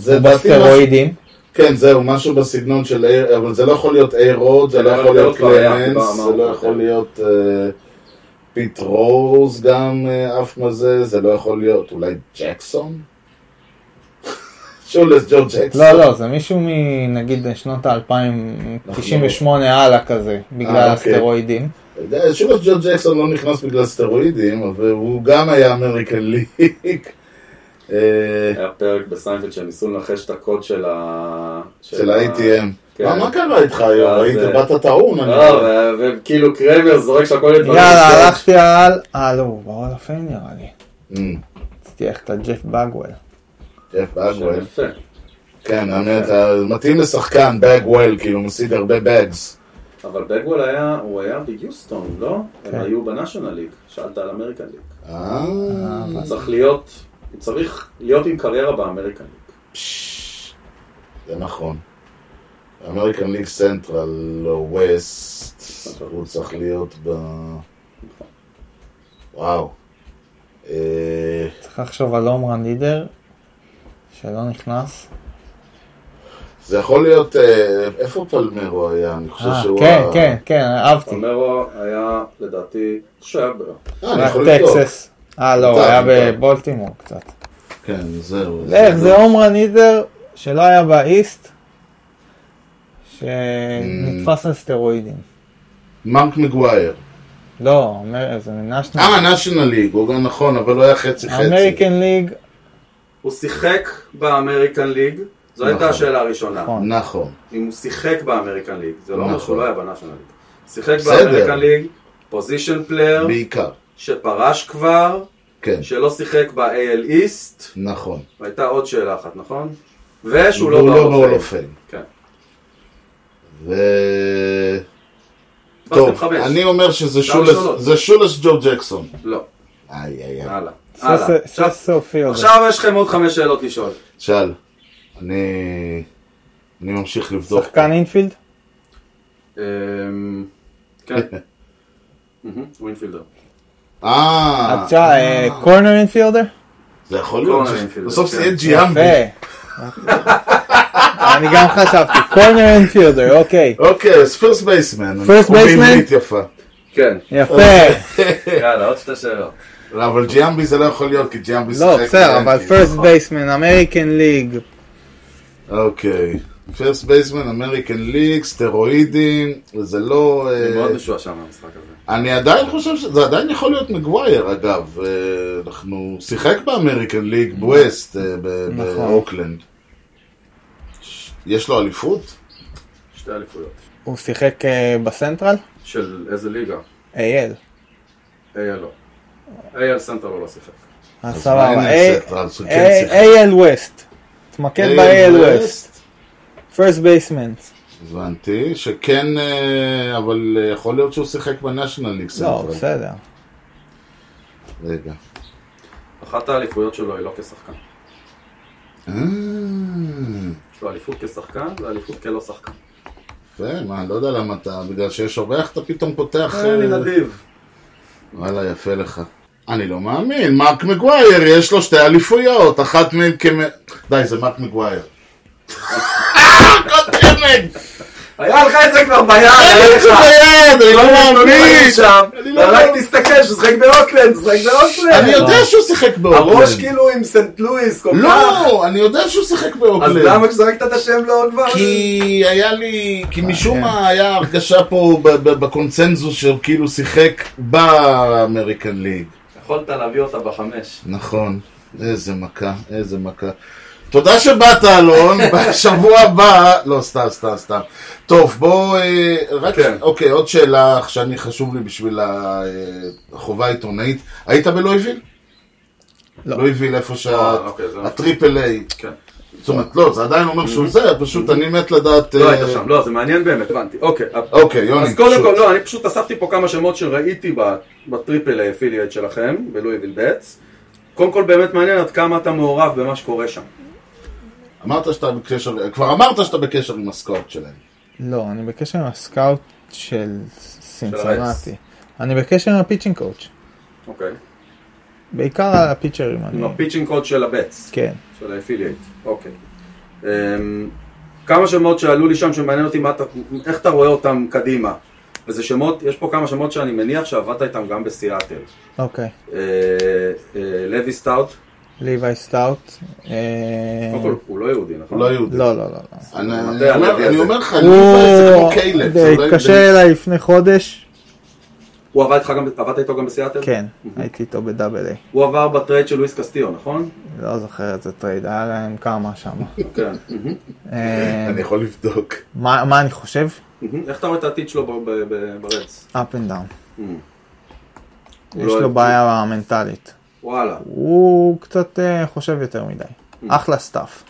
S4: זה לדעתי משהו-
S1: בסטרואידים.
S4: כן, זהו, משהו בסגנון של אייר, אבל זה לא יכול להיות איירוד,
S2: כן,
S4: זה לא יכול להיות
S2: כבר היה, כבר
S4: קלמנס,
S2: אמרנו
S4: זה לא
S2: את זה.
S4: יכול להיות אה, פיט רוז גם אה, עף מזה, זה לא יכול להיות אולי ג'קסון? שולס ג'ו ג'קסון.
S1: לא, לא, זה מישהו מנגיד שנות ה-2098 הלאה כזה, בגלל
S4: נכון. אה, אוקיי.
S1: הסטרואידים.
S4: אתה יודע, שולס ג'ו ג'קסון לא נכנס בגלל סטרואידים, אבל הוא גם היה אמריקן ליג. אה,
S2: היה פרק בסיינפלד שהם ניסו לנחש את הקוד של ה...
S4: של ה-ATM.
S2: כן.
S4: מה מה קרה איתך היום?
S2: אז,
S4: ראית,
S2: אה,
S4: באת טעון. אני
S2: לא,
S4: רואה.
S2: ו- וכאילו קרמר זורק שם כל מיני דברים.
S1: יאללה,
S2: כן.
S1: הלכתי על... אה, לא, הוא ברור לפעמים נראה לי.
S4: אמ,
S1: רציתי ללכת על ג'ף בגוול.
S4: ג'ף אגוול.
S2: אה, יפה.
S4: כן, האמת, מתאים לשחקן, באג וול, כאילו, משיג הרבה באגס.
S2: אבל בגוול היה, הוא היה ביוסטון, לא? הם
S1: כן.
S2: היו בנאשונל ליג. שאלת על אמריקן ליג.
S4: אה,
S2: הוא צריך להיות, הוא צריך להיות עם קריירה באמריקן ליג.
S4: זה נכון. אמריקן ליג סנטרל, או ווסט, הוא צריך להיות ב... וואו. אה,
S1: צריך לחשוב על עומרן לידר, שלא נכנס.
S4: זה יכול להיות, אה, איפה פלמרו היה? אני חושב
S1: אה,
S4: שהוא...
S1: כן,
S4: ה-
S1: כן, כן, אהבתי.
S2: פלמרו היה, לדעתי, שהיה ברירה.
S4: אה, אני
S1: רק
S4: יכול לבדוק.
S1: טקסס. אה, לא, הוא
S4: מותר,
S1: היה
S4: מותר.
S1: בבולטימור קצת.
S4: כן, זהו.
S1: לך, זה עומרן לידר שלא היה באיסט, שנתפס על סטרואידים.
S4: מרק מגווייר.
S1: לא, אמר- זה נכון. נשנל.
S4: אה, נשיונל ליג, הוא גם נכון, אבל הוא היה חצי חצי.
S1: אמריקן ליג,
S2: הוא שיחק באמריקן ליג, זו
S4: נכון.
S2: הייתה השאלה הראשונה.
S1: נכון.
S4: נכון.
S2: אם הוא שיחק באמריקן ליג, זה לא אומר
S4: נכון.
S2: שהוא לא היה בנאשונל ליג. שיחק
S4: בסדר.
S2: באמריקן ליג, פוזיישן פלייר,
S4: בעיקר.
S2: שפרש כבר,
S4: כן,
S2: שלא שיחק ב-AL איסט,
S4: נכון.
S2: והייתה עוד שאלה אחת, נכון? ושהוא לא
S4: והוא לא
S2: בהולופן.
S4: בהולופן.
S2: כן.
S4: ו...
S2: טוב,
S4: טוב, אני אומר שזה
S2: אפשר
S4: שולס,
S2: לשאול אותו. אה.
S4: זה שולס ג'ו ג'קסון.
S2: לא,
S4: איי איי איי.
S2: הלאה. הלאה. עכשיו-
S1: ססו פילד.
S2: עכשיו יש לכם עוד חמש שאלות לשאול.
S4: שאל, אני... אני ממשיך לבדוק.
S1: שחקן אינפילד?
S2: אמ, כן. מהמם, ווינפילדר.
S4: אה,
S1: עד שעה, אה, קורנר אינפילדר?
S4: זה יכול להיות.
S2: קורנר
S4: ש-
S2: אינפילדר,
S4: בסוף
S2: כן.
S4: זה יהיה ג'יאמבי.
S1: יפה. אני גם חשבתי, קורנר אינפילדר, אוקיי.
S4: אוקיי, אז פרסט בייסמן.
S1: First baseman?
S4: יפה.
S2: כן.
S1: יפה.
S2: יאללה, עוד שתי שאלות.
S4: לא, אבל ג'יאמבי זה לא יכול להיות, כי ג'יאמבי
S1: לא, בסדר, אבל
S4: באנטי,
S1: פרסט
S4: נכון.
S1: בייסמן, אמריקן ליג.
S4: אוקיי. פרסט בייסמן, אמריקן ליג, סטרואידים, זה לא...
S2: אני
S4: אה,
S2: מאוד משועשע מהמשחק הזה.
S4: אני עדיין חושב שזה עדיין יכול להיות מגווייר, אגב. אה, אנחנו... שיחק באמריקן ליג
S1: נכון.
S4: בווסט, אה, ב- באוקלנד. ש- יש לו אליפות?
S2: שתי אליפויות.
S1: הוא שיחק אה, בסנטרל?
S2: של איזה ליגה?
S1: אייל.
S2: אייל לא. אייל סנטר הוא לא שיחק.
S1: אז
S4: מה
S1: סבבה.
S4: הנה,
S1: איי-
S4: הסנטרל, זה כן
S1: איי-
S4: שיחק.
S1: אייל ווסט. תתמקד באייל
S4: אה,
S1: ווסט. פרסט בייסמן.
S4: הבנתי, שכן, אה, אבל אה, יכול להיות שהוא שיחק בנשיונל ליג
S1: לא,
S4: סנטרל.
S1: בסדר.
S4: רגע.
S2: אחת האליפויות שלו היא לא כשחקן.
S4: אה,
S2: יש לו אליפות כשחקן ואליפות כלא שחקן.
S4: יפה, מה, לא יודע למה אתה, בגלל שיש אורח אתה פתאום פותח...
S2: אה,
S4: אה,
S2: אני נדיב.
S4: וואלה, יפה לך. אני לא מאמין, מרק מגווייר יש לו שתי אליפויות, אחת מהן כמ... די, זה מרק מגווייר. קודמת!
S2: היה לך את זה כבר ביד, היה
S4: יש לי
S2: לך.
S4: ביד, אני כן, לא מאמין! אני
S2: שם,
S4: לא
S2: רק
S4: מאמין.
S2: תסתכל, שהוא שיחק באוקלנד, הוא שיחק באוקלנד.
S4: אני יודע שהוא שיחק באוקלנד.
S2: הראש כאילו עם סנט לואיס כל כך.
S4: לא, אני יודע שהוא שיחק
S2: אז
S4: באוקלנד.
S2: למה שזרקת את השם לא כבר?
S4: כי היה לי, כי משום מה היה הרגשה פה ב- ב- בקונצנזוס שהוא כאילו שיחק באמריקן ליג.
S2: יכולת להביא אותה בחמש.
S4: נכון, איזה מכה, איזה מכה. תודה שבאת אלון, בשבוע הבא, לא סתם, סתם, סתם. טוב, בוא, אה, רק,
S2: כן.
S4: אוקיי, עוד שאלה שאני חשוב לי בשביל ה- אה, החובה העיתונאית. היית בלואיביל?
S1: לא.
S4: לואיביל איפה
S2: אה,
S4: שה...
S2: אוקיי, זה-
S4: הטריפל איי.
S2: כן.
S4: זאת אומרת, לא, זה עדיין אומר שהוא זה, פשוט אני מת לדעת...
S2: לא
S4: אה,
S2: היית שם, לא, זה מעניין באמת, הבנתי. אוקיי.
S4: אוקיי, יוני.
S2: אז קודם
S4: פשוט.
S2: כל, לא, אני פשוט אספתי פה כמה שמות שראיתי ב- בטריפל האפיליאט שלכם, בלואיביל בטס. קודם כל באמת מעניין עד כמה אתה מעורב במה שקורה שם.
S4: אמרת שאתה בקשר, כבר אמרת שאתה בקשר עם הסקאוט שלהם.
S1: לא, אני בקשר עם הסקאוט של
S2: הרייס.
S1: סינסונטי. אני בקשר עם הפיצ'ינג קואוץ'.
S2: אוקיי.
S1: בעיקר על הפיצ'רים. אני-
S2: עם הפיצ'ינג קוד של הבטס,
S1: כן.
S2: של האפיליאט. אוקיי. אמ, כמה שמות שעלו לי שם שמעניין אותי מה אתה- איך אתה רואה אותם קדימה. וזה שמות, יש פה כמה שמות שאני מניח שעבדת איתם גם בסיאטל.
S1: אוקיי.
S2: אה, אה, לוי סטאוט,
S1: ליווי סטאוט. אה,
S2: קודם כל הוא לא יהודי, נכון?
S4: הוא לא יהודי.
S1: לא, לא, לא. לא.
S4: אני
S2: אתה
S4: אני
S2: יודע,
S4: אומר-
S2: הלוי
S4: אני
S2: הזה.
S4: אומר לך, אני אומר, זה
S1: הוא
S4: כמו קיילב. זה לא
S1: התקשר
S4: הגיוני.
S1: אליי לפני חודש.
S2: הוא עבד איתך גם, עבדת איתו גם בסיאטל?
S1: כן, הייתי איתו בדאבל איי.
S2: הוא עבר בטרייד של לואיס קסטיו, נכון?
S1: לא זוכר איזה טרייד, היה להם כמה שם.
S2: כן.
S1: אה,
S4: אני יכול לבדוק.
S1: מה מה אני חושב?
S2: איך אתה רואה את העתיד שלו ב- ב- ב- ברדס?
S1: up and down.
S2: הוא
S1: יש
S2: לא-
S1: לו בעיה מנטלית.
S2: וואלה,
S1: הוא קצת אה, חושב יותר מדי. אחלה סטאפ.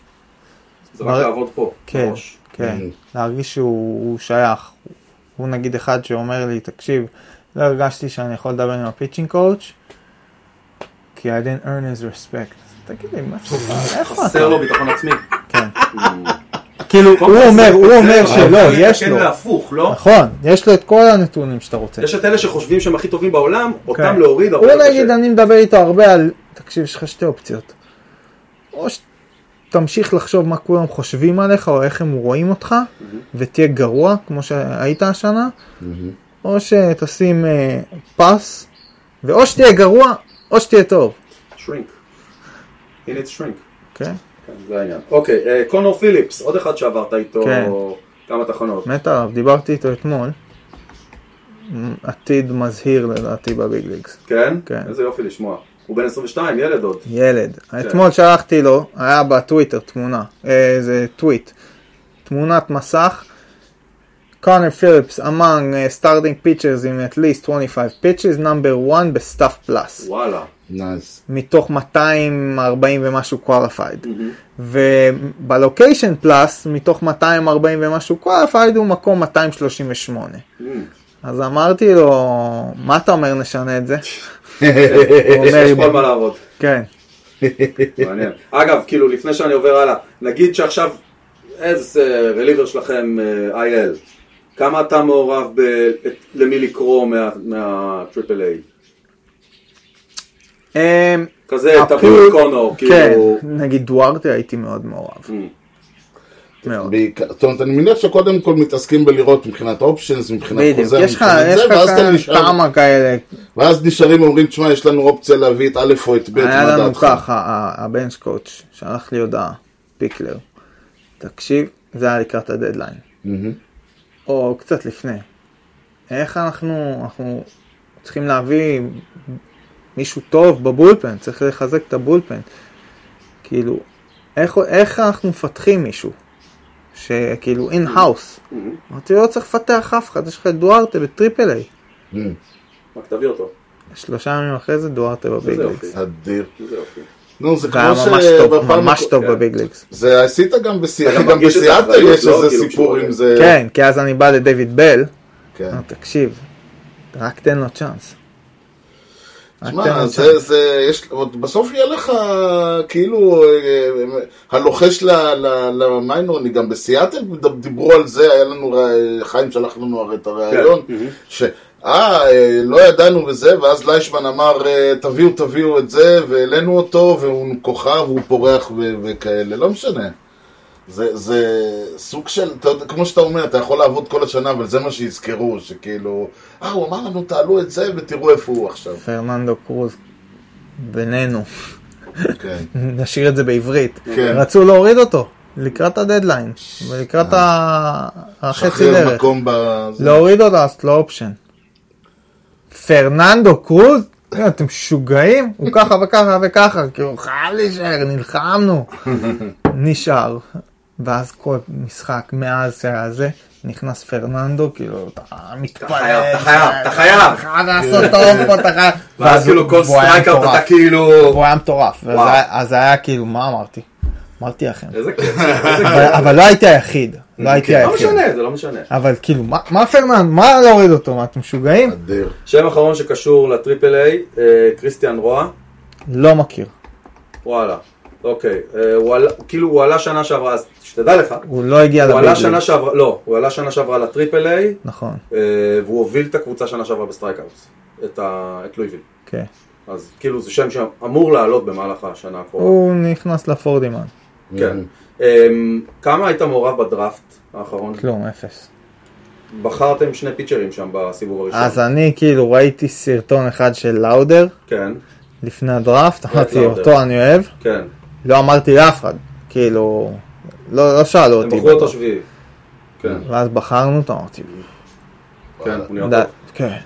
S2: זה רק
S1: בר-
S2: לעבוד פה.
S1: כן,
S2: בראש.
S1: כן. להרגיש שהוא הוא שייך. הוא נגיד אחד שאומר לי, תקשיב, לא הרגשתי שאני יכול לדבר עם הפיצ'ינג קואוץ', כי I didn't
S2: אה,
S1: earn his respect. אז תגיד לי, מה- איפה
S2: חסר
S1: אתה?
S2: לו ביטחון עצמי.
S1: כן. כאילו, הוא אומר, הוא אומר שלא, יש לו.
S2: להפוך, לא?
S1: נכון, יש לו את כל הנתונים שאתה רוצה.
S2: יש את אלה שחושבים שהם הכי טובים בעולם, אותם
S1: כן.
S2: להוריד הרבה
S1: הוא
S2: יותר
S1: נגיד,
S2: לא קשה.
S1: אני מדבר איתו הרבה על, תקשיב, יש לך שתי אופציות. או שתמשיך לחשוב מה כולם חושבים עליך, או איך הם רואים אותך, ותהיה גרוע, כמו שהיית השנה, או שתשים אה, פס, ואו שתהיה גרוע, או שתהיה טוב.
S2: shrink. He needs shrink.
S1: כן,
S2: כן, זה העניין. אוקיי, אה, קונור פיליפס, עוד אחד שעברת איתו
S1: כן.
S2: כמה תחנות.
S1: מת עליו, דיברתי איתו אתמול. מ- עתיד מזהיר לדעתי בביג ליגס.
S2: כן?
S1: כן.
S2: איזה יופי לשמוע. הוא בן 22, ילד עוד.
S1: ילד.
S2: כן.
S1: אתמול שלחתי לו, היה בטוויטר תמונה, אה, איזה טוויט, תמונת מסך, קונר פיליפס אמנג סטארטינג פיצ'רס עם at least 25 פיצ'רס, נאמבר 1 בסטאפ פלאס,
S2: וואלה.
S4: נייס.
S1: מתוך 240 ומשהו qualified. ובלוקיישן פלאס, מתוך 240 ומשהו qualified, הוא מקום 238. אז אמרתי לו, מה אתה אומר נשנה את זה? הוא
S2: יש
S1: אומר,
S2: יש פה על מה לעבוד.
S1: כן,
S2: מעניין. אגב, כאילו, לפני שאני עובר הלאה, נגיד שעכשיו איזה רליבר שלכם, אה, IL, כמה אתה מעורב ב... את- למי לקרוא מה- מהטריפל איי?
S1: אמ,
S2: כזה, תביאו
S1: הפול-
S2: את קונור,
S1: כן,
S2: כאילו... Mm.
S1: נגיד דוארטה הייתי מאוד מעורב. מאוד.
S4: בעיקר- זאת אומרת, אני מניח שקודם כל מתעסקים בלראות מבחינת אופשנס, מבחינת
S1: בדיוק,
S4: חוזר,
S1: יש לך
S4: מבחינת
S1: יש
S4: זה,
S1: לך
S4: ואז אתה
S1: כאן
S4: נשאר,
S1: כמה כאלה,
S4: ואז נשארים ואומרים, תשמע, יש לנו אופציה להביא את א' או את ב',
S1: היה
S4: מה
S1: לנו
S4: דעתך?
S1: ככה, ה- הבנץ' קואוץ' שלח לי הודעה, פיקלר, תקשיב, זה היה לקראת הדדליין, או קצת לפני, איך אנחנו, אנחנו צריכים להביא מישהו טוב בבולפן, צריך לחזק את הבולפן, כאילו, איך, איך אנחנו מפתחים מישהו, שכאילו אין-האוס, אמרתי לו, לא צריך לפתח אף אחד, יש לך את דוארטה בטריפל איי,
S2: רק תביא אותו.
S1: שלושה ימים אחרי זה דוארטה בביג
S2: איזה
S1: ליגס.
S2: יופי.
S4: אדיר.
S2: איזה יופי.
S4: נו, זה
S1: והיה
S4: כמו
S1: ממש טוב,
S4: שבפעם
S1: ממש
S4: הכ-
S1: טוב
S2: כן.
S1: בביג ליגס.
S4: זה עשית גם בסיאטל,
S2: אתה
S4: גם
S2: מרגיש את
S4: בסיאטל
S2: האחריות,
S4: יש
S2: לא?
S4: איזה
S2: כאילו,
S4: סיפור
S2: כשהוא
S4: עם זה.
S1: כן, כי אז אני בא לדויד בל,
S4: כן.
S1: אמר, תקשיב, רק תן לו צ'אנס. רק תן
S4: שמע,
S1: לו
S4: זה,
S1: צ'אנס.
S4: זה, יש, עוד בסוף יהיה לך, כאילו, אה, הלוחש ל- ל- למיינור, אני גם בסיאטל ד- דיברו על זה, היה לנו, רא- חיים שלח לנו הרי את הריאיון, ש... אה, אה, לא ידענו וזה, ואז ליישמן אמר, אה, תביאו, תביאו את זה, והעלינו אותו, והוא כוכב, והוא פורח ו- וכאלה, לא משנה. זה, זה סוג של, אתה יודע, כמו שאתה אומר, אתה יכול לעבוד כל השנה, אבל זה מה שיזכרו, שכאילו, אה, הוא אמר לנו, תעלו את זה ותראו איפה הוא עכשיו.
S1: פרננדו קרוז, בינינו,
S4: כן.
S1: נשאיר את זה בעברית.
S4: כן.
S1: רצו להוריד אותו, לקראת הדדליין, ולקראת ה- החצי
S4: אה. שחרר
S1: דרך.
S4: מקום בזה.
S1: להוריד אותו, אז לא אופשן. פרננדו קרוז? אה, אתם משוגעים? הוא ככה וככה וככה, כאילו חייב להישאר, נלחמנו. נשאר. ואז כל משחק מאז שהיה זה, נכנס פרננדו, כאילו, אתה מתפלל.
S2: חייב, אתה חייב, אתה חייב.
S1: אתה חייב לעשות טוב פה, אתה חייב.
S2: ואז כאילו כל
S1: והוא היה
S2: סטרייקאוט
S1: מטורף.
S2: אתה כאילו...
S1: והוא היה מטורף. ואז
S2: וואו.
S1: היה- אז היה כאילו, מה אמרתי? אמרתי לכם.
S2: איזה כיף, איזה כיף.
S1: אבל- אבל לא הייתי היחיד. לא הייתי
S2: לא
S1: היחיד.
S2: משנה, זה לא משנה.
S1: אבל כאילו, מה- מה פרננד? מה להוריד אותו? מה, אתם משוגעים?
S4: אדיר.
S2: שם אחרון שקשור לטריפל איי, אה, קריסטיאן רואה,
S1: לא מכיר.
S2: וואלה. אוקיי, אה, הוא עלה- כאילו הוא עלה שנה שעברה, אז שתדע לך,
S1: הוא לא הגיע
S2: הוא עלה
S1: לביג
S2: שנה
S1: ליגס.
S2: שעברה, לא, הוא עלה שנה שעברה לטריפל איי,
S1: נכון,
S2: אה, והוא הוביל את הקבוצה שנה שעברה בסטרייקאוטס, את ה- את לואיביל.
S1: כן.
S2: אז כאילו זה שם שאמור לעלות במהלך השנה הקרובה.
S1: הוא נכנס לפורדימן. אוקיי.
S2: כן. אמ, כמה היית מעורב בדראפט האחרון?
S1: כלום, אפס.
S2: בחרתם שני פיצ'רים שם בסיבוב הראשון.
S1: אז אני כאילו ראיתי סרטון אחד של לאודר
S2: כן,
S1: לפני הדראפט, אמרתי
S2: לאודר.
S1: אותו אני אוהב.
S2: כן.
S1: לא אמרתי לאף אחד, כאילו, לא לא שאלו
S2: הם
S1: אותי.
S2: בחרו אותו שביעי. כן,
S1: ואז בחרנו אותו, אמרתי, לא.
S2: כן, הוא נראה
S1: ד-
S2: טוב.
S1: כן.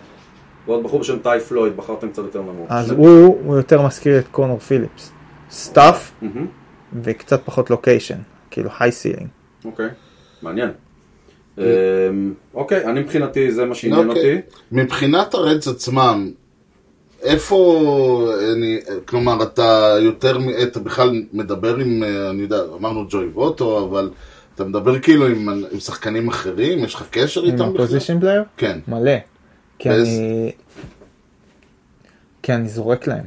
S2: ועוד בחור בשם טי פלויד, בחרתם קצת יותר נמוך.
S1: אז
S2: שני-
S1: הוא הוא יותר מזכיר את קונור פיליפס. סטאף
S2: מהמם.
S1: וקצת פחות לוקיישן, כאילו היי סילינג.
S2: אוקיי, מעניין. אמ, אוקיי, אני מבחינתי זה מה שעניין
S4: אוקיי.
S2: אותי.
S4: מבחינת הרדס עצמם, איפה, אני, כלומר, אתה יותר, מ- אה, אתה בכלל מדבר עם, אה, אני יודע, אמרנו ג'וי ווטו, אבל אתה מדבר כאילו עם, עם שחקנים אחרים, יש לך קשר
S1: עם
S4: איתם בכלל?
S1: הפוזיישן פלייר?
S4: כן.
S1: מלא. כי
S4: באיזה-
S1: אני... כי אני זורק להם.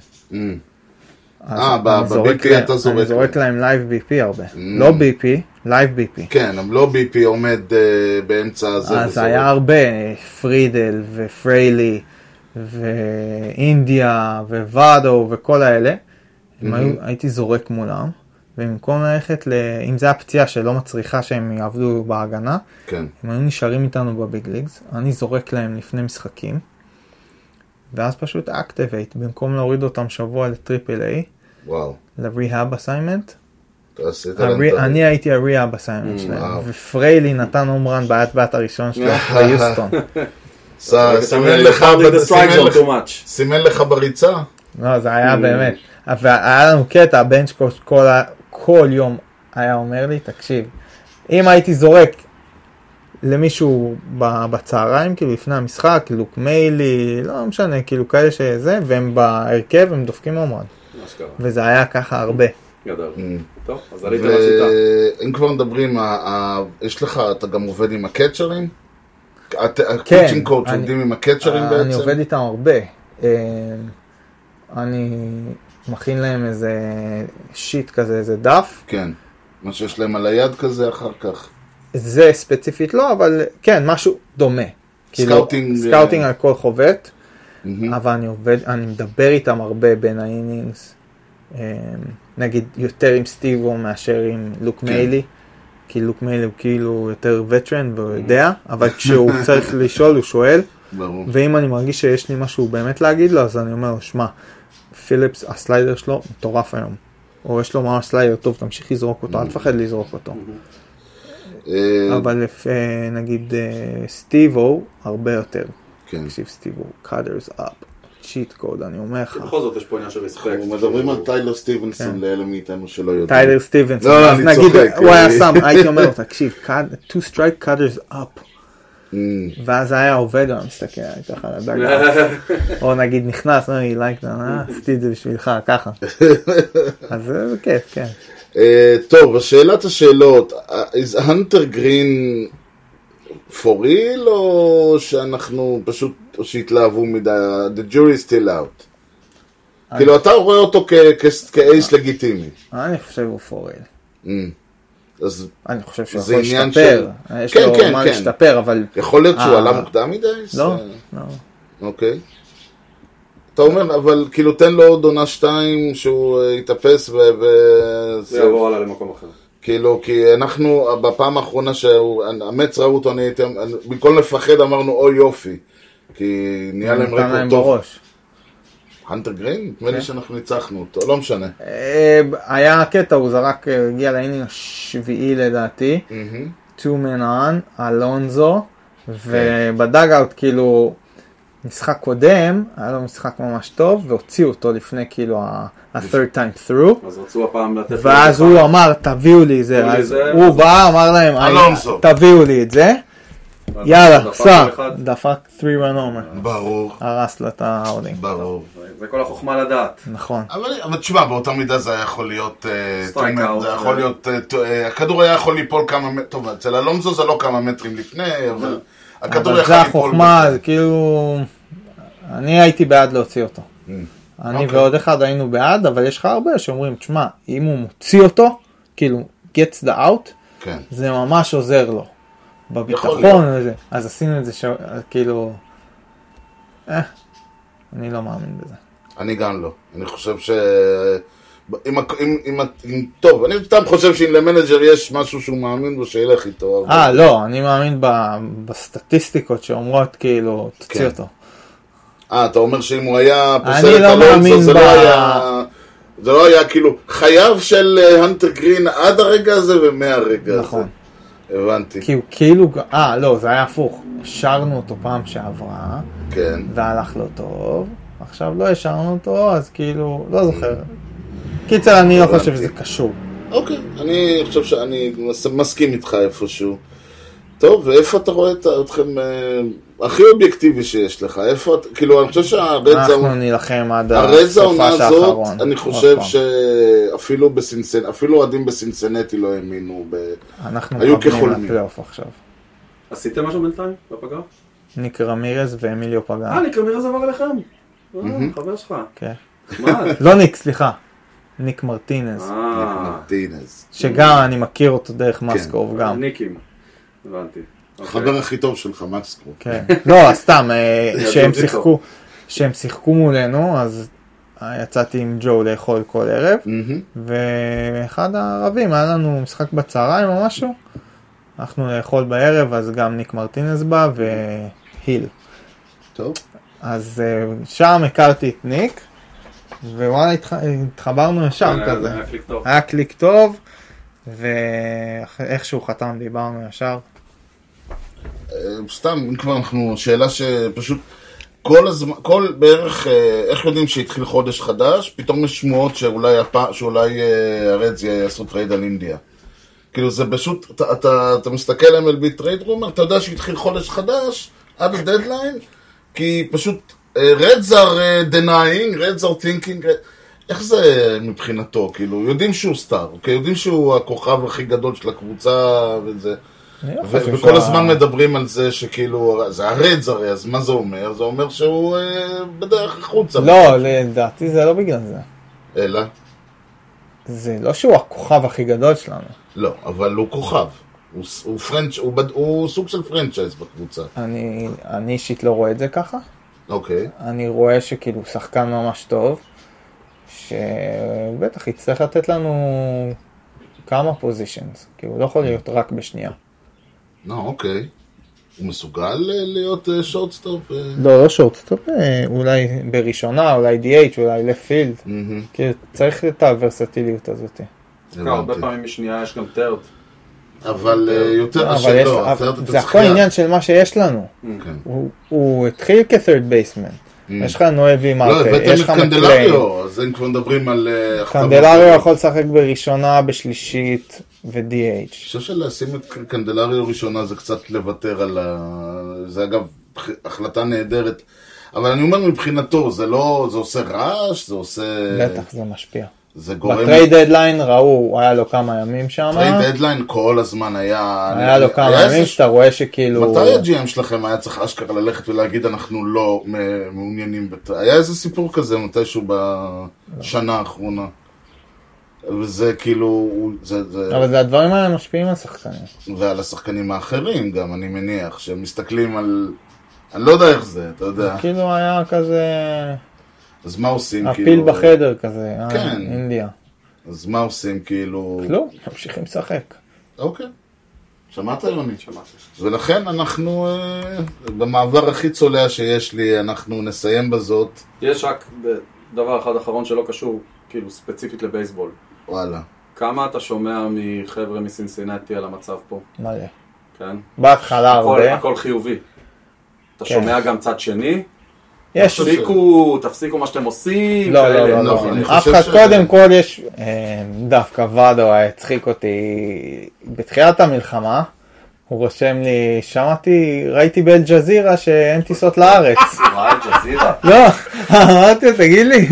S4: אה, ב-
S1: אני זורק
S4: ב-BP
S1: להם-
S4: אתה זורק Mm.
S1: אני זורק להם לייב BP הרבה. לא BP, לייב ביפי.
S4: כן, הם לא ביפי עומד אה, באמצע הזה.
S1: אז
S4: וזה- לא-
S1: היה הרבה, פרידל ופריילי ואינדיה וואדו וכל האלה. הם
S4: Mm-hmm.
S1: היו, הייתי זורק מולם, ובמקום ללכת, ל... אם זו הייתה פציעה שלא מצריכה שהם יעבדו בהגנה,
S4: כן.
S1: הם היו נשארים איתנו בביג ליגס, אני זורק להם לפני משחקים, ואז פשוט אקטיבייט, במקום להוריד אותם שבוע לטריפל איי,
S4: וואו.
S1: ל-rehab assignment,
S4: אתה עשית להם את
S1: הרי-
S4: ה-
S1: אני הייתי ה-rehab assignment שלהם,
S4: לא וואו.
S1: ופריילי נתן הומרן בעט בעט הראשון שלו ביוסטון.
S4: ס- סימן לך ב- סימן לך- סימן לך בריצה?
S1: לא, זה היה באמת. אבל היה לנו קטע, הבנץ' קוש כל, ה- כל יום היה אומר לי, תקשיב, אם הייתי זורק למישהו ב- בצהריים, כאילו לפני המשחק, לוק מיילי, לא משנה, כאילו כאלה שזה, והם בהרכב, הם דופקים המון. וזה היה ככה הרבה.
S2: גדול.
S1: Mm.
S2: טוב, אז עלית לשיטה.
S4: ואם כבר מדברים, ה- ה- יש לך, אתה גם עובד עם הקצ'רים?
S1: כן,
S4: הקוצ'ינג קואוצ'
S1: אני-
S4: עובדים עם הקצ'רים
S1: אה,
S4: בעצם?
S1: אני עובד איתם הרבה. אה, אני מכין להם איזה שיט כזה, איזה דף.
S4: כן. מה שיש להם על היד כזה אחר כך.
S1: זה ספציפית לא, אבל כן, משהו דומה. כאילו,
S4: סקאוטינג,
S1: סקאוטינג
S4: אה,
S1: על
S4: Mm-hmm.
S1: כל חובט,
S4: מהמם.
S1: אבל אני עובד, אני מדבר איתם הרבה בין האינינגס. אה, נגיד יותר עם סטיבו מאשר עם לוק
S4: כן.
S1: מיילי. כי לוק מיילי הוא כאילו יותר וטרן והוא
S4: Mm-hmm.
S1: יודע, אבל כשהוא צריך לשאול הוא שואל,
S4: ברור.
S1: ואם אני מרגיש שיש לי משהו באמת להגיד לו, אז אני אומר לו, שמע, פיליפס הסליידר שלו מטורף היום. או יש לו ממש סליידר טוב, תמשיך לזרוק אותו,
S4: Mm-hmm.
S1: אל תפחד לזרוק אותו.
S4: אה,
S1: אבל לפ- אה, נגיד אה, סטיבו, הרבה יותר.
S4: כן.
S1: תקשיב סטיבו, cutters up, צ'יט קוד, אני אומר לך.
S2: בכל זאת יש פה עניין של רספקט.
S4: אנחנו מדברים על טיילר סטיבנסון לאלה מאיתנו שלא יודעים.
S1: טיילר סטיבנסון,
S4: לא, לא,
S1: אז
S4: אני
S1: נגיד,
S4: צוחק,
S1: הוא היה
S4: אה.
S1: שם, הייתי אומר לו, תקשיב, cut- two strike cutters up.
S4: Mm.
S1: ואז היה עובד, הוא היה מסתכל עליי ככה על הדג, או נגיד נכנס, אומר לי, לייק, אה, עשיתי את זה בשבילך, ככה. אז זה זה כיף, כן.
S4: אה, טוב, אז שאלת השאלות, אה, is hunter green for real או שאנחנו פשוט, או שהתלהבו מדי, the jury is still out.
S1: אה,
S4: כאילו, אתה רואה אותו כ- כ- כאייס לגיטימי.
S1: אני חושב הוא פורל.
S4: Mm. אז
S1: אני חושב שהוא
S4: זה
S1: יכול
S4: עניין
S1: להשתפר. יש
S4: כן,
S1: לו
S4: כן,
S1: מה
S4: כן.
S1: להשתפר, אבל
S4: יכול להיות שהוא
S1: אה.
S4: עלה מוקדם מדי?
S1: לא,
S4: זה-
S1: לא.
S4: אוקיי. אתה אומר, אבל כאילו, תן לו עוד עונה שתיים שהוא אה, יתאפס ו... ו-
S2: זה יעבור הלאה למקום אחר.
S4: כאילו, כי אנחנו, בפעם האחרונה שהמץ ראו אותו, אני הייתי, במקום לפחד אמרנו, אוי יופי. כי נהיה להם
S1: נתן להם
S4: רקורד טוב.
S1: בראש. כן.
S4: הנטר גרין? נדמה לי שאנחנו ניצחנו אותו, לא משנה.
S1: אה, היה קטע, הוא זרק, אה, הגיע לאינינג השביעי לדעתי,
S4: מהמם.
S1: two man on, אלונזו, ובדאגאוט כאילו, משחק קודם, היה לו משחק ממש טוב, והוציאו אותו לפני כאילו ה-third time through.
S2: אז רצו הפעם לתת...
S1: ואז הוא אמר, תביאו לי את זה,
S2: תביאו לי
S1: אז
S2: זה.
S1: הוא בא, אמר להם, "אני-
S4: אלונזו.
S1: תביאו לי את זה,
S2: ואז
S1: יאללה,
S2: דפק
S1: סע,
S2: אחד.
S1: דפק 3 run homer,
S4: ברור,
S1: הרס לו את ההורדינג,
S4: ברור.
S2: זה כל החוכמה לדעת.
S1: נכון.
S4: אבל אבל תשמע, באותה מידה זה היה יכול להיות... אה,
S2: סטרייק
S4: טו-
S2: אאוט.
S4: זה יכול להיות... אה, טו- אה, הכדור היה יכול ליפול כמה מטרים, טוב, אצל אלונזו זה לא כמה מטרים לפני, אבל... הכדור
S1: אה. אבל
S4: יכול
S1: זה
S4: ליפול...
S1: החוכמה, זה כאילו... אני הייתי בעד להוציא אותו. אני
S4: אוקיי.
S1: ועוד אחד היינו בעד, אבל יש לך הרבה שאומרים, תשמע, אם הוא מוציא אותו, כאילו, gets the out,
S4: כן.
S1: זה ממש עוזר לו. בביטחון
S4: להיות.
S1: וזה. אז עשינו את זה, ש... כאילו... אה, אני לא מאמין בזה.
S4: אני גם לא. אני חושב ש... אם, הכ- אם, אם, אם, טוב, אני סתם חושב שאם למנג'ר יש משהו שהוא מאמין בו, שילך איתו. אבל-
S1: אה, לא, אני מאמין ב... בסטטיסטיקות שאומרות, כאילו, תוציא
S4: כן.
S1: אותו.
S4: אה, אתה אומר שאם הוא היה
S1: אני
S4: פוסל את
S1: לא מאמין
S4: אלונזו, זה
S1: ב-
S4: לא היה... זה לא היה כאילו חייו של אה, הנטר גרין עד הרגע הזה ומהרגע הזה.
S1: נכון.
S4: הבנתי,
S1: כי הוא כאילו... אה, לא, זה היה הפוך. שרנו אותו פעם שעברה.
S4: כן.
S1: והלך לא טוב, עכשיו לא השארנו אותו, אז כאילו, לא זוכר. קיצר, אני לא חושב שזה קשור.
S4: אוקיי, אני חושב שאני מס- מסכים איתך איפשהו. טוב, ואיפה אתה רואה את- אתכם אה, הכי אובייקטיבי שיש לך? איפה, את- כאילו, אני חושב שהרד
S1: אנחנו
S4: זאון...
S1: נילחם עד
S4: הרז
S1: הסופה
S4: העונה הזאת,
S1: האחרון.
S4: אני
S1: עוד
S4: חושב
S1: פעם.
S4: שאפילו בסינסנ... אפילו אוהדים בסינסנטי לא האמינו ב...
S1: אנחנו
S4: היו
S1: מכוונים
S4: כחולמים.
S1: לפלייאוף עכשיו.
S2: עשיתם משהו בינתיים? בפגרה?
S1: ניק רמירז ואמיליו פגן.
S2: אה, ניקרמיר אז עבר אליכם. אה, חבר שלך.
S1: כן.
S2: מה?
S1: לא ניק, סליחה. ניק מרטינז,
S2: אה,
S4: מרטינז.
S1: שגם אני מכיר אותו דרך
S4: כן.
S1: מסקוב גם.
S2: ניקים. הבנתי. אוקיי.
S4: החבר הכי טוב שלך, מקס קרוב.
S1: כן. לא, סתם, אה,
S2: ידעו
S1: שהם
S2: בלי
S1: שיחקו, שהם שיחקו מולנו, אז אה, יצאתי עם ג'ו לאכול כל ערב,
S4: מהמם.
S1: ואחד הערבים, היה לנו משחק בצהריים או משהו, הלכנו לאכול בערב, אז גם ניק מרטינז בא והיל.
S4: טוב.
S1: אז אה, שם הכרתי את ניק, ווואלה התח... התחברנו ישר
S4: כן,
S1: כזה.
S2: אה,
S1: אה,
S2: היה קליק טוב.
S1: היה קליק טוב, ואיך שהוא חתם דיברנו ישר.
S4: אה, סתם, אם כבר אנחנו, שאלה שפשוט... כל הזמן, כל בערך, אה, איך יודעים שהתחיל חודש חדש, פתאום יש שמועות שאולי, הפ... שאולי אה, הרדס יעשו טרייד על אינדיה. כאילו זה פשוט, אתה, אתה, אתה מסתכל על MLB טרייד רומר, אתה יודע שהתחיל חודש חדש, עד הדדליין, כי פשוט אה, רדס are אה, denying, רדס are thinking, אה, איך זה מבחינתו, כאילו, יודעים שהוא סטאר, אוקיי? יודעים שהוא הכוכב הכי גדול של הקבוצה וזה.
S1: אני לא
S4: ו-
S1: חושב
S4: וכל
S1: שה-
S4: הזמן מדברים על זה שכאילו, זה הרדס הרי, אז מה זה אומר? זה אומר שהוא אה, בדרך החוצה.
S1: לא, לדעתי זה לא בגלל זה.
S4: אלא?
S1: זה לא שהוא הכוכב הכי גדול שלנו. לא.
S4: לא, אבל הוא כוכב. הוא, ס- הוא, פרנצ', הוא, בד... הוא סוג של פרנצ'ייז בקבוצה.
S1: אני, אני אישית לא רואה את זה ככה.
S4: אוקיי.
S1: אני רואה שכאילו הוא שחקן ממש טוב, שהוא בטח יצטרך לתת לנו כמה פוזיישנס. כאילו, הוא לא יכול להיות רק בשנייה.
S4: לא, אוקיי. הוא מסוגל אה, להיות אה, שורטסטופ? אה?
S1: לא, לא שורטסטופ, אולי בראשונה, אולי DH, אולי לפילד.
S4: מהמם.
S1: כאילו, צריך את הוורסטיליות הזאת.
S2: הרבה
S4: הבנתי.
S2: פעמים כן. משנייה יש גם טרד.
S4: אבל אה, יותר
S1: אבל יש,
S4: השאלה,
S1: אבל זה הכל עניין של מה שיש לנו.
S4: כן.
S1: הוא- הוא התחיל כ-third basement. יש לך נואבי
S4: לא,
S1: מרקה, אוקיי, יש
S4: הבאתם את
S1: לך מקליין.
S4: קנדלריו, אז הם כבר מדברים על... אה, החתמה.
S1: קנדלריו יכול לשחק בראשונה, בשלישית ו-DH.
S4: אני חושב שלשים את קנדלריו ראשונה זה קצת לוותר על ה... זה אגב בח- החלטה נהדרת. אבל אני אומר מבחינתו, זה לא... זה עושה רעש, זה עושה...
S1: בטח זה משפיע.
S4: זה גורם...
S1: בטרייד דדליין ראו, היה לו כמה ימים שם.
S4: טרייד דדליין כל הזמן היה...
S1: היה לו כמה
S4: היה
S1: ימים
S4: איזה-
S1: שאתה כאילו- רואה שכאילו...
S4: מתי הג'י.אם שלכם היה צריך אשכרה ללכת ולהגיד אנחנו לא מ- מעוניינים בת... היה איזה סיפור כזה מתישהו בשנה האחרונה. וזה כאילו... הוא- זה, זה...
S1: אבל זה הדברים האלה משפיעים על שחקנים.
S4: ועל השחקנים האחרים גם, אני מניח, שהם מסתכלים על... אני לא יודע איך זה, אתה יודע.
S1: כאילו היה כזה...
S4: אז מה עושים,
S1: הפיל
S4: כאילו?
S1: בחדר כזה, אה,
S4: כן.
S1: אינדיה.
S4: אז מה עושים, כאילו...
S1: כלום, ממשיכים לשחק.
S4: אוקיי. שמעת, יוני? שמעתי. ולכן אנחנו, אה, במעבר הכי צולע שיש לי, אנחנו נסיים בזאת.
S2: יש רק דבר אחד אחרון שלא קשור, כאילו, ספציפית לבייסבול.
S4: וואלה.
S2: כמה אתה שומע מחבר'ה מסינסינטי על המצב פה,
S1: מלא.
S2: כן?
S1: בהתחלה
S2: הכל,
S1: הרבה.
S2: הכל חיובי. אתה
S1: כן.
S2: שומע גם צד שני?
S1: יש...
S2: תפסיקו, תפסיקו מה שאתם עושים.
S1: לא,
S2: כאלה.
S1: לא, לא,
S4: לא,
S1: לא,
S4: אני
S1: אף
S4: חושב
S1: אחד,
S4: ש-
S1: קודם כל יש, אה, דווקא ואדו הצחיק אותי בתחילת המלחמה, הוא רושם לי, שמעתי, ראיתי באל-ג'זירה שאין טיסות לארץ.
S2: רואה אל ג'זירה.
S1: לא, אמרתי לו, תגיד לי,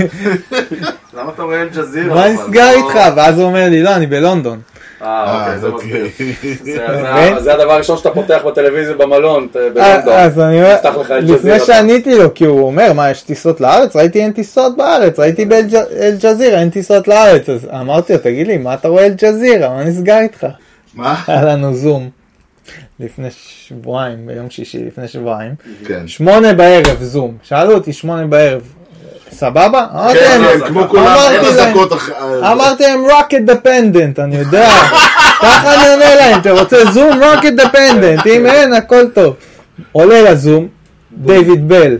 S2: למה אתה רואה אל ג'זירה?
S1: מה
S2: אבל?
S1: נסגר
S2: לא-
S1: איתך? ואז הוא אומר לי, לא, אני בלונדון.
S2: אה, אוקיי, זה
S4: אוקיי.
S2: מסביר. זה- זה
S1: אוקיי.
S2: ה- זה הדבר הראשון שאתה פותח בטלוויזיה במלון, ת- בלונדון.
S1: אה, אז אני
S2: נפתח לך
S1: אומר,
S2: אל
S1: לפני
S2: ג'זירה.
S1: שעניתי לו, כי הוא אומר, מה, יש טיסות לארץ? ראיתי אין טיסות בארץ,
S2: אה.
S1: ראיתי באל-ג'זירה, אין טיסות לארץ. אז אמרתי לו, תגיד לי, מה אתה רואה אל-ג'זירה? מה נסגר איתך?
S4: מה?
S1: היה לנו זום לפני שבועיים, ביום שישי לפני שבועיים,
S4: כן.
S1: שמונה בערב זום, שאלו אותי שמונה בערב, סבבה? אמרתי
S4: כן,
S1: להם-
S4: כן, כמו כולם, אין
S1: אמרתי להם-
S4: אזעקות אחר...
S1: אמרתי להם rocket dependent, אני יודע, ככה אני עונה להם, אתה רוצה זום? rocket dependent, אם אין הכל טוב. עולה לזום, דיוויד בל,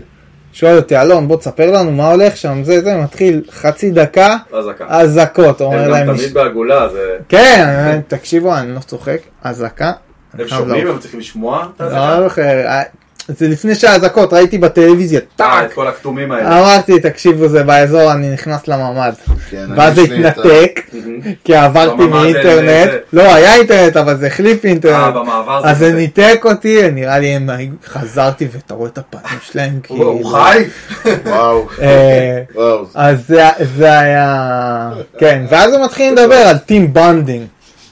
S1: שואל אותי אלון בוא תספר לנו מה הולך שם, זה זה, מתחיל חצי דקה,
S2: אזעקה.
S1: אזעקות, אומר
S2: לא הם
S1: להם,
S2: גם תמיד בעגולה, זה...
S1: כן, אני אומר, תקשיבו, אני לא צוחק, אזעקה. אני
S2: הם
S1: חייב
S2: שומעים,
S1: לעוף.
S2: הם צריכים לשמוע את
S1: לא,
S2: האזעקה.
S1: לא זוכר, לא. אה, זה לפני שהאזעקות, ראיתי בטלוויזיה,
S2: אה, את
S1: טאק!
S2: כל הכתומים האלה.
S1: אמרתי, תקשיבו, זה באזור, אני נכנס לממ"ד.
S4: כן,
S1: ואז זה
S4: יש לי את ה-
S1: התנתק, כי עברתי
S2: בממ"ד אין
S1: מאינטרנט.
S2: זה.
S1: לא, היה אינטרנט, אבל זה החליף
S2: אה,
S1: אינטרנט.
S2: במעבר
S1: אז זה
S2: כזה.
S1: ניתק אותי, נראה לי, הם היו- חזרתי ואתה רואה את הפנים שלהם,
S2: הוא
S1: כאילו.
S2: הוא חי?
S4: וואו.
S1: אה,
S4: וואו.
S1: אז זה, זה היה... כן, ואז הם מתחילים לדבר על טים בנדינג.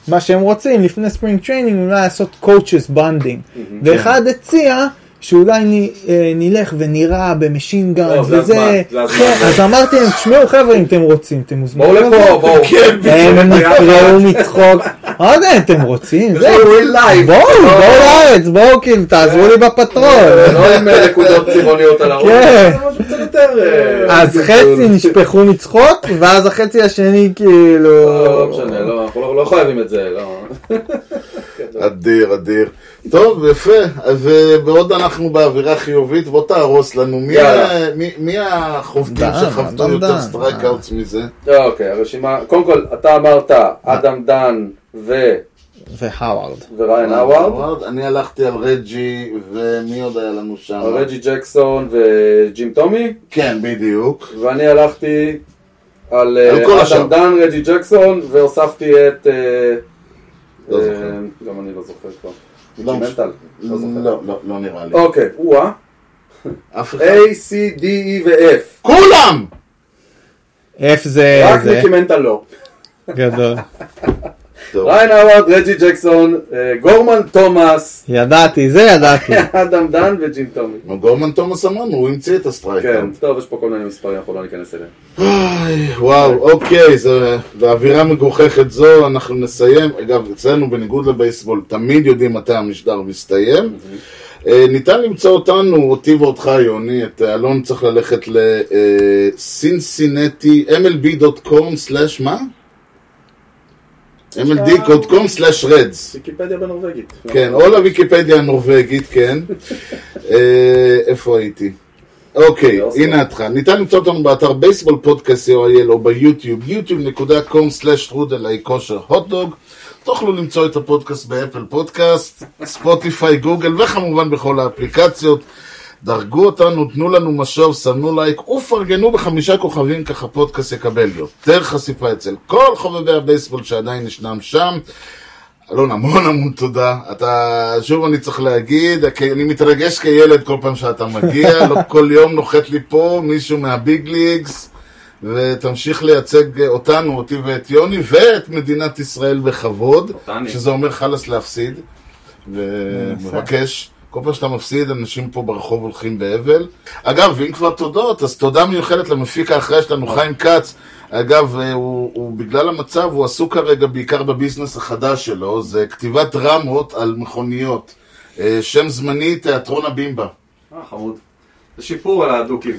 S1: מה שהם רוצים לפני ספרינג טריינינג אולי לעשות coaches בנדינג. ואחד הציע שאולי נ- אה, נלך ונירה במשינגן
S2: לא, זה
S1: וזה,
S2: הזמן, זה הזמן.
S1: כן, אז אמרתי להם, תשמעו חבר'ה אם אתם רוצים, אתם
S2: בואו
S1: מוזמנים.
S2: לפה, בואו. אה,
S4: כן,
S1: הם
S2: היה
S1: נקראו מצחוק, מה זה אתם רוצים? זה,
S2: בואו לייב.
S1: בואו, בואו לארץ, בואו כאילו, תעזרו לי בפטרול.
S2: לא עם אה, נקודות צבעוניות על הראש.
S1: כן.
S2: זה משהו קצת יותר... אה,
S1: אז חצי נשפכו מצחוק, ואז החצי השני כאילו...
S2: לא לא משנה, לא, אנחנו לא- לא חייבים את זה, לא.
S4: אדיר, אדיר. טוב, יפה. אז אה, בעוד אנחנו באווירה חיובית, בוא תהרוס לנו. מי
S2: יאללה.
S4: ה- מי- מי החובטים
S1: דן,
S4: שחבטו
S1: אדם
S4: יותר
S1: דן.
S4: סטרייקאוטס מזה?
S2: אוקיי, הרשימה, קודם כל, אתה אמרת אדם דן ו-
S1: והאווארד.
S2: וריין האווארד,
S4: אני הלכתי על רג'י, ומי עוד היה לנו שם?
S2: רג'י ג'קסון וג'ים טומי,
S4: כן, בדיוק.
S2: ואני הלכתי על
S4: על כל
S2: אה,
S4: השאר.
S2: אדם דן, רג'י ג'קסון, והוספתי את... אה,
S4: לא
S2: אה,
S4: זוכר.
S2: גם אני לא זוכר כבר.
S4: לא
S2: מיקי
S4: משנה.
S2: מנטל, לא זוכר.
S4: לא, לא, לא נראה לי.
S2: אוקיי, אה, הוא-אה,
S4: אף אחד.
S2: A, C, D, E ו-F.
S4: כולם!
S1: F זה...
S2: רק
S1: אה, זה,
S2: מיקי מנטל לא.
S1: גדול.
S4: טוב.
S2: ריין האווארד, רג'י ג'קסון, אה, גורמן תומאס,
S1: ידעתי, זה ידעתי.
S2: אדם דן וג'ים טומי.
S4: גורמן תומאס אמרנו, הוא המציא את
S2: כן,
S4: הסטרייקאוט.
S2: טוב, יש פה כל מיני מספרים, אנחנו לא ניכנס אליהם.
S4: איי, וואו, אוקיי, זה- באווירה מגוחכת זו אנחנו נסיים. אגב, אצלנו בניגוד לבייסבול, תמיד יודעים מתי המשדר מסתיים. אה, ניתן למצוא אותנו, אותי ואותך, יוני, את אה, אלון צריך ללכת אה, לסינסינטי, mlb.com/מה? mld.com/reds.
S2: ויקיפדיה בנורבגית.
S4: כן, או לוויקיפדיה הנורבגית, כן. אה, איפה הייתי? אוקיי,
S2: באוסלו.
S4: הנה התחלה. ניתן למצוא אותנו באתר בייסבול פודקאסט co.il או ביוטיוב, yוטיוב.com/trudeלי כושר הוטדוג. תוכלו למצוא את הפודקאסט באפל פודקאסט, ספוטיפיי, גוגל וכמובן בכל האפליקציות. דרגו אותנו, תנו לנו משוב, סמנו לייק ופרגנו בחמישה כוכבים ככה פודקאסט יקבל יותר חשיפה אצל כל חובבי הבייסבול שעדיין ישנם שם. אלון, המון המון תודה. אתה, שוב אני צריך להגיד, כי אני מתרגש כילד כל פעם שאתה מגיע, לא כל יום נוחת לי פה מישהו מהביג ליגס, ותמשיך לייצג אותנו, אותי ואת יוני, ואת מדינת ישראל בכבוד,
S2: אותני.
S4: שזה אומר חלאס להפסיד, ומבקש. כל פעם שאתה מפסיד, אנשים פה ברחוב הולכים באבל. אגב, ואם כבר תודות, אז תודה מיוחדת למפיק האחראי שלנו, חיים כץ. אגב, אה, הוא, הוא בגלל המצב, הוא עסוק כרגע בעיקר בביזנס החדש שלו, זה כתיבת דרמות על מכוניות. אה, שם זמני, תיאטרון הבימבה.
S2: אה, חמוד. זה שיפור על הדוקים.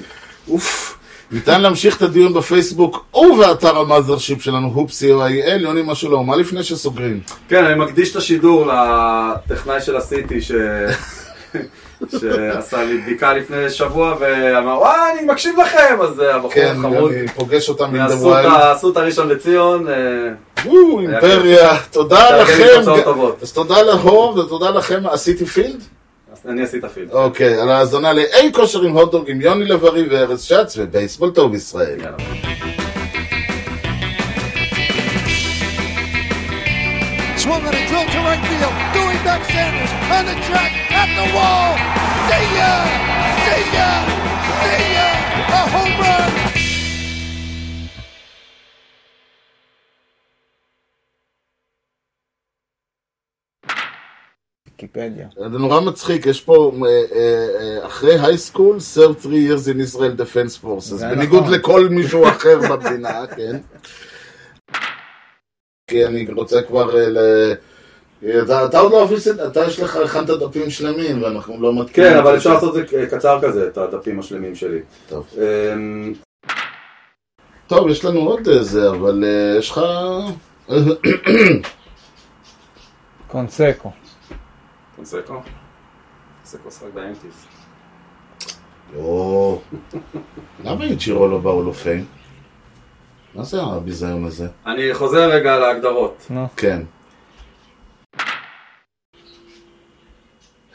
S4: אוף. ניתן להמשיך את הדיון בפייסבוק ובאתר המאזרשיפ שלנו, הופסי או איי-אל, יוני משהו לא, מה לפני שסוגרים?
S2: כן, אני מקדיש את השידור לטכנאי של הסיטי ש... שעשה לי בדיקה לפני שבוע ואמר, וואי, אני מקשיב לכם! אז אה, הבחור
S4: כן,
S2: החמוד.
S4: אני פוגש אותם מן
S2: מהסוט
S4: הווילד.
S2: ה- הסוט הראשון לציון, אה,
S4: וואו, אימפריה, תודה
S2: מתארגן עם תוצאות
S4: לכם.
S2: טובות.
S4: אז תודה להוב ותודה לכם, עשיתי פילד?
S2: אז אני עשיתי פילד.
S4: אוקיי, על ההאזנה לאי כושר עם הוטדוג עם יוני לב-ארי וארז שץ ובייסבול טוב ישראל.
S2: יאללה.
S6: Swung on a drill to right field. Doing back Sanders on the track at the wall. See ya! See ya! See ya! A home run!
S1: ויקיפדיה.
S4: זה נורא מצחיק, יש פה, אה, אה, אה, אחרי הייסקול, serve 3 years in Israel Defense Forces,
S1: זה
S4: בניגוד
S1: נכון.
S4: לכל מישהו אחר במדינה, כן. כי אני רוצה כבר אה, ל... אתה אתה עוד לא אפיס, אתה יש לך, הכנת דפים שלמים, ואנחנו לא מתקינים.
S2: כן, אבל אפשר לעשות את זה קצר כזה, את הדפים השלמים שלי.
S4: טוב.
S2: אמ,
S4: טוב, יש לנו עוד איזה, אבל אה, יש לך...
S1: קונסקו.
S2: קונסקו? קונסקו שחק באמפיס.
S4: או, למה יצ'ירו לא באו לופיין? מה זה הביזיון הזה?
S2: אני חוזר רגע על ההגדרות.
S4: כן.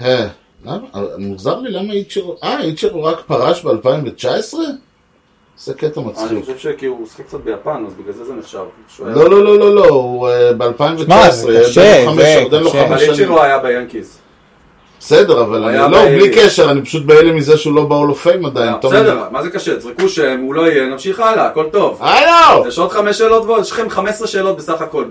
S4: אה, למה? אה, מוזר לי למה איצ'רו... אה, איצ'רו רק פרש ב-2019? זה קטע
S2: אני
S4: מצחיק.
S2: חושב שכי הוא שחק קצת ביפן, אז בגלל זה זה נחשב. שהוא היה-
S4: לא, לא, לא, לא, לא, הוא ב-2019,
S1: שמע, זה קשה, זה
S4: עוד אין לו
S1: קשה.
S4: אה, חמש
S2: אבל
S4: שנים.
S2: איצ'ירו היה ביאנקיז.
S4: בסדר, אבל
S2: היה
S4: אני- לא,
S2: ב-
S4: בלי קשר, אני פשוט בהלם מזה שהוא לא בהול אוף פיים עדיין. טוב,
S2: בסדר, מה זה קשה? תזרקו שם, הוא לא יהיה, נמשיך הלאה, הכל טוב.
S4: הלו!
S2: יש עוד חמש שאלות ועוד, יש לכם 15 שאלות בסך הכל.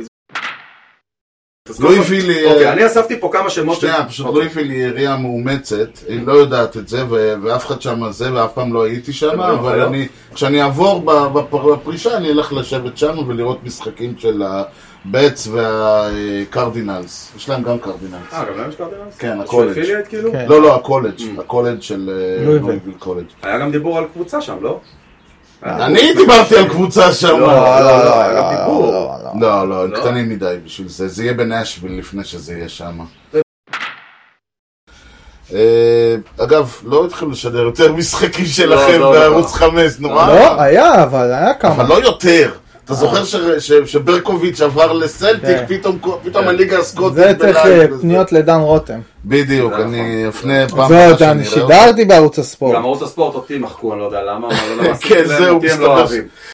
S2: אז
S4: לא
S2: קודם כל-
S4: הביא לי-
S2: אוקיי, אני אספתי פה כמה שמות.
S4: שנייה, פשוט לא הביא לי יריעה מאומצת, היא לא יודעת את זה, ו- ואף אחד שם זה, ואף פעם לא הייתי שם,
S2: מדברים
S4: אבל
S2: אחיות?
S4: אני, כשאני אעבור ב- בפר- בפרישה, אני אלך לשבת שם ולראות משחקים של הבטס והקרדינלס. יש להם גם קרדינלס.
S2: אה, גם להם יש קרדינלס?
S4: כן,
S2: יש
S4: הקולג'.
S2: אפילייט, כאילו?
S1: כן.
S4: לא, לא, הקולג', הקולג' של אה,
S1: לואיביל.
S4: לואיביל קולג'.
S2: היה גם דיבור על קבוצה שם, לא?
S4: אני דיברתי על קבוצה שם.
S2: לא, לא, לא, לא, היה גם דיבור.
S1: לא, לא.
S4: לא, לא, הם
S2: לא?
S4: קטנים מדי בשביל זה. זה יהיה בנאשוויל לפני שזה יהיה שם. אה, אגב, לא התחילו לשדר יותר משחקים
S2: לא,
S4: שלכם
S2: לא,
S4: בערוץ
S2: לא.
S4: 5, נו
S1: לא,
S4: מה?
S1: היה, אבל היה כמה.
S4: אבל לא יותר. אתה זוכר ש- ש- שברקוביץ' עבר לסלטיק,
S1: כן.
S4: פתאום פתאום הליגה הסקוטית
S1: זה צריך
S4: בלייב
S1: אה,
S4: וזה.
S1: פניות לדן רותם.
S4: בדיוק,
S2: זה נכון.
S4: אני אפנה פעם
S1: זה
S4: הבאה
S1: עוד,
S4: שאני
S1: אני
S4: אראה אותו.
S1: שידרתי בערוץ הספורט.
S2: גם ערוץ הספורט אותי מחקו, אני לא יודע למה, אבל לא יודע מה עשיתי
S4: כן,
S2: להם,
S4: זהו,
S2: אותי הם לא
S4: מסתבר
S2: אוהבים.